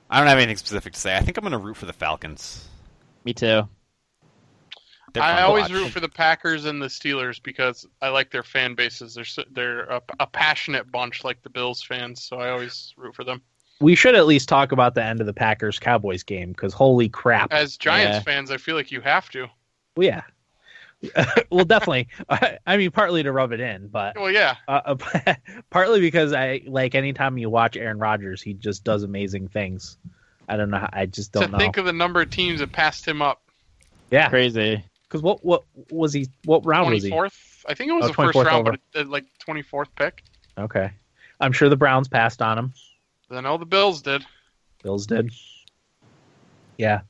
[SPEAKER 4] I don't have anything specific to say. I think I'm going to root for the Falcons.
[SPEAKER 3] Me too.
[SPEAKER 4] They're fun
[SPEAKER 2] I
[SPEAKER 4] to
[SPEAKER 2] always
[SPEAKER 4] watch.
[SPEAKER 2] root for the Packers and the Steelers because I like their fan bases. They're so- they're a, a passionate bunch, like the Bills fans. So I always root for them.
[SPEAKER 1] We should at least talk about the end of the Packers Cowboys game because holy crap!
[SPEAKER 2] As Giants
[SPEAKER 3] Yeah.
[SPEAKER 2] fans, I feel like you have to.
[SPEAKER 1] Well, yeah. well, definitely. I, I mean, partly to rub it in, but
[SPEAKER 2] Well, yeah,
[SPEAKER 1] uh, uh, partly because I like anytime you watch Aaron Rodgers, he just does amazing things. I don't know. how- I just
[SPEAKER 2] to
[SPEAKER 1] don't know.
[SPEAKER 2] think of the number of teams that passed him up.
[SPEAKER 1] yeah,
[SPEAKER 3] Crazy.
[SPEAKER 1] because what what was he? What round was he?
[SPEAKER 2] Twenty fourth. I think it was
[SPEAKER 1] Oh,
[SPEAKER 2] the first
[SPEAKER 1] 24th
[SPEAKER 2] round,
[SPEAKER 1] over.
[SPEAKER 2] but it, like twenty fourth pick.
[SPEAKER 1] Okay, I'm sure the Browns passed on him.
[SPEAKER 2] Then all the Bills did.
[SPEAKER 1] Bills did. Yeah,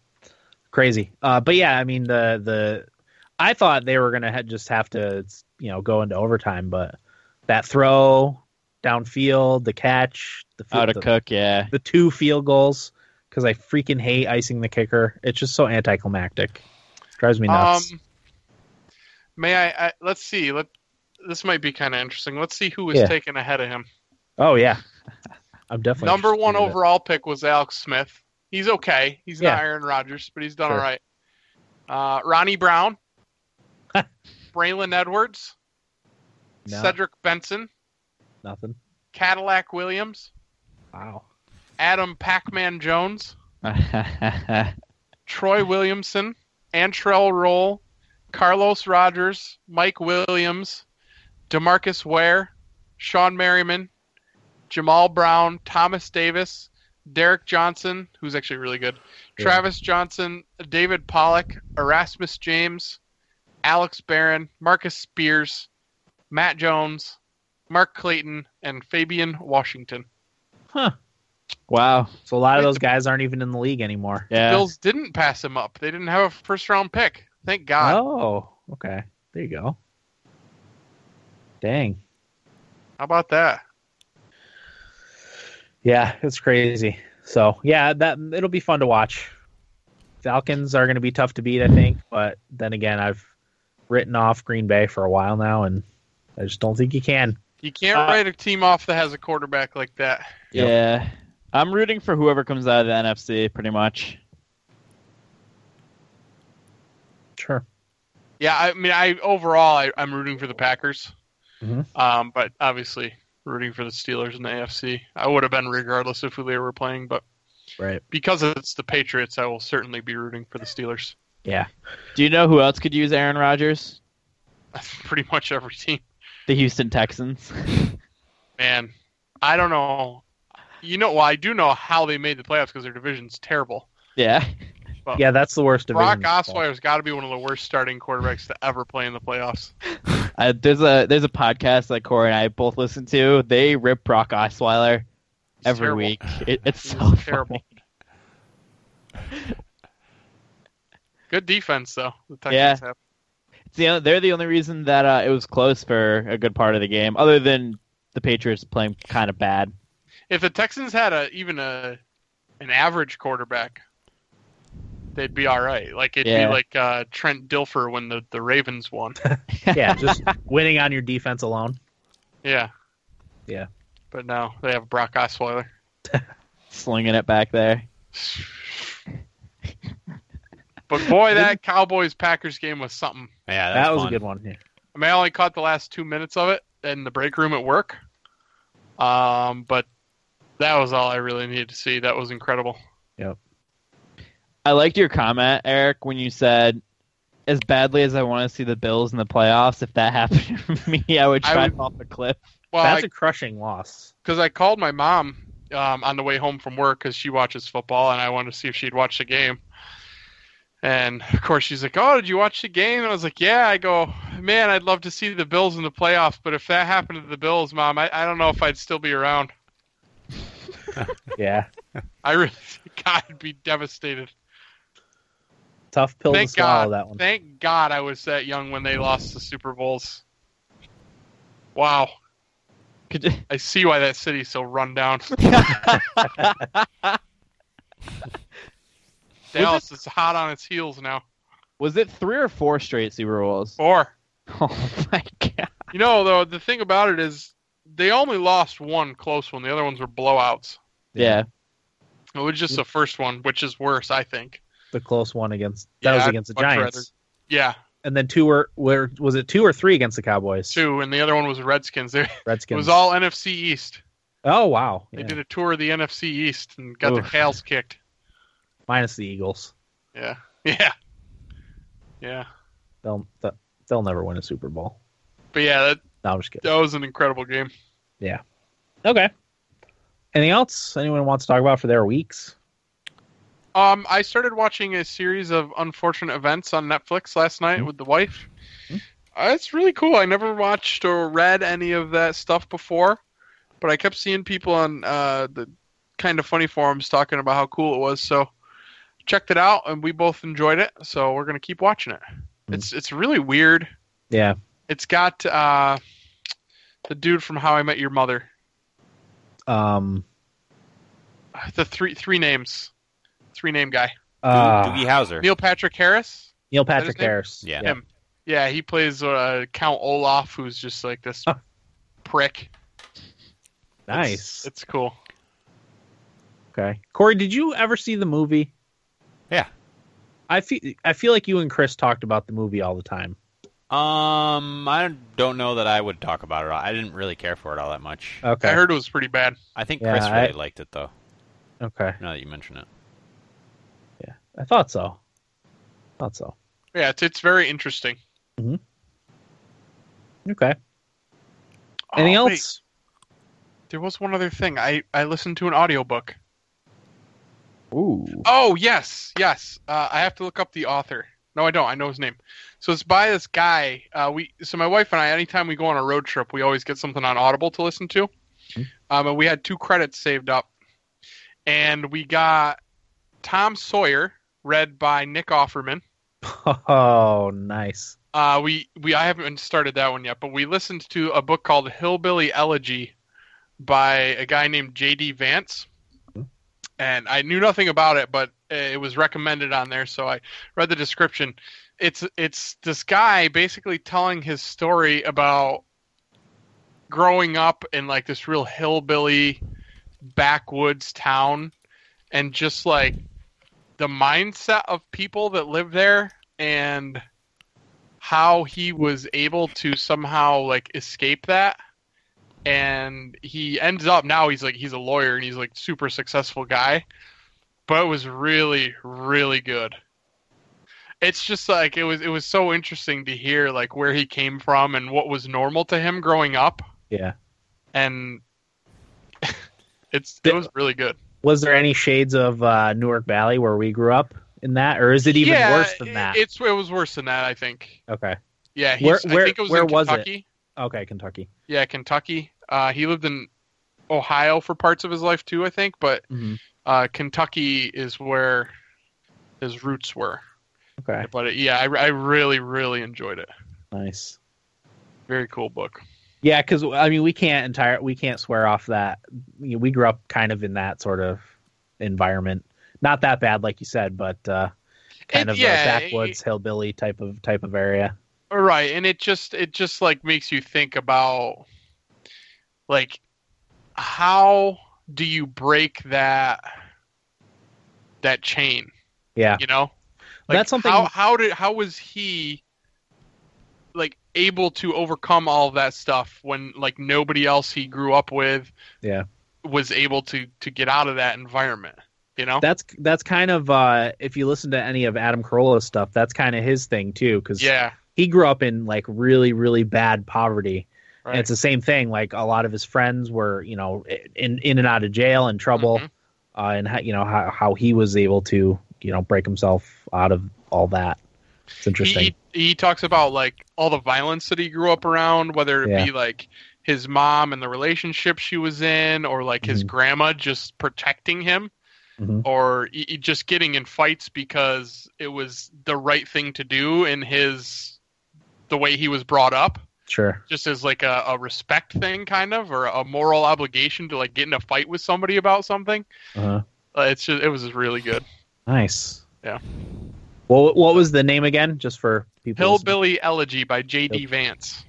[SPEAKER 1] crazy. Uh, but yeah, I mean the the I thought they were gonna ha- just have to you know go into overtime, but that throw downfield, the catch, the fi-
[SPEAKER 3] Out
[SPEAKER 1] the-
[SPEAKER 3] of Cook, yeah.
[SPEAKER 1] the two field goals because I freaking hate icing the kicker. It's just so anticlimactic. Drives me nuts.
[SPEAKER 2] Um, may I, I? Let's see. Let this might be kind of interesting. Let's see who was
[SPEAKER 1] Yeah.
[SPEAKER 2] taken ahead of him.
[SPEAKER 1] oh yeah, I'm definitely
[SPEAKER 2] Number
[SPEAKER 1] interested
[SPEAKER 2] one
[SPEAKER 1] in it.
[SPEAKER 2] overall pick was Alex Smith. He's okay. He's
[SPEAKER 1] Yeah.
[SPEAKER 2] not Aaron Rodgers, but he's done
[SPEAKER 1] Sure.
[SPEAKER 2] all right. Uh, Ronnie Brown, Braylon Edwards,
[SPEAKER 1] No,
[SPEAKER 2] Cedric Benson,
[SPEAKER 1] nothing.
[SPEAKER 2] Cadillac Williams,
[SPEAKER 1] Wow.
[SPEAKER 2] Adam Pac-Man Jones,
[SPEAKER 3] That's
[SPEAKER 2] Troy Williamson, Antrell Roll, Carlos Rogers, Mike Williams, Demarcus Ware, Sean Merriman, Jamal Brown, Thomas Davis, Derek Johnson, who's actually really good,
[SPEAKER 1] Yeah.
[SPEAKER 2] Travis Johnson, David Pollock, Erasmus James, Alex Barron, Marcus Spears, Matt Jones, Mark Clayton, and Fabian Washington.
[SPEAKER 1] Huh.
[SPEAKER 3] Wow.
[SPEAKER 1] So a lot of those guys aren't even in the league anymore.
[SPEAKER 3] Yeah.
[SPEAKER 2] Bills didn't pass him up. They didn't have a first round pick. Thank God.
[SPEAKER 1] Oh, okay. There you go. Dang.
[SPEAKER 2] How about that?
[SPEAKER 1] Yeah, it's crazy. So yeah, that it'll be fun to watch. Falcons are going to be tough to beat, I think. But then again, I've written off Green Bay for a while now, and I just don't think you can.
[SPEAKER 2] You can't
[SPEAKER 1] Uh,
[SPEAKER 2] write a team off that has a quarterback like that.
[SPEAKER 3] Yeah. I'm rooting for whoever comes out of the NFC, pretty much.
[SPEAKER 1] Sure.
[SPEAKER 2] Yeah, I mean, I overall, I, I'm rooting for the Packers,
[SPEAKER 1] Mhm.
[SPEAKER 2] um, but obviously rooting for the Steelers in the AFC. I would have been regardless if they were playing, but
[SPEAKER 1] Right.
[SPEAKER 2] because it's the Patriots, I will certainly be rooting for the Steelers.
[SPEAKER 1] Yeah.
[SPEAKER 3] Do you know who else could use Aaron Rodgers?
[SPEAKER 2] That's pretty much every team,
[SPEAKER 3] The Houston Texans.
[SPEAKER 2] man. I don't know. You know, well, I do know how they made the playoffs because their division's terrible.
[SPEAKER 3] yeah.
[SPEAKER 1] Yeah, that's the worst
[SPEAKER 2] Brock
[SPEAKER 1] division.
[SPEAKER 2] Osweiler's got to be one of the worst starting quarterbacks to ever play in the playoffs.
[SPEAKER 3] I, there's a there's a podcast that Corey and I both listen to. They rip Brock Osweiler
[SPEAKER 2] It's
[SPEAKER 3] every
[SPEAKER 2] terrible.
[SPEAKER 3] week. It, it's
[SPEAKER 2] He's
[SPEAKER 3] so
[SPEAKER 2] terrible.
[SPEAKER 3] terrible.
[SPEAKER 2] Good defense, though. The Texans
[SPEAKER 3] Yeah.
[SPEAKER 2] have.
[SPEAKER 3] It's the, on- they're the only reason that uh, it was close for a good part of the game, other than the Patriots playing kind of bad.
[SPEAKER 2] If the Texans had a even a an average quarterback, they'd be all right. Like it'd
[SPEAKER 3] Yeah.
[SPEAKER 2] be like uh, Trent Dilfer when the, the Ravens won.
[SPEAKER 1] yeah, just winning on your defense alone.
[SPEAKER 2] yeah.
[SPEAKER 1] Yeah.
[SPEAKER 2] But now they have Brock Osweiler.
[SPEAKER 3] Slinging it back there.
[SPEAKER 2] But boy, that Cowboys Packers game was something.
[SPEAKER 4] Yeah,
[SPEAKER 1] That was
[SPEAKER 4] fun.
[SPEAKER 1] a good one. Yeah.
[SPEAKER 2] I mean, I only caught the last two minutes of it in the break room at work. Um, but that was all I really needed to see. That was incredible.
[SPEAKER 3] I liked your comment, Eric, when you said, "As badly as I want to see the Bills in the playoffs, if that happened to me, I would
[SPEAKER 2] I
[SPEAKER 3] try
[SPEAKER 2] would-
[SPEAKER 3] off a cliff."
[SPEAKER 2] Well, I
[SPEAKER 1] That's a crushing loss.
[SPEAKER 2] because I called my mom um, on the way home from work because she watches football, and I wanted to see if she'd watch the game. And of course, she's like, "Oh, did you watch the game?" And I was like, "Yeah." I go, "Man, I'd love to see the Bills in the playoffs, but if that happened to the Bills, mom, I, I don't know if I'd still be around.
[SPEAKER 1] Yeah.
[SPEAKER 2] I really, God, I'd be devastated.
[SPEAKER 1] Tough pill
[SPEAKER 2] Thank
[SPEAKER 1] to swallow
[SPEAKER 2] God.
[SPEAKER 1] that one.
[SPEAKER 2] Thank God I was that young when they lost the Super Bowls. Wow,
[SPEAKER 3] Could you-
[SPEAKER 2] I see why that city's so run down. Dallas is hot on its heels now.
[SPEAKER 3] Was it three or four straight Super Bowls?
[SPEAKER 2] Or
[SPEAKER 3] Oh my god!
[SPEAKER 2] You know, though, the thing about it is they only lost one close one. The other ones were blowouts.
[SPEAKER 3] Yeah,
[SPEAKER 2] It was just the first one, which is worse, I think.
[SPEAKER 1] The close one against that
[SPEAKER 2] Yeah,
[SPEAKER 1] was
[SPEAKER 2] I'd
[SPEAKER 1] against the
[SPEAKER 2] much rather-
[SPEAKER 1] Giants.
[SPEAKER 2] Yeah,
[SPEAKER 1] And then two were where was it two or three against the Cowboys?
[SPEAKER 2] two, and the other one was Redskins. They, it
[SPEAKER 1] Redskins.
[SPEAKER 2] was all NFC East.
[SPEAKER 1] Oh wow.
[SPEAKER 2] They
[SPEAKER 1] Yeah.
[SPEAKER 2] did a tour of the NFC East and got
[SPEAKER 3] Oof.
[SPEAKER 2] their tails kicked.
[SPEAKER 1] Minus the Eagles.
[SPEAKER 2] Yeah, yeah, yeah.
[SPEAKER 1] They'll th- they'll never win a Super Bowl.
[SPEAKER 2] But yeah, that,
[SPEAKER 1] No, I'm just kidding.
[SPEAKER 2] that was an incredible game.
[SPEAKER 1] Okay. Anything else anyone wants to talk about for their weeks?
[SPEAKER 2] Um, I started watching a series of unfortunate events on Netflix last night with the wife. Uh, it's really cool. I never watched or read any of that stuff before, but I kept seeing people on uh, the kind of funny forums talking about how cool it was. So checked it out, and we both enjoyed it. So we're gonna keep watching it. It's it's really weird.
[SPEAKER 1] Yeah.
[SPEAKER 2] It's got uh, the dude from How I Met Your Mother.
[SPEAKER 1] Um.
[SPEAKER 2] The three three names, three name guy.
[SPEAKER 1] Uh,
[SPEAKER 4] Doogie Howser.
[SPEAKER 2] Neil Patrick Harris.
[SPEAKER 1] Neil
[SPEAKER 2] his
[SPEAKER 1] Patrick
[SPEAKER 2] name?
[SPEAKER 1] Harris.
[SPEAKER 4] Yeah.
[SPEAKER 2] Him. Yeah, he plays uh, Count Olaf, who's just like this
[SPEAKER 1] Huh.
[SPEAKER 2] prick.
[SPEAKER 1] Nice.
[SPEAKER 2] It's cool.
[SPEAKER 1] okay. Corey, did you ever see the movie?
[SPEAKER 4] Yeah.
[SPEAKER 1] I feel I feel like you and Chris talked about the movie all the time.
[SPEAKER 4] Um, I don't know that I would talk about it. I didn't really care for it all that much.
[SPEAKER 1] Okay.
[SPEAKER 2] I heard it was pretty bad.
[SPEAKER 4] I think
[SPEAKER 1] Uh, Yeah,
[SPEAKER 4] Chris
[SPEAKER 1] I-
[SPEAKER 4] really liked it though.
[SPEAKER 1] okay.
[SPEAKER 4] Now that you mention it,
[SPEAKER 1] I thought so. Thought so.
[SPEAKER 2] Yeah, it's, it's very interesting.
[SPEAKER 1] Okay.
[SPEAKER 2] Oh,
[SPEAKER 1] Anything
[SPEAKER 2] wait,
[SPEAKER 1] else?
[SPEAKER 2] There was one other thing. I, I listened to an audiobook.
[SPEAKER 3] Ooh.
[SPEAKER 2] Oh yes, yes. Uh, I have to look up the author. No, I don't. I know his name. So it's by this guy. Uh, we so my wife and I, anytime we go on a road trip, we always get something on Audible to listen to. Um, and we had two credits saved up, and we got Tom Sawyer read by Nick Offerman.
[SPEAKER 1] Oh, nice.
[SPEAKER 2] Uh, we we I haven't started that one yet, but we listened to a book called Hillbilly Elegy by a guy named J.D. Vance, and I knew nothing about it, but uh, it was recommended on there, so I read the description. It's it's this guy basically telling his story about growing up in like this real hillbilly backwoods town, and just like the mindset of people that live there and how he was able to somehow like escape that and he ends up now he's like he's a lawyer and he's like super successful guy but it was really really good it's just like it was it was so interesting to hear like where he came from and what was normal to him growing up
[SPEAKER 1] Yeah.
[SPEAKER 2] and it's it was really good
[SPEAKER 1] Was there any shades of uh, Newark Valley where we grew up in that, or is it even
[SPEAKER 2] Yeah,
[SPEAKER 1] worse than that?
[SPEAKER 2] it's it was worse than that i think
[SPEAKER 1] okay.
[SPEAKER 2] yeah he's,
[SPEAKER 1] Where- where-
[SPEAKER 2] i think it was
[SPEAKER 1] where
[SPEAKER 2] in
[SPEAKER 1] was it?
[SPEAKER 2] kentucky
[SPEAKER 1] Okay, Kentucky.
[SPEAKER 2] Yeah, Kentucky. Uh, he lived in Ohio for parts of his life too, I think, but
[SPEAKER 1] Mhm.
[SPEAKER 2] uh, Kentucky is where his roots were.
[SPEAKER 1] Okay.
[SPEAKER 2] But uh, yeah, I, I really, really enjoyed it.
[SPEAKER 1] Nice.
[SPEAKER 2] Very cool book.
[SPEAKER 1] Yeah, because I mean, we can't entire we can't swear off that you know, we grew up kind of in that sort of environment. Not that bad, like you said, but uh, kind
[SPEAKER 2] It-
[SPEAKER 1] of
[SPEAKER 2] yeah,
[SPEAKER 1] a backwoods hillbilly type of type of area.
[SPEAKER 2] All right, and it just it just like makes you think about like how do you break that that chain?
[SPEAKER 1] Yeah,
[SPEAKER 2] you know
[SPEAKER 1] That's something-
[SPEAKER 2] how, how did how was he like able to overcome all of that stuff when like nobody else he grew up with
[SPEAKER 1] Yeah.
[SPEAKER 2] was able to to get out of that environment you know
[SPEAKER 1] that's that's kind of uh, if you listen to any of Adam Carolla's stuff, that's kind of his thing too. Because
[SPEAKER 2] yeah
[SPEAKER 1] he grew up in like really really bad poverty,
[SPEAKER 2] right
[SPEAKER 1] And it's the same thing. Like a lot of his friends were, you know, in in and out of jail and trouble,
[SPEAKER 2] Mhm.
[SPEAKER 1] uh, and how, you know how how he was able to, you know, break himself out of all that. It's interesting.
[SPEAKER 2] he, he he talks about like all the violence that he grew up around whether it
[SPEAKER 1] Yeah.
[SPEAKER 2] be like his mom and the relationship she was in or like his
[SPEAKER 1] Mhm.
[SPEAKER 2] grandma just protecting him
[SPEAKER 1] Mhm.
[SPEAKER 2] or e- e- just getting in fights because it was the right thing to do in his the way he was brought up
[SPEAKER 1] sure.
[SPEAKER 2] just as like a, a respect thing kind of or a moral obligation to like get in a fight with somebody about something
[SPEAKER 1] Uh-huh.
[SPEAKER 2] uh, it's just it was really good
[SPEAKER 1] Nice.
[SPEAKER 2] Yeah.
[SPEAKER 1] Well, what was the name again? Just for people. listening?
[SPEAKER 2] hillbilly elegy by jd vance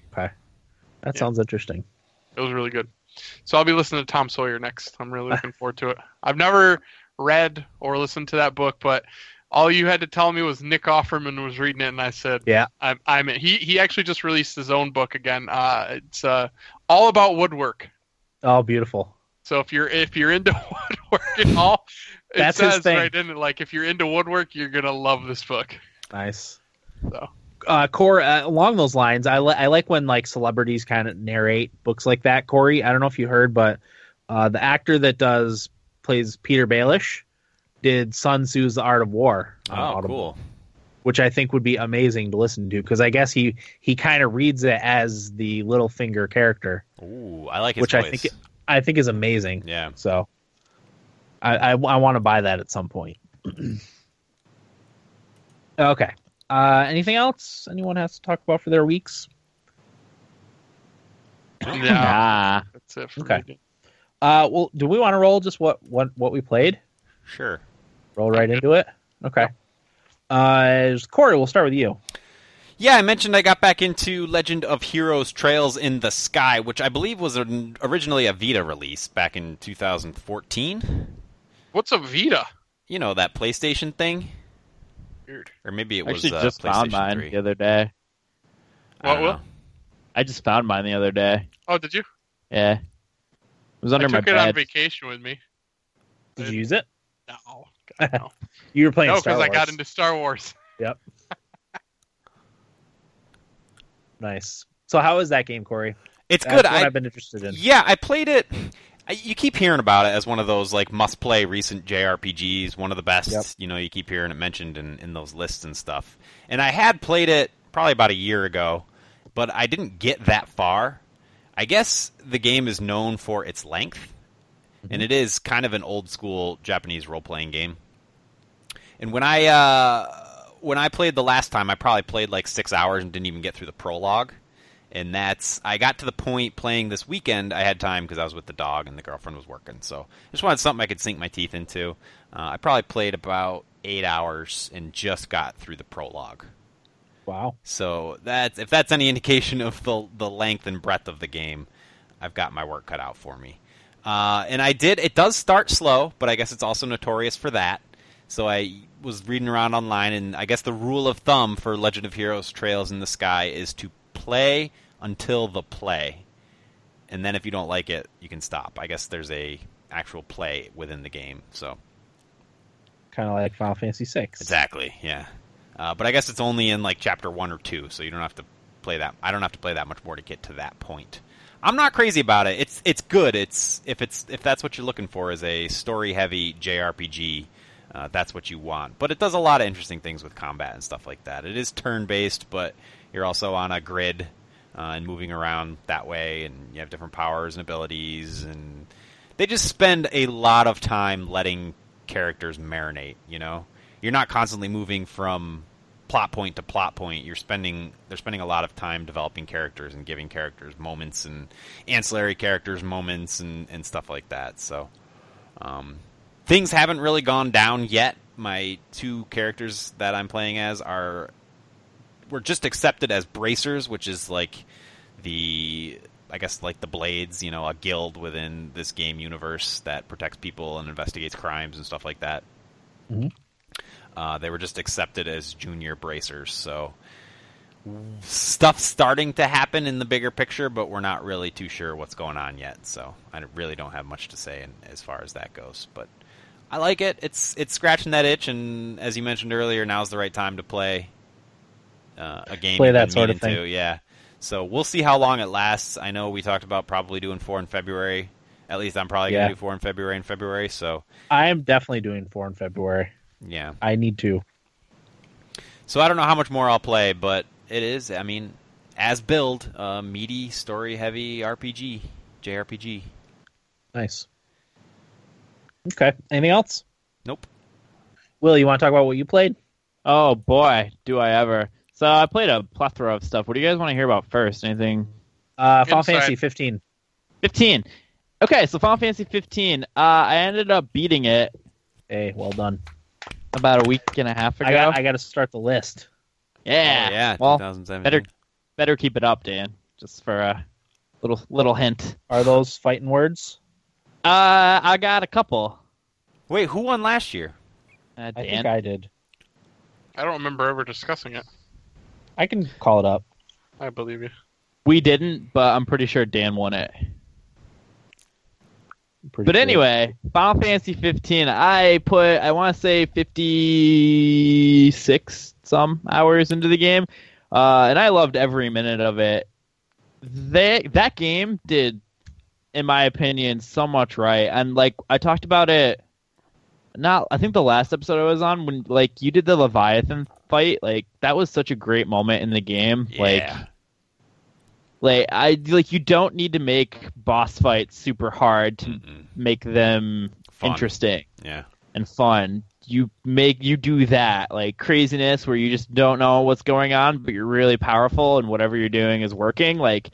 [SPEAKER 1] That
[SPEAKER 2] yeah.
[SPEAKER 1] sounds interesting.
[SPEAKER 2] It was really good. So I'll be listening to Tom Sawyer next. I'm really looking forward to it. I've never read or listened to that book, but all you had to tell me was Nick Offerman was reading it, and I said,
[SPEAKER 1] Yeah.
[SPEAKER 2] I'm." I'm in." He he actually just released his own book again. Uh, it's uh, all about woodwork.
[SPEAKER 1] Oh, beautiful.
[SPEAKER 2] So if you're if you're into woodwork at all, it
[SPEAKER 1] That's his
[SPEAKER 2] says
[SPEAKER 1] thing.
[SPEAKER 2] right in it like if you're into woodwork, you're gonna love this book.
[SPEAKER 1] Nice.
[SPEAKER 2] So.
[SPEAKER 1] Uh, Corey, uh, along those lines, I, li- I like when like celebrities kind of narrate books like that. Corey, I don't know if you heard, but uh, the actor that does plays Peter Baelish did Sun Tzu's The Art of War. on
[SPEAKER 4] Oh,
[SPEAKER 1] Audible,
[SPEAKER 4] cool.
[SPEAKER 1] Which I think would be amazing to listen to because I guess he he kind of reads it as the Littlefinger character,
[SPEAKER 4] Ooh, I like his
[SPEAKER 1] which
[SPEAKER 4] voice.
[SPEAKER 1] I think I think is amazing.
[SPEAKER 4] yeah.
[SPEAKER 1] So I I, I want to buy that at some point. okay. Uh, anything else anyone has to talk about for their weeks?
[SPEAKER 2] Yeah,
[SPEAKER 3] Nah.
[SPEAKER 2] that's it. For
[SPEAKER 1] Okay.
[SPEAKER 2] me.
[SPEAKER 1] Uh, well, do we want to roll just what what what we played?
[SPEAKER 4] Sure.
[SPEAKER 1] Roll right into it. Okay. Uh, Corey, we'll start with you.
[SPEAKER 4] Yeah, I mentioned I got back into Legend of Heroes Trails in the Sky, which I believe was an, originally a Vita release back in 2014.
[SPEAKER 2] What's a Vita?
[SPEAKER 4] You know, that PlayStation thing?
[SPEAKER 2] Weird.
[SPEAKER 4] Or maybe it
[SPEAKER 3] I
[SPEAKER 4] was
[SPEAKER 3] actually
[SPEAKER 4] uh,
[SPEAKER 3] just
[SPEAKER 4] PlayStation
[SPEAKER 3] found mine
[SPEAKER 4] 3.
[SPEAKER 3] the other day.
[SPEAKER 4] I don't
[SPEAKER 2] What-
[SPEAKER 4] know.
[SPEAKER 3] I just found mine the other day.
[SPEAKER 2] Oh, did you?
[SPEAKER 3] Yeah. It was
[SPEAKER 2] I
[SPEAKER 3] under
[SPEAKER 2] took
[SPEAKER 3] my
[SPEAKER 2] it on
[SPEAKER 3] bed.
[SPEAKER 2] vacation with me.
[SPEAKER 1] Did you use it?
[SPEAKER 2] No, God, no.
[SPEAKER 1] You were playing
[SPEAKER 2] Uh, No,
[SPEAKER 1] Star
[SPEAKER 2] because
[SPEAKER 1] Wars.
[SPEAKER 2] I got into Star Wars.
[SPEAKER 1] nice. So how is that game, Corey?
[SPEAKER 4] It's
[SPEAKER 1] That's
[SPEAKER 4] good.
[SPEAKER 1] What I,
[SPEAKER 4] I,
[SPEAKER 1] have been interested in.
[SPEAKER 4] yeah, I played it. I, you keep hearing about it as one of those like must-play recent JRPGs, one of the best.
[SPEAKER 1] Yep.
[SPEAKER 4] You know, you keep hearing it mentioned in, in those lists and stuff. And I had played it probably about a year ago, but I didn't get that far. I guess the game is known for its length,
[SPEAKER 1] Mm-hmm.
[SPEAKER 4] and it is kind of an old school Japanese role playing game. And when I uh, when I played the last time, I probably played like six hours and didn't even get through the prologue. And that's I got to the point playing this weekend. I had time because I was with the dog and the girlfriend was working, so I just wanted something I could sink my teeth into. Uh, I probably played about eight hours and just got through the prologue.
[SPEAKER 1] Wow.
[SPEAKER 4] So that's if that's any indication of the the length and breadth of the game, I've got my work cut out for me. Uh, and I did. It does start slow, but I guess it's also notorious for that. So I was reading around online, and I guess the rule of thumb for Legend of Heroes: Trails in the Sky is to play until the play, and then if you don't like it, you can stop. I guess there's a actual play within the game. So
[SPEAKER 1] Kind of like Final Fantasy VI.
[SPEAKER 4] Exactly. Yeah. Uh, but I guess it's only in like chapter one or two, so you don't have to play that. I don't have to play that much more to get to that point. I'm not crazy about it. It's it's good. It's if it's if that's what you're looking for is a story heavy JRPG. Uh, that's what you want, but it does a lot of interesting things with combat and stuff like that. It is turn based, but you're also on a grid uh, and moving around that way, and you have different powers and abilities, and they just spend a lot of time letting characters marinate. You know, you're not constantly moving from plot point to plot point. You're spending they're spending a lot of time developing characters and giving characters moments and ancillary characters moments and and stuff like that. So um, things haven't really gone down yet. My two characters that I'm playing as are were just accepted as bracers, which is like the I guess like the blades, you know, a guild within this game universe that protects people and investigates crimes and stuff like that.
[SPEAKER 1] Mhm.
[SPEAKER 4] Uh, they were just accepted as junior bracers, so stuff's starting to happen in the bigger picture, but we're not really too sure what's going on yet. So I really don't have much to say in, as far as that goes. But I like it. It's it's scratching that itch, and as you mentioned earlier, now's the right time to play uh, a game.
[SPEAKER 1] Play
[SPEAKER 4] you've
[SPEAKER 1] that
[SPEAKER 4] been
[SPEAKER 1] sort of
[SPEAKER 4] meaning to, yeah. So we'll see how long it lasts. I know we talked about probably doing four in February. At least I'm probably
[SPEAKER 1] Yeah.
[SPEAKER 4] gonna do four in February and February. So
[SPEAKER 1] I am definitely doing four in February.
[SPEAKER 4] yeah.
[SPEAKER 1] I need to.
[SPEAKER 4] So I don't know how much more I'll play, but it is. I mean, as build, uh, meaty, story heavy RPG, JRPG.
[SPEAKER 1] Nice. Okay. Anything else?
[SPEAKER 4] Nope.
[SPEAKER 1] Will, you want to talk about what you played?
[SPEAKER 3] Oh boy, do I ever! So I played a plethora of stuff. What do you guys want to hear about first? Anything?
[SPEAKER 1] Uh, Final
[SPEAKER 2] Inside.
[SPEAKER 1] Fantasy 15.
[SPEAKER 3] Fifteen. Okay, so Final Fantasy 15. Uh, I ended up beating it
[SPEAKER 1] Hey, well done.
[SPEAKER 3] about a week and a half ago.
[SPEAKER 1] I got, I got to start the list.
[SPEAKER 3] yeah,
[SPEAKER 4] Oh, yeah.
[SPEAKER 3] Well,
[SPEAKER 4] 2017.
[SPEAKER 3] better better keep it up, Dan. Just for a little little hint.
[SPEAKER 1] Are those fighting words?
[SPEAKER 3] Uh, I got a couple.
[SPEAKER 4] Wait, who won last year?
[SPEAKER 3] Uh,
[SPEAKER 1] I
[SPEAKER 3] Dan,
[SPEAKER 1] think I did.
[SPEAKER 2] I don't remember ever discussing it.
[SPEAKER 1] I can call it up.
[SPEAKER 2] I believe you.
[SPEAKER 3] we didn't, but I'm pretty sure Dan won it.
[SPEAKER 1] I'm pretty
[SPEAKER 3] But
[SPEAKER 1] sure.
[SPEAKER 3] anyway, Final Fantasy 15. I put I want to say 56 some hours into the game, uh, and I loved every minute of it. That that game did, in my opinion, so much right. And like I talked about it, not I think the last episode I was on when like you did the Leviathan fight. Like that was such a great moment in the game. Like
[SPEAKER 4] yeah.
[SPEAKER 3] like I like you don't need to make boss fights super hard to
[SPEAKER 4] Mm-mm.
[SPEAKER 3] make them
[SPEAKER 4] Fun.
[SPEAKER 3] interesting
[SPEAKER 4] Yeah.
[SPEAKER 3] and fun. You make you do that like craziness where you just don't know what's going on, but you're really powerful and whatever you're doing is working. Like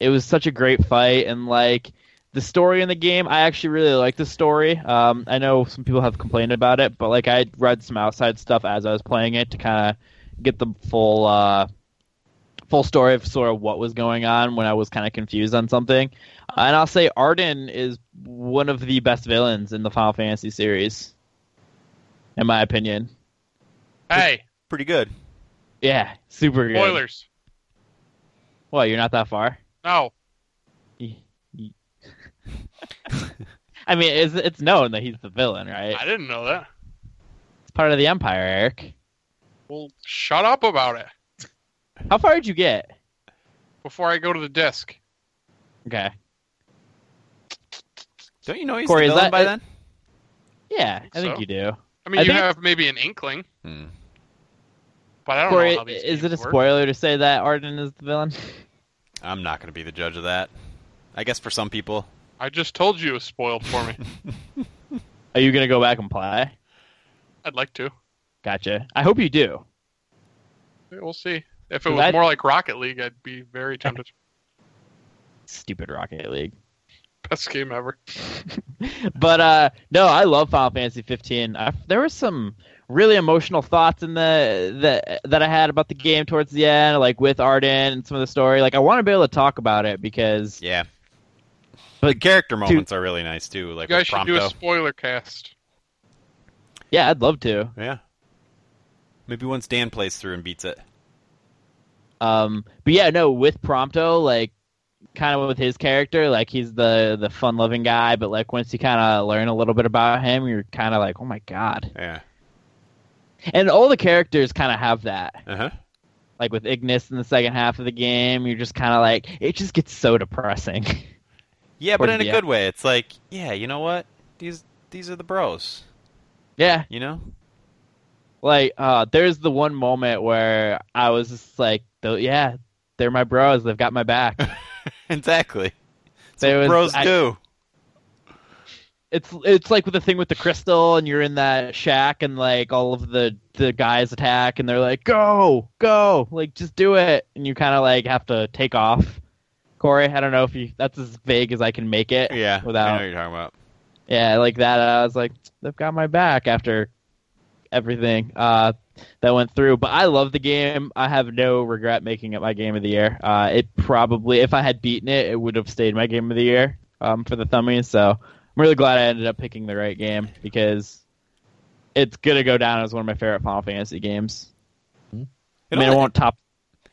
[SPEAKER 3] it was such a great fight and like the story in the game. I actually really like the story. Um, I know some people have complained about it, but like I read some outside stuff as I was playing it to kind of get the full uh, full story of sort of what was going on when I was kind of confused on something. And I'll say Arden is one of the best villains in the Final Fantasy series, in my opinion.
[SPEAKER 2] Hey,
[SPEAKER 4] Pretty good.
[SPEAKER 3] Yeah, super good.
[SPEAKER 2] spoilers.
[SPEAKER 3] Well, you're not that far.
[SPEAKER 2] No.
[SPEAKER 3] I mean, it's, it's known that he's the villain, right?
[SPEAKER 2] I didn't know that.
[SPEAKER 3] It's part of the Empire, Eric.
[SPEAKER 2] Well, shut up about it
[SPEAKER 3] How far did you get?
[SPEAKER 2] before I go to the disc.
[SPEAKER 3] Okay.
[SPEAKER 4] Don't you know he's
[SPEAKER 3] Corey, is
[SPEAKER 4] the villain
[SPEAKER 3] that-
[SPEAKER 4] by
[SPEAKER 3] it-
[SPEAKER 4] then?
[SPEAKER 3] Yeah, I think,
[SPEAKER 2] think so.
[SPEAKER 3] you do.
[SPEAKER 2] I mean,
[SPEAKER 3] I
[SPEAKER 2] you
[SPEAKER 3] think
[SPEAKER 2] have maybe an inkling,
[SPEAKER 4] Hmm.
[SPEAKER 2] but I don't
[SPEAKER 3] Corey,
[SPEAKER 2] know how these
[SPEAKER 3] is it
[SPEAKER 2] games
[SPEAKER 3] a
[SPEAKER 2] work.
[SPEAKER 3] spoiler to say that Arden is the villain?
[SPEAKER 4] I'm not going to be the judge of that. I guess for some people.
[SPEAKER 2] I just told you it was spoiled for me.
[SPEAKER 3] Are you gonna go back and play?
[SPEAKER 2] I'd like to.
[SPEAKER 3] Gotcha. I hope you do.
[SPEAKER 2] We'll see. If it
[SPEAKER 3] Well,
[SPEAKER 2] was
[SPEAKER 3] that-
[SPEAKER 2] more like Rocket League, I'd be very tempted.
[SPEAKER 3] Stupid Rocket League.
[SPEAKER 2] Best game ever.
[SPEAKER 3] but uh no, I love Final Fantasy 15. I, there were some really emotional thoughts in the that that I had about the game towards the end, like with Arden and some of the story. Like I want to be able to talk about it because
[SPEAKER 4] Yeah.
[SPEAKER 3] But
[SPEAKER 4] the character moments are really nice too,
[SPEAKER 2] You
[SPEAKER 4] like
[SPEAKER 2] guys
[SPEAKER 4] with
[SPEAKER 2] should do a
[SPEAKER 4] Prompto.
[SPEAKER 2] spoiler cast.
[SPEAKER 3] yeah, I'd love to.
[SPEAKER 4] Yeah. Maybe once Dan plays through and beats it.
[SPEAKER 3] Um, but yeah, no, with Prompto, like kind of with his character, like he's the the fun loving guy, but like once you kind of learn a little bit about him, you're kind of like, oh my god.
[SPEAKER 4] Yeah.
[SPEAKER 3] And all the characters kind of have that.
[SPEAKER 4] Uh huh.
[SPEAKER 3] Like with Ignis in the second half of the game, you're just kind of like, it just gets so depressing.
[SPEAKER 4] Yeah, but
[SPEAKER 3] Or
[SPEAKER 4] in a
[SPEAKER 3] yeah.
[SPEAKER 4] good way. It's like, yeah, you know what? These these are the bros.
[SPEAKER 3] yeah,
[SPEAKER 4] You know?
[SPEAKER 3] like uh, there's the one moment where I was just like, "Th- yeah, they're my bros. They've got my back.
[SPEAKER 4] Exactly. That's
[SPEAKER 3] There
[SPEAKER 4] what
[SPEAKER 3] was-
[SPEAKER 4] bros
[SPEAKER 3] I-
[SPEAKER 4] do.
[SPEAKER 3] it's it's like with the thing with the crystal and you're in that shack and like all of the the guys attack and they're like go go like just do it and you kind of like have to take off corey i don't know if you that's as vague as i can make it
[SPEAKER 4] Yeah. I know what
[SPEAKER 3] without
[SPEAKER 4] you're talking about.
[SPEAKER 3] yeah like that i was like they've got my back after everything uh that went through but i love the game i have no regret making it my game of the year uh it probably if i had beaten it it would have stayed my game of the year um for the thummies so i'm really glad i ended up picking the right game because it's gonna go down as one of my favorite final fantasy games i
[SPEAKER 4] It
[SPEAKER 3] mean
[SPEAKER 4] only-
[SPEAKER 3] it won't top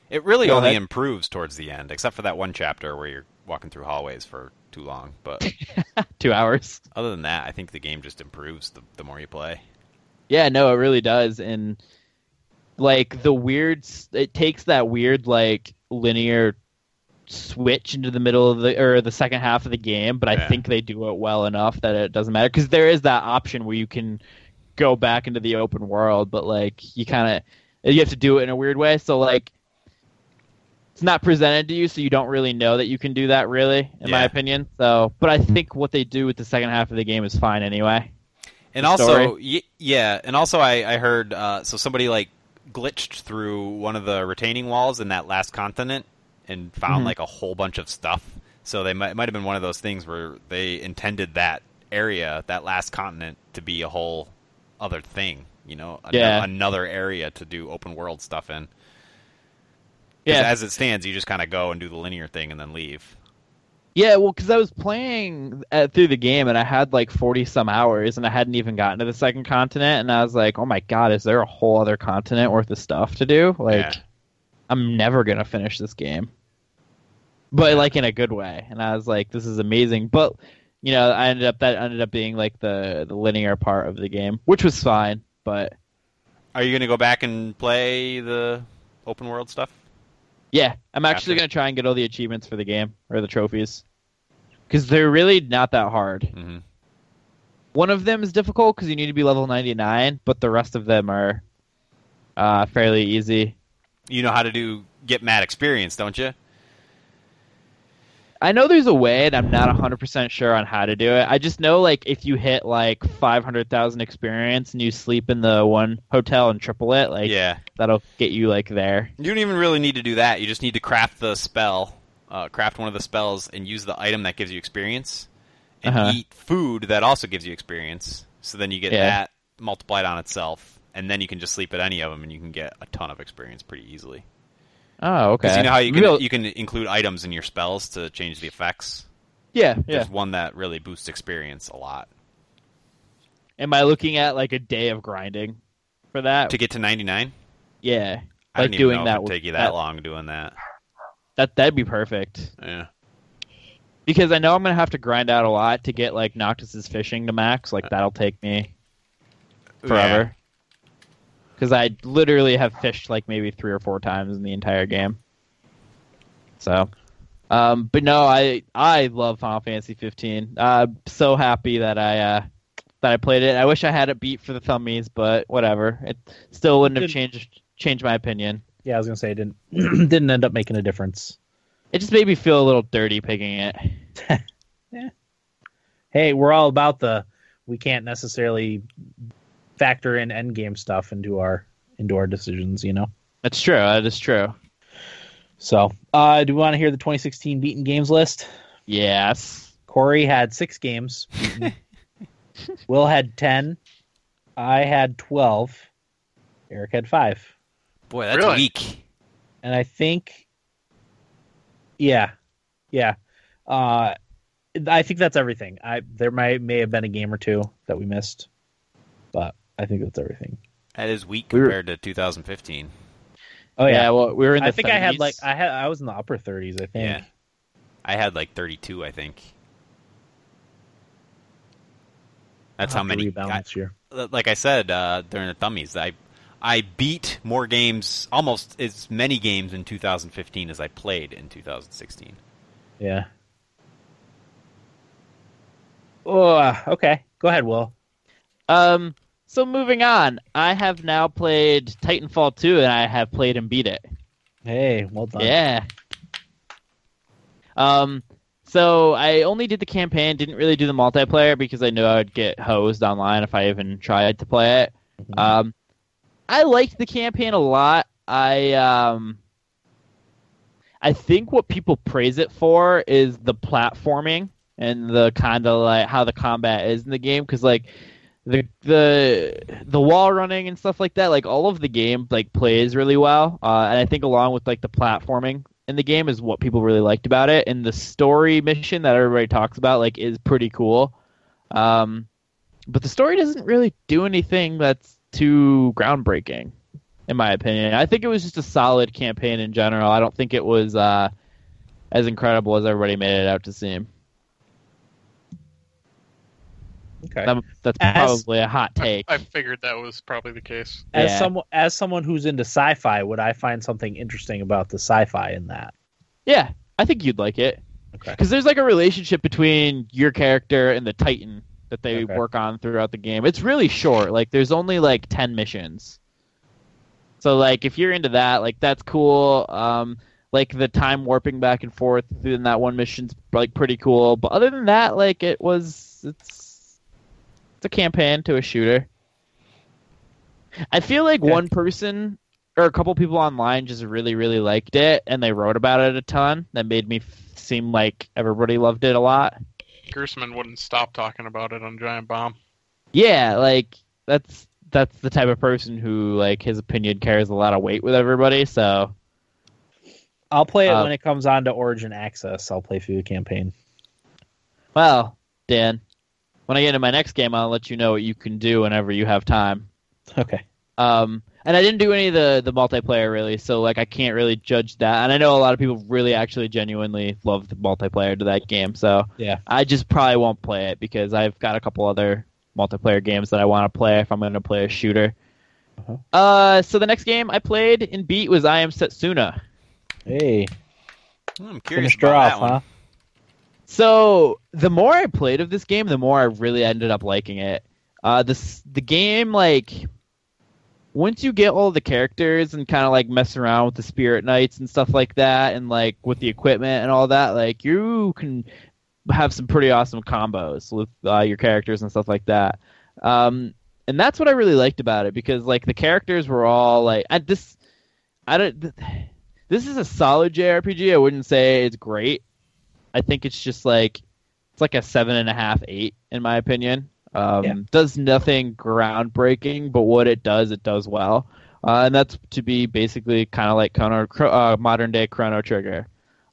[SPEAKER 4] It really
[SPEAKER 3] Go
[SPEAKER 4] only
[SPEAKER 3] ahead.
[SPEAKER 4] improves towards the end, except for that one chapter where you're walking through hallways for too long. But
[SPEAKER 3] two hours
[SPEAKER 4] other than that, I think the game just improves the, the more you play.
[SPEAKER 3] Yeah, no, it really does, and like the weird, s- it takes that weird like linear switch into the middle of the or the second half of the game, but I
[SPEAKER 4] Yeah.
[SPEAKER 3] think they do it well enough that it doesn't matter because there is that option where you can go back into the open world, but like you kind of you have to do it in a weird way. So like it's not presented to you, so you don't really know that you can do that. Really, in my
[SPEAKER 4] Yeah.
[SPEAKER 3] opinion. So, but I think what they do with the second half of the game is fine anyway.
[SPEAKER 4] And
[SPEAKER 3] the
[SPEAKER 4] also,
[SPEAKER 3] story.
[SPEAKER 4] y- yeah, and also I, I heard uh, so somebody like glitched through one of the retaining walls in that last continent and found
[SPEAKER 3] Mhm.
[SPEAKER 4] like a whole bunch of stuff. So they might might have been one of those things where they intended that area, that last continent, to be a whole other thing. You know, Ano-
[SPEAKER 3] Yeah.
[SPEAKER 4] another area to do open world stuff in. 'Cause
[SPEAKER 3] Yeah,
[SPEAKER 4] As it stands, you just kind of go and do the linear thing and then leave.
[SPEAKER 3] Yeah, well, because I was playing uh through the game and I had like forty some hours, and I hadn't even gotten to the second continent, and I was like, "Oh my god, is there a whole other continent worth of stuff to do?" Like,
[SPEAKER 4] Yeah.
[SPEAKER 3] I'm never gonna finish this game, but like in a good way. And I was like, "This is amazing," but you know, I ended up that ended up being like the the linear part of the game, which was fine. But
[SPEAKER 4] Are you going to go back and play the open world stuff?
[SPEAKER 3] yeah, I'm actually
[SPEAKER 4] Gotcha.
[SPEAKER 3] gonna try and get all the achievements for the game or the trophies because they're really not that hard.
[SPEAKER 4] Mm-hmm.
[SPEAKER 3] One of them is difficult because you need to be level 99, but the rest of them are uh, fairly easy.
[SPEAKER 4] you know how to do get mad experience, don't you?
[SPEAKER 3] I know there's a way, and I'm not 100% sure on how to do it. I just know, like, if you hit, like, 500,000 experience and you sleep in the one hotel and triple it, like,
[SPEAKER 4] yeah.
[SPEAKER 3] that'll get you, like, there.
[SPEAKER 4] You don't even really need to do that. You just need to craft the spell, uh, craft one of the spells, and use the item that gives you experience, and
[SPEAKER 3] Uh-huh.
[SPEAKER 4] eat food that also gives you experience. So then you get
[SPEAKER 3] Yeah.
[SPEAKER 4] that multiplied on itself, and then you can just sleep at any of them, and you can get a ton of experience pretty easily.
[SPEAKER 3] Oh, okay.
[SPEAKER 4] Because you know how you can
[SPEAKER 3] Maybe I'll-
[SPEAKER 4] you can include items in your spells to change the effects.
[SPEAKER 3] yeah, yeah.
[SPEAKER 4] There's one that really boosts experience a lot
[SPEAKER 3] Am I looking at, like, a day of grinding for that?
[SPEAKER 4] to get to 99.
[SPEAKER 3] yeah.
[SPEAKER 4] I
[SPEAKER 3] like,
[SPEAKER 4] don't even
[SPEAKER 3] doing
[SPEAKER 4] know
[SPEAKER 3] that
[SPEAKER 4] if
[SPEAKER 3] would-
[SPEAKER 4] it'd take you that,
[SPEAKER 3] that-
[SPEAKER 4] long doing that.
[SPEAKER 3] That, that'd be perfect.
[SPEAKER 4] Yeah.
[SPEAKER 3] Because I know I'm gonna have to grind out a lot to get like Noctis's fishing to max. Like that'll take me forever. Because I literally have fished like maybe three or four times in the entire game. So Um, but no, I I love Final Fantasy 15. Uh, so happy that I uh, that I played it. I wish I had it beat for the thummies, but whatever. It still wouldn't have
[SPEAKER 1] Did-
[SPEAKER 3] changed changed my opinion.
[SPEAKER 1] Yeah, I was gonna say it didn't didn't end up making a difference.
[SPEAKER 3] It just made me feel a little dirty picking it.
[SPEAKER 1] Hey, we're all about the we can't necessarily factor in endgame stuff into our into our decisions, you know.
[SPEAKER 3] That's true. That is true.
[SPEAKER 1] So, uh, do we want to hear the 2016 beaten games list?
[SPEAKER 3] Yes.
[SPEAKER 1] Corey had six games. beaten. Will had ten. I had twelve. Eric had five.
[SPEAKER 4] Boy, that's
[SPEAKER 2] Really?
[SPEAKER 4] weak.
[SPEAKER 1] and I think, yeah, yeah, uh, I think that's everything. I there might may have been a game or two that we missed, but I think that's everything.
[SPEAKER 4] That is weak
[SPEAKER 3] We were-
[SPEAKER 4] compared to 2015.
[SPEAKER 1] Oh
[SPEAKER 3] yeah.
[SPEAKER 1] yeah,
[SPEAKER 3] Well, we were in. The
[SPEAKER 1] I think I had
[SPEAKER 3] 30s.
[SPEAKER 1] like I had I was in the upper thirties. I think.
[SPEAKER 4] Yeah. I had like 32, I think. That's
[SPEAKER 1] I'll
[SPEAKER 4] how
[SPEAKER 1] have to
[SPEAKER 4] many.
[SPEAKER 1] rebound
[SPEAKER 4] I-
[SPEAKER 1] this year.
[SPEAKER 4] like I said uh, during the thummies, I I beat more games, almost as many games in 2015 as I played in 2016.
[SPEAKER 1] Yeah. Oh, okay. Go ahead, Will.
[SPEAKER 3] Um. So moving on, I have now played Titanfall 2, and I have played and beat it.
[SPEAKER 1] Hey, well done.
[SPEAKER 3] Yeah. Um. So I only did the campaign, didn't really do the multiplayer because I knew I would get hosed online if I even tried to play it.
[SPEAKER 1] Mhm.
[SPEAKER 3] Um, I liked the campaign a lot. I um, I think what people praise it for is the platforming and the kind of like how the combat is in the game because like the the the wall running and stuff like that like all of the game like plays really well uh, and i think along with like the platforming in the game is what people really liked about it and the story mission that everybody talks about like is pretty cool um, but the story doesn't really do anything that's too groundbreaking in my opinion i think it was just a solid campaign in general i don't think it was uh, as incredible as everybody made it out to seem
[SPEAKER 1] Okay.
[SPEAKER 3] That- that's
[SPEAKER 1] As-
[SPEAKER 3] probably a hot
[SPEAKER 2] I,
[SPEAKER 3] take
[SPEAKER 2] I figured that was probably the case.
[SPEAKER 1] as
[SPEAKER 3] Yeah.
[SPEAKER 1] someone as someone who's into sci-fi, would I find something interesting about the sci-fi in that?
[SPEAKER 3] yeah i think you'd like it
[SPEAKER 1] Okay.
[SPEAKER 3] because there's like a relationship between your character and the titan that they
[SPEAKER 1] Okay.
[SPEAKER 3] work on throughout the game it's really short like there's only like 10 missions so like if you're into that like that's cool um like the time warping back and forth in that one mission's like pretty cool but other than that like it was it's it's a campaign to a shooter i feel like
[SPEAKER 1] Okay.
[SPEAKER 3] one person or a couple people online just really really liked it and they wrote about it a ton that made me f- seem like everybody loved it a lot
[SPEAKER 2] Gersman wouldn't stop talking about it on Giant Bomb.
[SPEAKER 3] yeah like that's that's the type of person who like his opinion carries a lot of weight with everybody so
[SPEAKER 1] I'll play it
[SPEAKER 3] Uh,
[SPEAKER 1] when it comes on to Origin Access. I'll play through the campaign.
[SPEAKER 3] well dan when i get into my next game i'll let you know what you can do whenever you have time
[SPEAKER 1] Okay.
[SPEAKER 3] Um, and I didn't do any of the the multiplayer really, so like I can't really judge that. And I know a lot of people really actually genuinely love the multiplayer to that game, so
[SPEAKER 1] Yeah.
[SPEAKER 3] I just probably won't play it because I've got a couple other multiplayer games that I want to play if I'm going to play a shooter.
[SPEAKER 1] Uh-huh.
[SPEAKER 3] Uh, so the next game I played and beat was I Am Setsuna.
[SPEAKER 1] Hey,
[SPEAKER 4] Hmm, I'm curious
[SPEAKER 1] finished her
[SPEAKER 4] about
[SPEAKER 1] off,
[SPEAKER 4] that one.
[SPEAKER 1] huh?
[SPEAKER 3] So the more I played of this game, the more I really ended up liking it. Uh, this the game like once you get all the characters and kind of like mess around with the spirit knights and stuff like that, and like with the equipment and all that, like you can have some pretty awesome combos with uh, your characters and stuff like that. Um, and that's what I really liked about it because like the characters were all like I, this. I don't. this is a solid JRPG. I wouldn't say it's great. I think it's just like it's like a seven and a half, eight in my opinion. Um,
[SPEAKER 1] Yeah.
[SPEAKER 3] Does nothing groundbreaking, but what it does, it does well, uh, and that's to be basically kind of like Chrono, Chro- uh, modern day Chrono Trigger.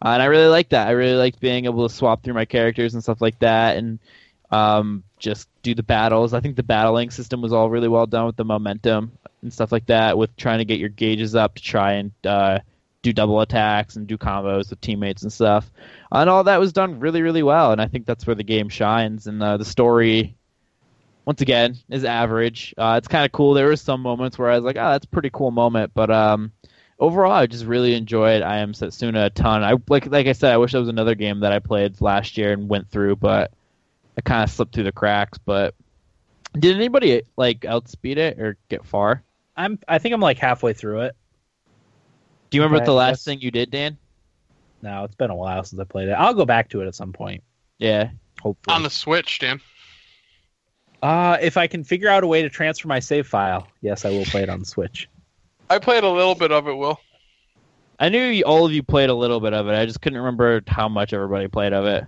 [SPEAKER 3] Uh, and I really like that. I really liked being able to swap through my characters and stuff like that, and um, just do the battles. I think the battling system was all really well done with the momentum and stuff like that, with trying to get your gauges up to try and uh, do double attacks and do combos with teammates and stuff. And all that was done really, really well. And I think that's where the game shines. And uh, the story, once again, "Ah, is average. Uh, it's kind of cool. There were some moments where I was like, "Oh, that's a pretty cool moment," but um, overall, I just really enjoyed I Am Setsuna a ton. I like like I said, I wish there was another game that I played last year and went through, but I kind of slipped through the cracks. But did anybody like outspeed it or get far?
[SPEAKER 1] I'm I think I'm like halfway through it.
[SPEAKER 3] Do you remember
[SPEAKER 1] Right,
[SPEAKER 3] what the last
[SPEAKER 1] yes.
[SPEAKER 3] thing you did, Dan?
[SPEAKER 1] No, it's been a while since I played it. I'll go back to it at some point,
[SPEAKER 3] Yeah.
[SPEAKER 1] hopefully.
[SPEAKER 2] on the Switch, Dan.
[SPEAKER 1] uh, if I can figure out a way to transfer my save file, yes, I will play it on the Switch.
[SPEAKER 2] I played a little bit of it, Will.
[SPEAKER 3] I knew you, all of you played a little bit of it. I just couldn't remember how much everybody played of it.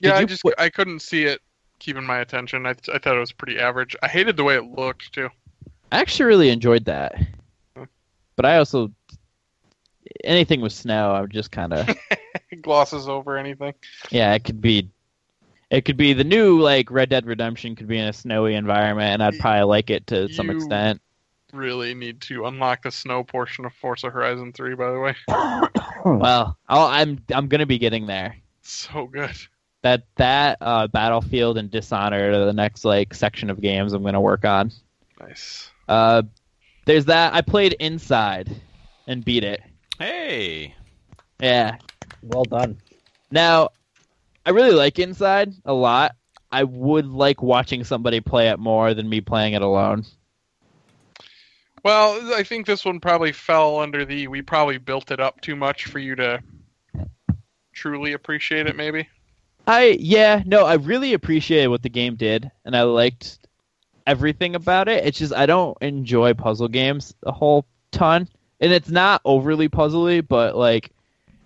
[SPEAKER 2] Yeah,
[SPEAKER 3] Did
[SPEAKER 2] I
[SPEAKER 3] you
[SPEAKER 2] just
[SPEAKER 3] put-
[SPEAKER 2] I couldn't see it keeping my attention. I, I thought it was pretty average. I hated the way it looked too.
[SPEAKER 3] I actually really enjoyed that.
[SPEAKER 2] Hmm.
[SPEAKER 3] But I also anything with snow, I'm just kind of
[SPEAKER 2] It glosses over anything.
[SPEAKER 3] yeah. It could be, it could be the new like Red Dead Redemption could be in a snowy environment, and I'd
[SPEAKER 2] Y-
[SPEAKER 3] probably like it to some
[SPEAKER 2] you-
[SPEAKER 3] extent.
[SPEAKER 2] Really need to unlock the snow portion of Forza Horizon 3. By the way,
[SPEAKER 3] Well, I'll, I'm I'm gonna be getting there.
[SPEAKER 2] so good.
[SPEAKER 3] That that uh, Battlefield and Dishonored are the next like section of games I'm gonna work on.
[SPEAKER 2] Nice.
[SPEAKER 3] Uh, there's that. I played Inside and beat it.
[SPEAKER 4] Hey,
[SPEAKER 3] Yeah,
[SPEAKER 1] Well done.
[SPEAKER 3] Now, I really like Inside a lot. I would like watching somebody play it more than me playing it alone.
[SPEAKER 2] Well, I think this one probably fell under the we probably built it up too much for you to truly appreciate it. Maybe.
[SPEAKER 3] I yeah, no, I really appreciated what the game did and I liked everything about it. It's just I don't enjoy puzzle games a whole ton. And it's not overly puzzly, but like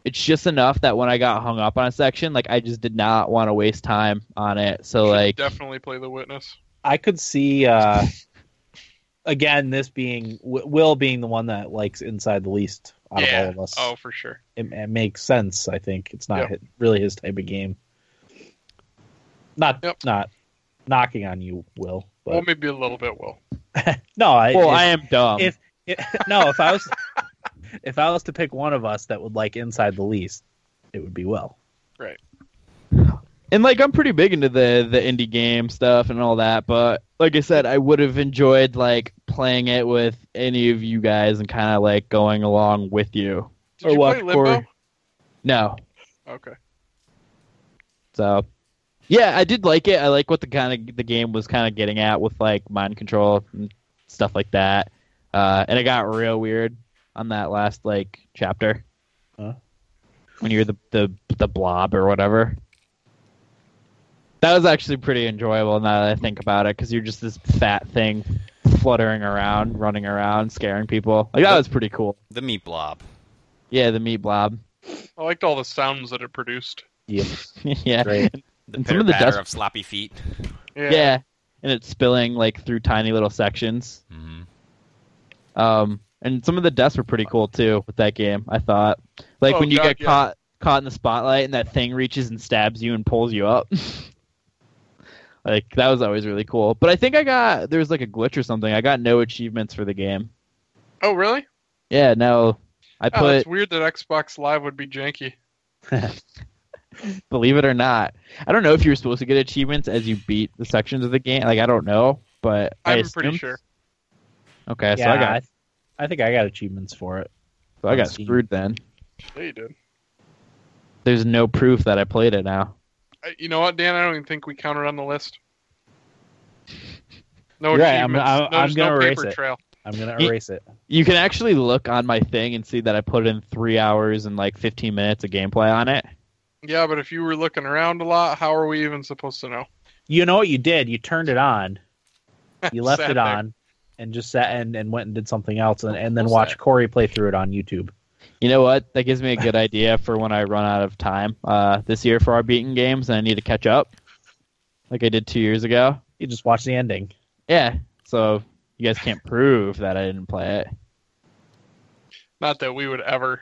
[SPEAKER 3] it's just enough that when I got hung up on a section, like I just did not want to waste time on it. So
[SPEAKER 2] Should
[SPEAKER 3] like
[SPEAKER 2] definitely play the witness.
[SPEAKER 1] I could see uh, again this being Wi- Will being the one that likes Inside the least out
[SPEAKER 2] yeah.
[SPEAKER 1] of all of us.
[SPEAKER 2] Oh, for sure.
[SPEAKER 1] it, it makes sense. I think it's not
[SPEAKER 2] Yep.
[SPEAKER 1] hit, really his type of game. Not
[SPEAKER 2] Yep.
[SPEAKER 1] not knocking on you, Will. But
[SPEAKER 2] Well, maybe a little bit. Will.
[SPEAKER 1] no, I,
[SPEAKER 3] well,
[SPEAKER 1] if-
[SPEAKER 3] I am dumb.
[SPEAKER 1] if if- no, if I was if I was to pick one of us that would like Inside the least, it would be Will.
[SPEAKER 3] and like I'm pretty big into the the indie game stuff and all that, but like I said, I would have enjoyed like playing it with any of you guys and kind of like going along with you.
[SPEAKER 2] Did you play Limbo?
[SPEAKER 3] Corey. No,
[SPEAKER 2] Okay.
[SPEAKER 3] so yeah, I did like it. I like what the kind of the game was kind of getting at with like mind control and stuff like that. Uh, and it got real weird on that last like chapter
[SPEAKER 1] Huh?
[SPEAKER 3] when you're the the the blob or whatever. That was actually pretty enjoyable now that I think about it, because you're just this fat thing fluttering around, running around, scaring people. Like that was pretty cool.
[SPEAKER 4] the meat blob.
[SPEAKER 3] Yeah, the meat blob.
[SPEAKER 2] I liked all the sounds that it produced.
[SPEAKER 1] Yep.
[SPEAKER 3] yeah,
[SPEAKER 1] Great.
[SPEAKER 4] The
[SPEAKER 3] And some of the
[SPEAKER 4] pitter-patter
[SPEAKER 3] dust-
[SPEAKER 4] of sloppy feet.
[SPEAKER 2] Yeah.
[SPEAKER 3] yeah, and it's spilling like through tiny little sections.
[SPEAKER 4] Mhm.
[SPEAKER 3] Um, and some of the deaths were pretty cool too with that game. I thought, like
[SPEAKER 2] Oh,
[SPEAKER 3] when you
[SPEAKER 2] God,
[SPEAKER 3] get
[SPEAKER 2] yeah.
[SPEAKER 3] caught caught in the spotlight and that thing reaches and stabs you and pulls you up. like that was always really cool. But I think I got there was like a glitch or something. I got no achievements for the game.
[SPEAKER 2] Oh, really?
[SPEAKER 3] Yeah, no. I
[SPEAKER 2] Oh,
[SPEAKER 3] put
[SPEAKER 2] it's weird that Xbox Live would be janky.
[SPEAKER 3] believe it or not. I don't know if you were supposed to get achievements as you beat the sections of the game. Like I don't know, but I
[SPEAKER 2] I'm pretty
[SPEAKER 3] assumed-
[SPEAKER 2] sure.
[SPEAKER 3] Okay, so
[SPEAKER 1] yeah,
[SPEAKER 3] I
[SPEAKER 1] I,
[SPEAKER 3] got
[SPEAKER 1] th- I think I got achievements for it.
[SPEAKER 3] so I got
[SPEAKER 1] Steam.
[SPEAKER 3] screwed then.
[SPEAKER 2] Yeah, you did.
[SPEAKER 3] There's no proof that I played it now.
[SPEAKER 2] I, you know what, Dan? I don't even think we counted on the list. No
[SPEAKER 1] You're right, I'm-
[SPEAKER 2] achievements.
[SPEAKER 1] I'm-
[SPEAKER 2] no,
[SPEAKER 1] I'm
[SPEAKER 2] there's
[SPEAKER 1] gonna
[SPEAKER 2] no
[SPEAKER 1] erase
[SPEAKER 2] paper
[SPEAKER 1] it.
[SPEAKER 2] trail.
[SPEAKER 1] I'm gonna
[SPEAKER 3] Ye-
[SPEAKER 1] erase it.
[SPEAKER 3] You can actually look on my thing and see that I put in three hours and like 15 minutes of gameplay on it.
[SPEAKER 2] Yeah, but if you were looking around a lot, how are we even supposed to know?
[SPEAKER 1] You know what you did? You turned it on. You left
[SPEAKER 2] Sat
[SPEAKER 1] it
[SPEAKER 2] there.
[SPEAKER 1] on, and just sat and, and went and did something else, and, and then
[SPEAKER 4] What's
[SPEAKER 1] watched
[SPEAKER 4] that?
[SPEAKER 1] Corey play through it on YouTube.
[SPEAKER 3] You know what? That gives me a good idea for when I run out of time uh, this year for our beaten games and I need to catch up, like I did two years ago.
[SPEAKER 1] You just watch the ending.
[SPEAKER 3] Yeah. So you guys can't prove that I didn't play it.
[SPEAKER 2] Not that we would ever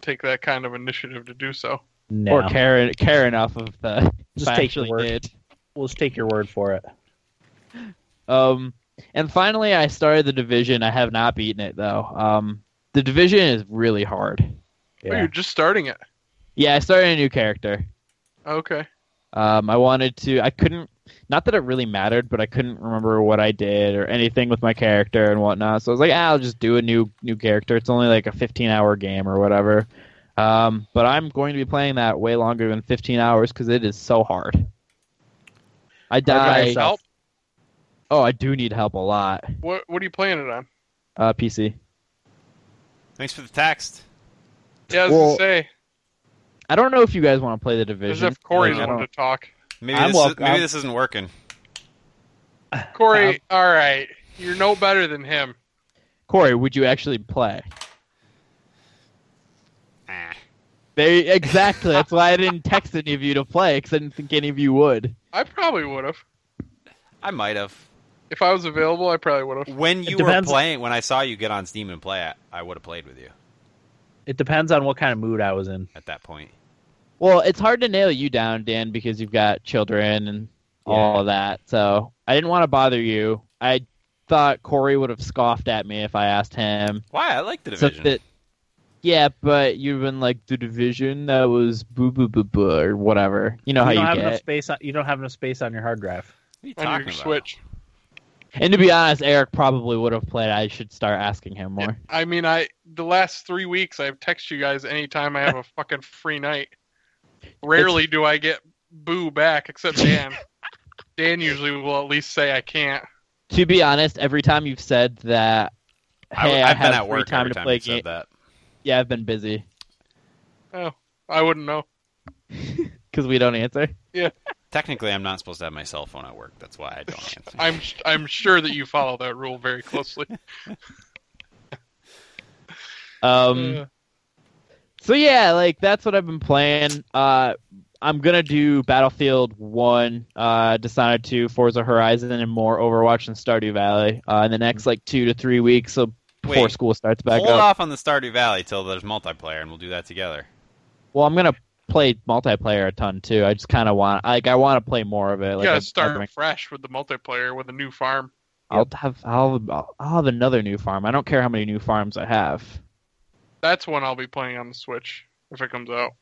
[SPEAKER 2] take that kind of initiative to do so. Oh,
[SPEAKER 1] No,
[SPEAKER 3] Or care, care enough of the. if
[SPEAKER 1] Just
[SPEAKER 3] I
[SPEAKER 1] take the
[SPEAKER 3] actually
[SPEAKER 1] word.
[SPEAKER 3] did.
[SPEAKER 1] we'll just take your word for it.
[SPEAKER 3] Um, and finally, I started the division. I have not beaten it though. Um, the division is really hard.
[SPEAKER 2] Oh,
[SPEAKER 1] Yeah.
[SPEAKER 2] you're just starting it.
[SPEAKER 3] Yeah, I started a new character.
[SPEAKER 2] Okay.
[SPEAKER 3] Um, I wanted to. I couldn't Not that it really mattered, but I couldn't remember what I did or anything with my character and whatnot. So I was like, ah, I'll just do a new new character. It's only like a 15 hour game or whatever. Um, but I'm going to be playing that way longer than 15 hours because it is so hard. I
[SPEAKER 1] by
[SPEAKER 3] die.
[SPEAKER 1] yourself.
[SPEAKER 2] Help?
[SPEAKER 3] Oh, I do need help a lot.
[SPEAKER 2] What What are you playing it on?
[SPEAKER 3] Uh, PC.
[SPEAKER 4] Thanks for the text.
[SPEAKER 2] Yeah, I was
[SPEAKER 3] Well,
[SPEAKER 2] gonna say
[SPEAKER 3] I don't know if you guys want to play the
[SPEAKER 2] as
[SPEAKER 3] division.
[SPEAKER 2] if Corey
[SPEAKER 3] Like, I
[SPEAKER 2] wanted
[SPEAKER 3] don't-
[SPEAKER 2] to talk.
[SPEAKER 4] Maybe
[SPEAKER 5] I'm
[SPEAKER 4] this
[SPEAKER 5] welcome.
[SPEAKER 4] is, maybe this isn't working.
[SPEAKER 1] Um,
[SPEAKER 2] Corey, all right, you're no better than him.
[SPEAKER 3] Corey, would you actually play?
[SPEAKER 4] Ah.
[SPEAKER 3] They exactly. That's why I didn't text any of you to play because I didn't think any of you would.
[SPEAKER 2] I probably would have
[SPEAKER 4] I might have.
[SPEAKER 2] if I was available. I probably would have.
[SPEAKER 4] When
[SPEAKER 1] It
[SPEAKER 4] you were
[SPEAKER 1] depends-
[SPEAKER 4] playing, when I saw you get on Steam and play it, I would have played with you
[SPEAKER 1] It depends on what kind of mood I was in.
[SPEAKER 4] at that point.
[SPEAKER 3] Well, it's hard to nail you down, Dan, because you've got children and all of that. So I didn't want to bother you. I thought Corey would have scoffed at me if I asked him.
[SPEAKER 4] Why? I like the
[SPEAKER 3] So
[SPEAKER 4] division.
[SPEAKER 3] that- yeah, but you've been like the division that was boo boo boo boo or whatever. You know how
[SPEAKER 1] you don't
[SPEAKER 3] you
[SPEAKER 1] have
[SPEAKER 3] get.
[SPEAKER 1] enough space. On, you don't have enough space on your hard drive.
[SPEAKER 4] What are you
[SPEAKER 2] On
[SPEAKER 4] talking
[SPEAKER 2] your
[SPEAKER 4] about?
[SPEAKER 2] Switch.
[SPEAKER 3] And to be honest, Eric probably would have played. I should start asking him more.
[SPEAKER 2] I mean, I the last three weeks I've texted you guys anytime I have a fucking free night. Rarely do I get boo back, except Dan. Dan usually will at least say I can't.
[SPEAKER 3] To be honest, every time you've said that,
[SPEAKER 4] I,
[SPEAKER 3] hey, I,
[SPEAKER 4] have
[SPEAKER 3] have
[SPEAKER 4] been at
[SPEAKER 3] free
[SPEAKER 4] work
[SPEAKER 3] time
[SPEAKER 4] every
[SPEAKER 3] to
[SPEAKER 4] time
[SPEAKER 3] play
[SPEAKER 4] you
[SPEAKER 3] game.
[SPEAKER 4] said that.
[SPEAKER 3] Yeah, I've been busy
[SPEAKER 2] Oh, I wouldn't know.
[SPEAKER 3] because we don't answer.
[SPEAKER 4] Technically, I'm not supposed to have my cell phone at work. That's why I don't answer.
[SPEAKER 2] I'm I'm sure that you follow that rule very closely.
[SPEAKER 3] Um,
[SPEAKER 2] Uh,
[SPEAKER 3] So yeah, like that's what I've been playing. Uh, I'm gonna do Battlefield One, uh, Dishonored Two, Forza Horizon, and more Overwatch and Stardew Valley uh, in the next like two to three weeks. So before
[SPEAKER 4] Wait,
[SPEAKER 3] school starts back
[SPEAKER 4] Hold
[SPEAKER 3] up.
[SPEAKER 4] off on the Stardew Valley till there's multiplayer, and we'll do that together.
[SPEAKER 3] Well, I'm gonna play multiplayer a ton too. I just kind of want like I want to play more of it.
[SPEAKER 2] you
[SPEAKER 3] Like I-
[SPEAKER 2] gotta start
[SPEAKER 3] I-
[SPEAKER 2] fresh with the multiplayer with a new farm.
[SPEAKER 3] I'll have I'll, I'll have another new farm. I don't care how many new farms I have.
[SPEAKER 2] That's one I'll be playing on the Switch if it comes out.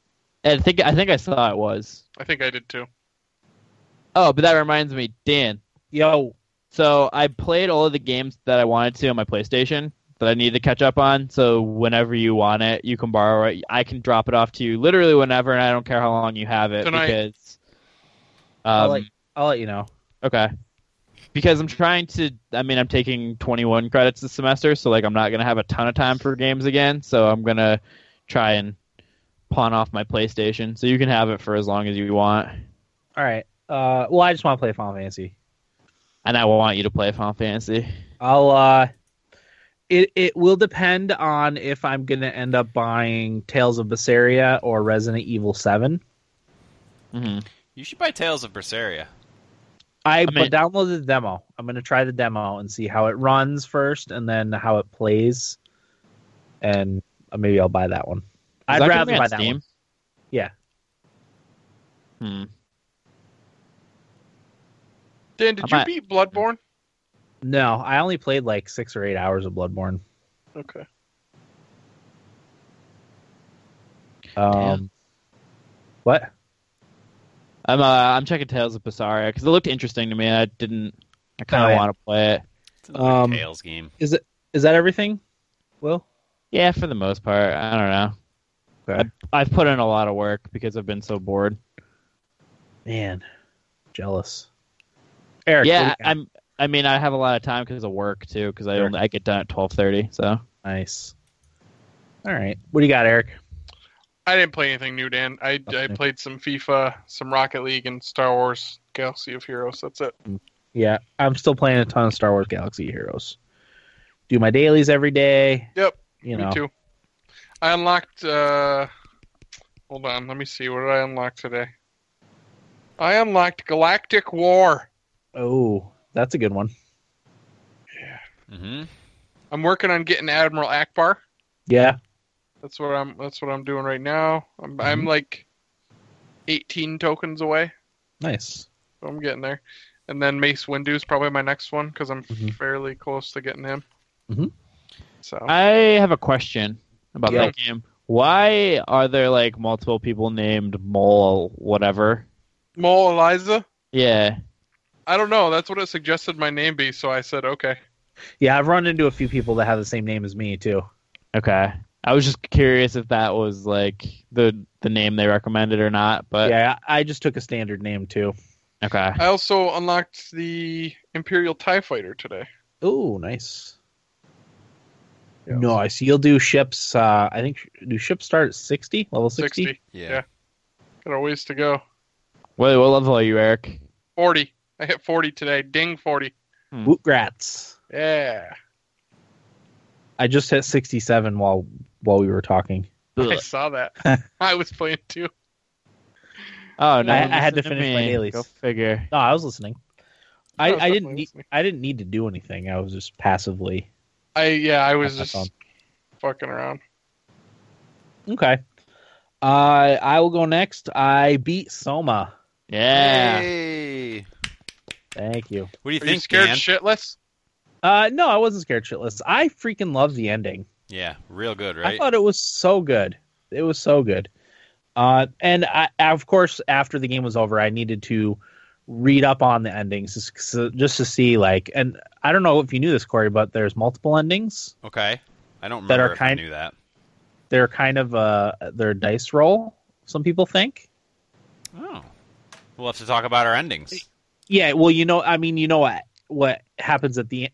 [SPEAKER 3] And I think I think I saw it was.
[SPEAKER 2] I think I did too.
[SPEAKER 3] Oh, but that reminds me, Dan.
[SPEAKER 1] Yo,
[SPEAKER 3] So I played all of the games that I wanted to on my PlayStation that I need to catch up on. So whenever you want it, you can borrow it. I can drop it off to you literally whenever, and I don't care how long you have it
[SPEAKER 2] Tonight.
[SPEAKER 3] because.
[SPEAKER 1] I'll,
[SPEAKER 3] Um,
[SPEAKER 1] let, I'll let you know.
[SPEAKER 3] Okay. Because I'm trying to, I mean, I'm taking 21 credits this semester, so like I'm not gonna have a ton of time for games again. So I'm gonna try and pawn off my PlayStation, so you can have it for as long as you want.
[SPEAKER 1] All right. Uh, well, I just want to play Final Fantasy.
[SPEAKER 3] And I want you to play Final Fantasy.
[SPEAKER 1] I'll. Uh, it it will depend on if I'm gonna end up buying Tales of Berseria or Resident Evil Seven. Mm-hmm.
[SPEAKER 3] hmm
[SPEAKER 4] You should buy Tales of Berseria.
[SPEAKER 1] I,
[SPEAKER 3] mean-
[SPEAKER 1] but downloaded the demo. I'm gonna try the demo and see how it runs first, and then how it plays, and uh, maybe I'll buy that one. I'd rather buy that one. Yeah.
[SPEAKER 3] Hmm.
[SPEAKER 2] Dan, did
[SPEAKER 3] I
[SPEAKER 2] you
[SPEAKER 3] might-
[SPEAKER 2] beat Bloodborne?
[SPEAKER 1] No, I only played like six or eight hours of Bloodborne.
[SPEAKER 2] Okay.
[SPEAKER 1] Um, what?
[SPEAKER 3] I'm uh, I'm checking Tales of Berseria because it looked interesting to me. I didn't. I kind
[SPEAKER 1] Oh,
[SPEAKER 3] of
[SPEAKER 1] yeah.
[SPEAKER 3] want to play it.
[SPEAKER 4] It's another
[SPEAKER 1] Um,
[SPEAKER 4] Tales game.
[SPEAKER 1] Is that everything? Will?
[SPEAKER 3] Yeah, for the most part. I don't know.
[SPEAKER 1] Okay.
[SPEAKER 3] I've put in a lot of work because I've been so bored.
[SPEAKER 1] Man, jealous. Eric.
[SPEAKER 3] yeah,
[SPEAKER 1] what do you got?
[SPEAKER 3] I'm. I mean, I have a lot of time because of work too. Because I
[SPEAKER 1] Sure.
[SPEAKER 3] only, I get done at twelve thirty. So
[SPEAKER 1] nice. All right. What do you got, Eric?
[SPEAKER 2] I didn't play anything new, Dan. I, I
[SPEAKER 1] Okay.
[SPEAKER 2] played some FIFA, some Rocket League, and Star Wars Galaxy of Heroes. That's it.
[SPEAKER 1] Yeah, I'm still playing a ton of Star Wars Galaxy Heroes. Do my dailies every day.
[SPEAKER 2] Yep,
[SPEAKER 1] You
[SPEAKER 2] Me
[SPEAKER 1] know.
[SPEAKER 2] too. I unlocked. Uh, hold on, let me see. What did I unlock today? I unlocked Galactic War.
[SPEAKER 1] Oh, that's a good one.
[SPEAKER 4] hmm
[SPEAKER 2] I'm working on getting Admiral Akbar.
[SPEAKER 1] Yeah.
[SPEAKER 2] That's what I'm. That's what I'm doing right now. I'm, I'm
[SPEAKER 1] Mm-hmm.
[SPEAKER 2] like 18 tokens away.
[SPEAKER 1] Nice.
[SPEAKER 2] So I'm getting there. And then Mace Windu's probably my next one because I'm
[SPEAKER 1] Mhm.
[SPEAKER 2] fairly close to getting him.
[SPEAKER 1] Mhm.
[SPEAKER 2] So
[SPEAKER 3] I have a question about
[SPEAKER 1] Yeah.
[SPEAKER 3] that game. Why are there like multiple people named Mole whatever?
[SPEAKER 2] Mole Eliza.
[SPEAKER 3] Yeah,
[SPEAKER 2] I don't know. That's what it suggested my name be, so I said okay.
[SPEAKER 1] Yeah, I've run into a few people that have the same name as me too.
[SPEAKER 3] Okay. I was just curious if that was like the the name they recommended or not, but
[SPEAKER 1] yeah, I I just took a standard name too.
[SPEAKER 3] okay.
[SPEAKER 2] I also unlocked the Imperial Tie Fighter today.
[SPEAKER 1] Oh, nice.
[SPEAKER 2] Yeah.
[SPEAKER 1] Nice. You'll do ships. Uh, I think do ships start at sixty level sixty.
[SPEAKER 2] 60.
[SPEAKER 4] Yeah.
[SPEAKER 2] Yeah. Got a ways to go.
[SPEAKER 3] Wait, what level are you, Eric?
[SPEAKER 2] 40. I hit 40 today. Ding 40.
[SPEAKER 1] Woot grats.
[SPEAKER 2] Yeah.
[SPEAKER 1] I just hit sixty seven while while we were talking.
[SPEAKER 2] I saw that. I was playing too.
[SPEAKER 3] Oh no!
[SPEAKER 1] I- I had to
[SPEAKER 3] listen
[SPEAKER 1] finish my
[SPEAKER 3] me.
[SPEAKER 1] dailies.
[SPEAKER 3] Go figure.
[SPEAKER 1] No, I was listening. I,
[SPEAKER 2] I was
[SPEAKER 1] I didn't
[SPEAKER 2] definitely
[SPEAKER 1] need,
[SPEAKER 2] listening.
[SPEAKER 1] I didn't need to do anything. I was just passively.
[SPEAKER 2] I yeah, I was
[SPEAKER 1] That's
[SPEAKER 2] just
[SPEAKER 1] on.
[SPEAKER 2] fucking around.
[SPEAKER 1] Okay. Uh, I will go next. I beat Soma.
[SPEAKER 3] Yeah.
[SPEAKER 4] Yay.
[SPEAKER 1] Thank you.
[SPEAKER 4] What do you
[SPEAKER 2] Are
[SPEAKER 4] think,
[SPEAKER 2] you scared
[SPEAKER 4] Dan?
[SPEAKER 2] shitless?
[SPEAKER 1] Uh, no, I wasn't scared shitless. I freaking love the ending.
[SPEAKER 4] yeah, real good, right?
[SPEAKER 1] I thought it was so good. It was so good. Uh, and I, of course, after the game was over, I needed to read up on the endings just, so- just to see, like, and I don't know if you knew this, Corey, but there's multiple endings.
[SPEAKER 4] okay. I don't remember
[SPEAKER 1] That are
[SPEAKER 4] if
[SPEAKER 1] kind-
[SPEAKER 4] I knew that.
[SPEAKER 1] They're kind of uh, they're dice roll. Some people think.
[SPEAKER 4] Oh. We'll have to talk about our endings.
[SPEAKER 1] Yeah. Well, you know, I mean, you know what what happens at the end.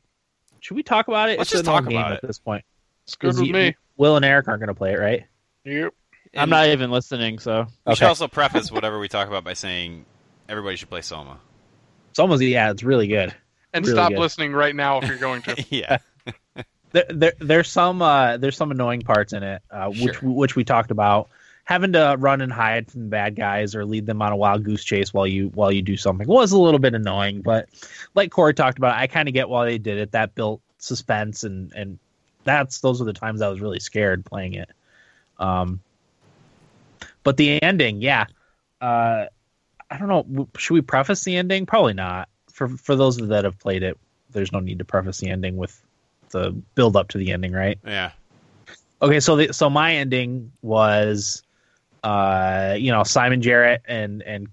[SPEAKER 1] Should we talk about it?
[SPEAKER 4] Let's
[SPEAKER 1] it's
[SPEAKER 4] just
[SPEAKER 1] an old
[SPEAKER 4] talk
[SPEAKER 1] game
[SPEAKER 4] about
[SPEAKER 1] at
[SPEAKER 4] it.
[SPEAKER 1] this point.
[SPEAKER 2] It's good
[SPEAKER 1] 'Cause
[SPEAKER 2] with
[SPEAKER 1] you-
[SPEAKER 2] me.
[SPEAKER 1] Will and Eric aren't going to play it, right?
[SPEAKER 2] Yep.
[SPEAKER 3] I'm not even listening, so
[SPEAKER 4] We should
[SPEAKER 1] Okay.
[SPEAKER 4] also preface whatever we talk about by saying everybody should play Soma.
[SPEAKER 1] It's almost yeah. It's really good.
[SPEAKER 2] And
[SPEAKER 1] Really
[SPEAKER 2] stop
[SPEAKER 1] good.
[SPEAKER 2] listening right now if you're going to.
[SPEAKER 4] yeah.
[SPEAKER 1] there, there there's some uh there's some annoying parts in it uh, which
[SPEAKER 4] Sure.
[SPEAKER 1] which we talked about having to run and hide from bad guys or lead them on a wild goose chase while you while you do something was a little bit annoying but like corey talked about i kind of get why they did it that built suspense and and that's those are the times i was really scared playing it um but the ending yeah uh i don't know w- should we preface the ending probably not for for those that have played it there's no need to preface the ending with the build up to the ending, right?
[SPEAKER 4] Yeah.
[SPEAKER 1] Okay, so the, so my ending was, uh, you know, Simon Jarrett and and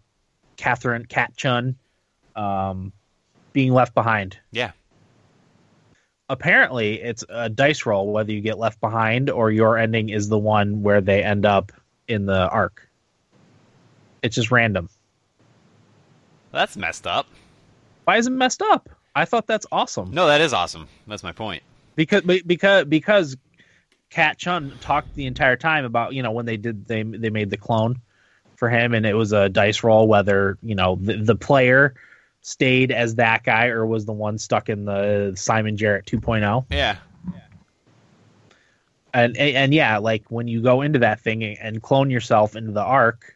[SPEAKER 1] Catherine Cat Chun, um, being left behind.
[SPEAKER 4] Yeah.
[SPEAKER 1] Apparently, it's a dice roll whether you get left behind or your ending is the one where they end up in the arc. It's just random.
[SPEAKER 4] That's messed up.
[SPEAKER 1] Why is it messed up? I thought that's awesome.
[SPEAKER 4] No, that is awesome. That's my point.
[SPEAKER 1] because be- because because Kat Chun talked the entire time about you know when they did they they made the clone for him and it was a dice roll whether you know the, the player stayed as that guy or was the one stuck in the Simon Jarrett 2.0
[SPEAKER 4] Yeah.
[SPEAKER 1] and and, and yeah like when you go into that thing and clone yourself into the arc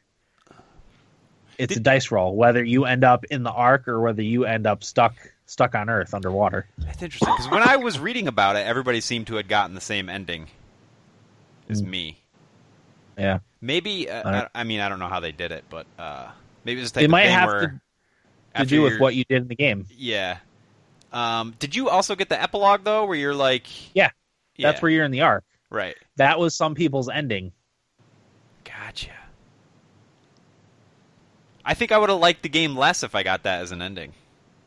[SPEAKER 1] it's a
[SPEAKER 4] Did-
[SPEAKER 1] dice roll whether you end up in the arc or whether you end up stuck stuck on earth underwater
[SPEAKER 4] That's interesting because when I was reading about it, everybody seemed to have gotten the same ending as me.
[SPEAKER 1] Mm. Yeah.
[SPEAKER 4] Maybe uh,
[SPEAKER 1] Alright.
[SPEAKER 4] I, I mean I don't know how they did it, but uh, maybe it's the type
[SPEAKER 1] it
[SPEAKER 4] of
[SPEAKER 1] might
[SPEAKER 4] thing
[SPEAKER 1] have
[SPEAKER 4] where
[SPEAKER 1] to, to
[SPEAKER 4] after
[SPEAKER 1] do with
[SPEAKER 4] you're-
[SPEAKER 1] what you did in the game
[SPEAKER 4] Yeah. Um, did you also get the epilogue though, where you're like?
[SPEAKER 1] Yeah.
[SPEAKER 4] Yeah,
[SPEAKER 1] that's where you're in the arc
[SPEAKER 4] Right.
[SPEAKER 1] that was some people's ending.
[SPEAKER 4] Gotcha. I think I would have liked the game less if I got that as an ending.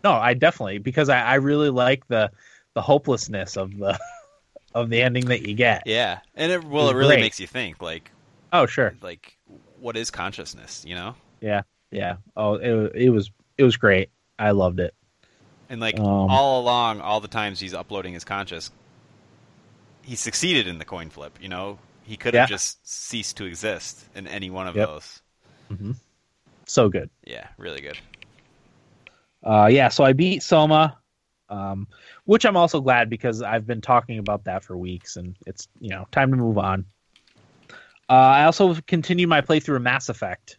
[SPEAKER 1] No, I definitely because I, I really like the the hopelessness of the of the ending that you get.
[SPEAKER 4] Yeah, and it well,
[SPEAKER 1] was
[SPEAKER 4] it really
[SPEAKER 1] great.
[SPEAKER 4] makes you think. Like,
[SPEAKER 1] Oh, sure,
[SPEAKER 4] like what is consciousness? You know,
[SPEAKER 1] yeah. Oh, it wa- it was it was great. I loved it.
[SPEAKER 4] and like
[SPEAKER 1] Um.
[SPEAKER 4] all along, all the times he's uploading his conscious, he succeeded in the coin flip. You know, he could have
[SPEAKER 1] Yeah.
[SPEAKER 4] just ceased to exist in any one of
[SPEAKER 1] Yep.
[SPEAKER 4] those.
[SPEAKER 1] So good.
[SPEAKER 4] Yeah, really good.
[SPEAKER 1] Uh, yeah. So I beat Soma, um, which I'm also glad because I've been talking about that for weeks, and it's you know time to move on. Uh, I also continued my playthrough of Mass Effect.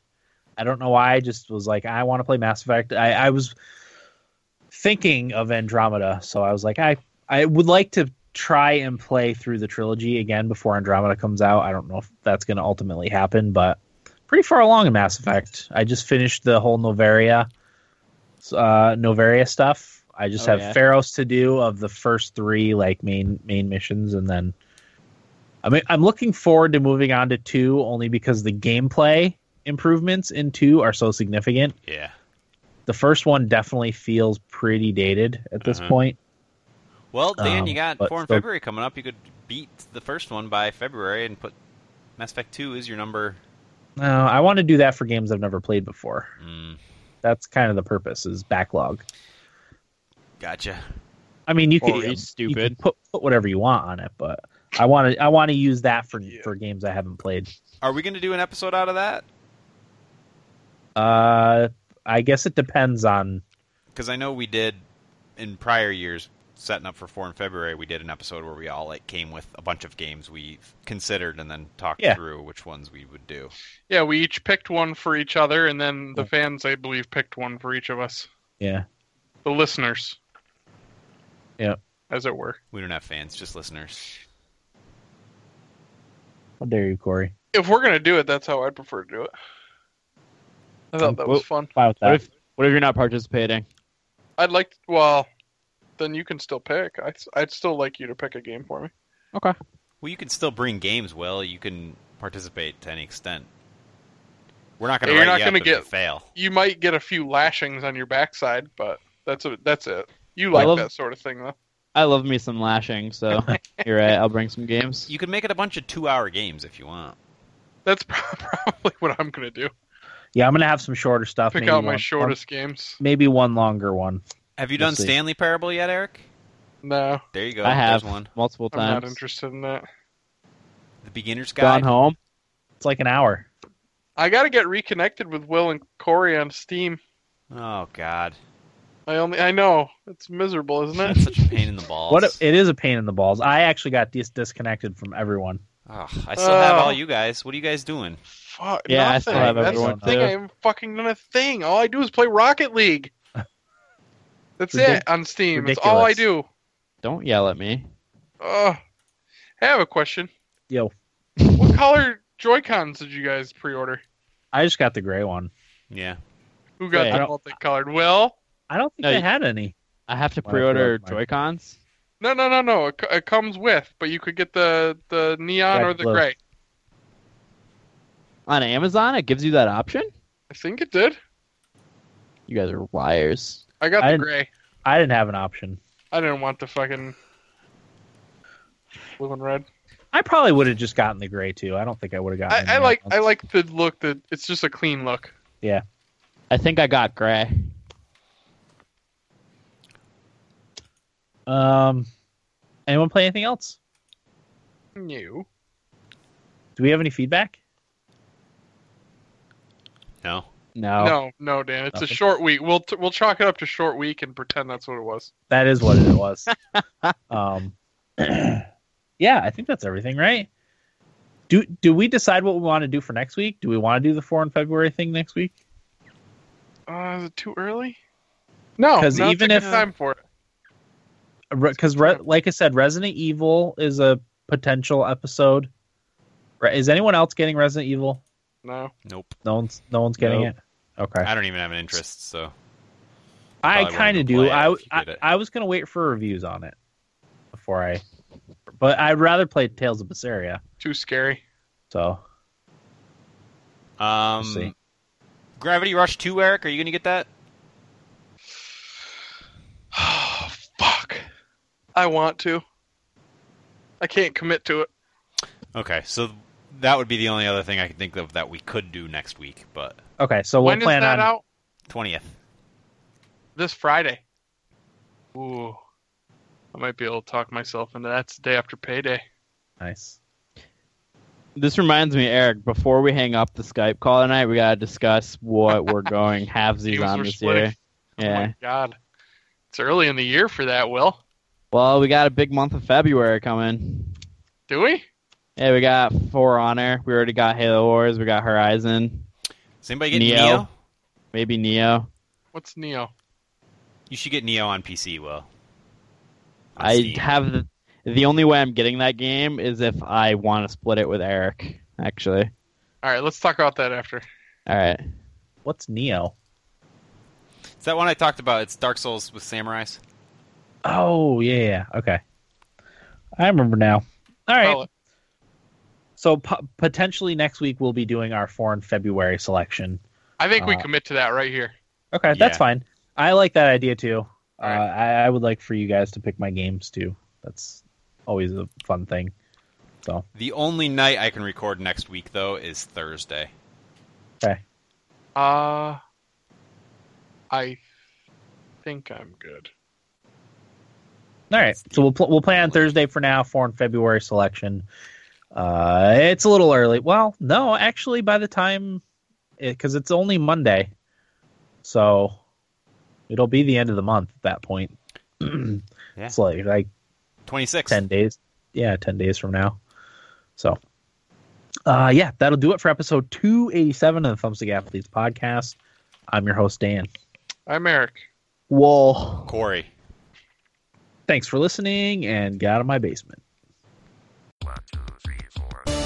[SPEAKER 1] I don't know why. I just was like, I want to play Mass Effect. I, I was thinking of Andromeda, so I was like, I I would like to try and play through the trilogy again before Andromeda comes out. I don't know if that's going to ultimately happen, but pretty far along in Mass Effect. I just finished the whole Novaria uh, Novaria stuff. I just
[SPEAKER 3] Oh,
[SPEAKER 1] have
[SPEAKER 3] yeah.
[SPEAKER 1] Pharos to do of the first three like main main missions, and then I mean, I'm looking forward to moving on to two only because the gameplay improvements in two are so significant.
[SPEAKER 4] Yeah,
[SPEAKER 1] The first one definitely feels pretty dated at this
[SPEAKER 4] Uh-huh.
[SPEAKER 1] point.
[SPEAKER 4] Well, Dan,
[SPEAKER 1] Um,
[SPEAKER 4] you got
[SPEAKER 1] but
[SPEAKER 4] four in
[SPEAKER 1] so-
[SPEAKER 4] February coming up. You could beat the first one by February and put Mass Effect Two is your number.
[SPEAKER 1] No, Uh, I want to do that for games I've never played before.
[SPEAKER 4] Mm,
[SPEAKER 1] That's kind of the purpose is backlog.
[SPEAKER 4] gotcha.
[SPEAKER 1] I mean, you
[SPEAKER 3] Or
[SPEAKER 1] could
[SPEAKER 3] he's
[SPEAKER 1] you
[SPEAKER 3] stupid.
[SPEAKER 1] can put put whatever you want on it, but I want to I want to use that for
[SPEAKER 2] Yeah.
[SPEAKER 1] for games I haven't played.
[SPEAKER 4] Are we going to do an episode out of that?
[SPEAKER 1] Uh, I guess it depends on.
[SPEAKER 4] Because I know we did in prior years, setting up for four in February. We did an episode where we all like came with a bunch of games we considered and then talked
[SPEAKER 1] Yeah.
[SPEAKER 4] through which ones we would do.
[SPEAKER 2] Yeah, we each picked one for each other, and then the fans, I believe, picked one for each of us.
[SPEAKER 1] Yeah,
[SPEAKER 2] The listeners.
[SPEAKER 1] Yeah.
[SPEAKER 2] As it were.
[SPEAKER 4] We don't have fans, just listeners.
[SPEAKER 1] how dare you, Corey?
[SPEAKER 2] If we're gonna do it, that's how I'd prefer to do it. I
[SPEAKER 1] Um,
[SPEAKER 2] thought that was fun.
[SPEAKER 1] Fine with
[SPEAKER 3] What
[SPEAKER 1] that.
[SPEAKER 3] if what if you're not participating?
[SPEAKER 2] I'd like. well, then you can still pick. I'd, I'd still like you to pick a game for me.
[SPEAKER 3] Okay.
[SPEAKER 4] Well, you can still bring games. Will you can participate to any extent. We're not going to.
[SPEAKER 2] Yeah, you're not
[SPEAKER 4] going
[SPEAKER 2] gonna
[SPEAKER 4] to
[SPEAKER 2] get-
[SPEAKER 4] fail.
[SPEAKER 2] You might get a few lashings on your backside, but that's a, that's it. You
[SPEAKER 3] I
[SPEAKER 2] like
[SPEAKER 3] love-
[SPEAKER 2] that sort of thing, though.
[SPEAKER 3] I love me some lashing, so you're right. I'll bring some games.
[SPEAKER 4] You can make it a bunch of two-hour games if you want.
[SPEAKER 2] That's prob- probably what I'm gonna do.
[SPEAKER 1] yeah, I'm gonna have some shorter stuff.
[SPEAKER 2] Pick
[SPEAKER 1] maybe
[SPEAKER 2] out my
[SPEAKER 1] one-
[SPEAKER 2] shortest games.
[SPEAKER 1] one- maybe one longer one.
[SPEAKER 4] Have you
[SPEAKER 1] We'll
[SPEAKER 4] done
[SPEAKER 1] see.
[SPEAKER 4] Stanley Parable yet, Eric?
[SPEAKER 2] No,
[SPEAKER 4] There you go.
[SPEAKER 3] I have
[SPEAKER 4] There's one.
[SPEAKER 3] multiple
[SPEAKER 2] I'm not
[SPEAKER 3] times.
[SPEAKER 2] interested in that.
[SPEAKER 4] The beginner's
[SPEAKER 3] Gone
[SPEAKER 4] guide.
[SPEAKER 3] home.
[SPEAKER 1] It's like an hour.
[SPEAKER 2] I gotta get reconnected with Will and Corey on Steam.
[SPEAKER 4] Oh God,
[SPEAKER 2] I only I know it's miserable, isn't
[SPEAKER 4] that's
[SPEAKER 2] it?
[SPEAKER 4] such a pain in the balls.
[SPEAKER 1] What if- it is a pain in the balls. I actually got dis- disconnected from everyone.
[SPEAKER 4] Ugh, I still have
[SPEAKER 2] Oh.
[SPEAKER 4] all you guys. What are you guys doing?
[SPEAKER 2] Fuck.
[SPEAKER 3] Yeah, I
[SPEAKER 2] nothing.
[SPEAKER 3] still have
[SPEAKER 2] That's
[SPEAKER 1] everyone,
[SPEAKER 2] the thing.
[SPEAKER 3] too.
[SPEAKER 2] I haven't fucking done a thing. All I do is play Rocket League. That's
[SPEAKER 1] Ridic-
[SPEAKER 2] it on Steam. That's all I do.
[SPEAKER 3] Don't yell at me.
[SPEAKER 2] Ugh. I have a question.
[SPEAKER 1] Yo,
[SPEAKER 2] What color Joy Cons did you guys pre-order?
[SPEAKER 1] I just got the gray one.
[SPEAKER 4] Yeah,
[SPEAKER 2] Who got
[SPEAKER 3] Hey, I
[SPEAKER 2] the
[SPEAKER 1] don't-
[SPEAKER 2] multicolored? Will?
[SPEAKER 1] I don't think
[SPEAKER 3] No,
[SPEAKER 1] they
[SPEAKER 3] you-
[SPEAKER 1] had any.
[SPEAKER 3] I have to
[SPEAKER 1] Well, I feel
[SPEAKER 3] pre-order
[SPEAKER 1] like mine-
[SPEAKER 3] Joy Cons.
[SPEAKER 2] No, no, no, no. It, c- it comes with, but you could get the the neon
[SPEAKER 1] Red,
[SPEAKER 2] or the
[SPEAKER 1] blue.
[SPEAKER 2] gray.
[SPEAKER 3] on Amazon. It gives you that option.
[SPEAKER 2] I think it did.
[SPEAKER 3] You guys are liars.
[SPEAKER 2] I got
[SPEAKER 1] I
[SPEAKER 2] the
[SPEAKER 1] didn't-
[SPEAKER 2] gray.
[SPEAKER 1] I didn't have an option.
[SPEAKER 2] I didn't want the fucking blue and red.
[SPEAKER 1] I probably would have just gotten the gray too. I don't think I would have gotten.
[SPEAKER 2] I, I
[SPEAKER 1] any
[SPEAKER 2] like
[SPEAKER 1] other
[SPEAKER 2] I
[SPEAKER 1] ones.
[SPEAKER 2] like the look that it's just a clean look.
[SPEAKER 3] I think I got gray.
[SPEAKER 1] Um, anyone play anything else?
[SPEAKER 2] New.
[SPEAKER 1] Do we have any feedback?
[SPEAKER 4] no.
[SPEAKER 1] Oh.
[SPEAKER 3] No.
[SPEAKER 2] No, no, Dan. It's a
[SPEAKER 1] Nothing.
[SPEAKER 2] short week. We'll t- we'll chalk it up to short week and pretend that's what it was.
[SPEAKER 1] That is what it was. um, yeah, I think that's everything, right? Do do we decide what we want to do for next week? Do we want to do the four in February thing next week?
[SPEAKER 2] Uh, is it too early? No,
[SPEAKER 1] 'Cause
[SPEAKER 2] now's
[SPEAKER 1] even
[SPEAKER 2] a
[SPEAKER 1] if-
[SPEAKER 2] good time for it.
[SPEAKER 1] Because re- like I said, Resident Evil is a potential episode. Re- Is anyone else getting Resident Evil?
[SPEAKER 2] No,
[SPEAKER 4] Nope.
[SPEAKER 1] No one's no one's getting
[SPEAKER 3] Nope.
[SPEAKER 1] it. Okay.
[SPEAKER 4] I don't even have an interest. So
[SPEAKER 1] I
[SPEAKER 4] Probably wouldn't
[SPEAKER 1] kind of
[SPEAKER 4] even play
[SPEAKER 1] do.
[SPEAKER 4] it
[SPEAKER 1] I,
[SPEAKER 4] if you
[SPEAKER 1] I
[SPEAKER 4] did it.
[SPEAKER 1] I was gonna wait for reviews on it before I, but I'd rather play Tales of Berseria.
[SPEAKER 2] too scary.
[SPEAKER 1] So
[SPEAKER 4] um,
[SPEAKER 1] see.
[SPEAKER 4] Gravity Rush Two, Eric. Are you going to get that?
[SPEAKER 2] Oh, fuck. I want to. I can't commit to it.
[SPEAKER 4] Okay, so that would be the only other thing I can think of that we could do next week, but
[SPEAKER 1] okay, so
[SPEAKER 2] when
[SPEAKER 1] we'll
[SPEAKER 2] is
[SPEAKER 1] plan
[SPEAKER 2] that
[SPEAKER 1] on.
[SPEAKER 2] out?
[SPEAKER 4] twentieth.
[SPEAKER 2] This Friday. Ooh. I might be able to talk myself into that. It's the day after payday.
[SPEAKER 1] Nice.
[SPEAKER 3] This reminds me, Eric. Before we hang up the Skype call tonight, we gotta discuss what we're going halvesies
[SPEAKER 2] Teams
[SPEAKER 3] on
[SPEAKER 2] were
[SPEAKER 3] this
[SPEAKER 2] splitting.
[SPEAKER 3] year.
[SPEAKER 2] Oh
[SPEAKER 3] Yeah.
[SPEAKER 2] my god. It's early in the year for that, Will.
[SPEAKER 3] Well, we got a big month of February coming.
[SPEAKER 2] Do we?
[SPEAKER 3] Yeah, we got For Honor. We already got Halo Wars. We got Horizon.
[SPEAKER 4] Is anybody getting
[SPEAKER 3] Neo.
[SPEAKER 4] Neo?
[SPEAKER 3] Maybe Neo.
[SPEAKER 2] What's Neo?
[SPEAKER 4] You should get Neo on PC. Will. On
[SPEAKER 3] I
[SPEAKER 4] Steam.
[SPEAKER 3] have the, the only way I'm getting that game is if I want to split it with Eric. Actually.
[SPEAKER 2] All right, let's talk about that after.
[SPEAKER 3] All right.
[SPEAKER 1] What's Neo?
[SPEAKER 4] It's that one I talked about. It's Dark Souls with samurais.
[SPEAKER 1] Oh yeah, yeah. Okay. I remember now. All right.
[SPEAKER 2] Well,
[SPEAKER 1] so po- potentially next week we'll be doing our foreign February selection.
[SPEAKER 2] I think we
[SPEAKER 1] Uh,
[SPEAKER 2] commit to that right here.
[SPEAKER 1] Okay,
[SPEAKER 4] Yeah.
[SPEAKER 1] that's fine. I like that idea too. Uh,
[SPEAKER 4] All right.
[SPEAKER 1] I, I would like for you guys to pick my games too. That's always a fun thing. So
[SPEAKER 4] The only night I can record next week though is Thursday.
[SPEAKER 1] okay,
[SPEAKER 2] Uh, I think I'm good.
[SPEAKER 1] all right. So we'll pl- we'll play on Thursday for now. Foreign February selection. Uh, it's a little early. Well, no, actually, by the time because it's only Monday, so it'll be the end of the month at that point. It's like like
[SPEAKER 4] Twenty six.
[SPEAKER 1] 10 days. Yeah, 10 days from now. So, uh, yeah, that'll do it for episode 287 of the Thumbs Up Athletes podcast. I'm your host, Dan.
[SPEAKER 2] I'm Eric.
[SPEAKER 3] Whoa.
[SPEAKER 4] Corey.
[SPEAKER 1] Thanks for listening and get out of my basement.
[SPEAKER 5] One, two, three, four.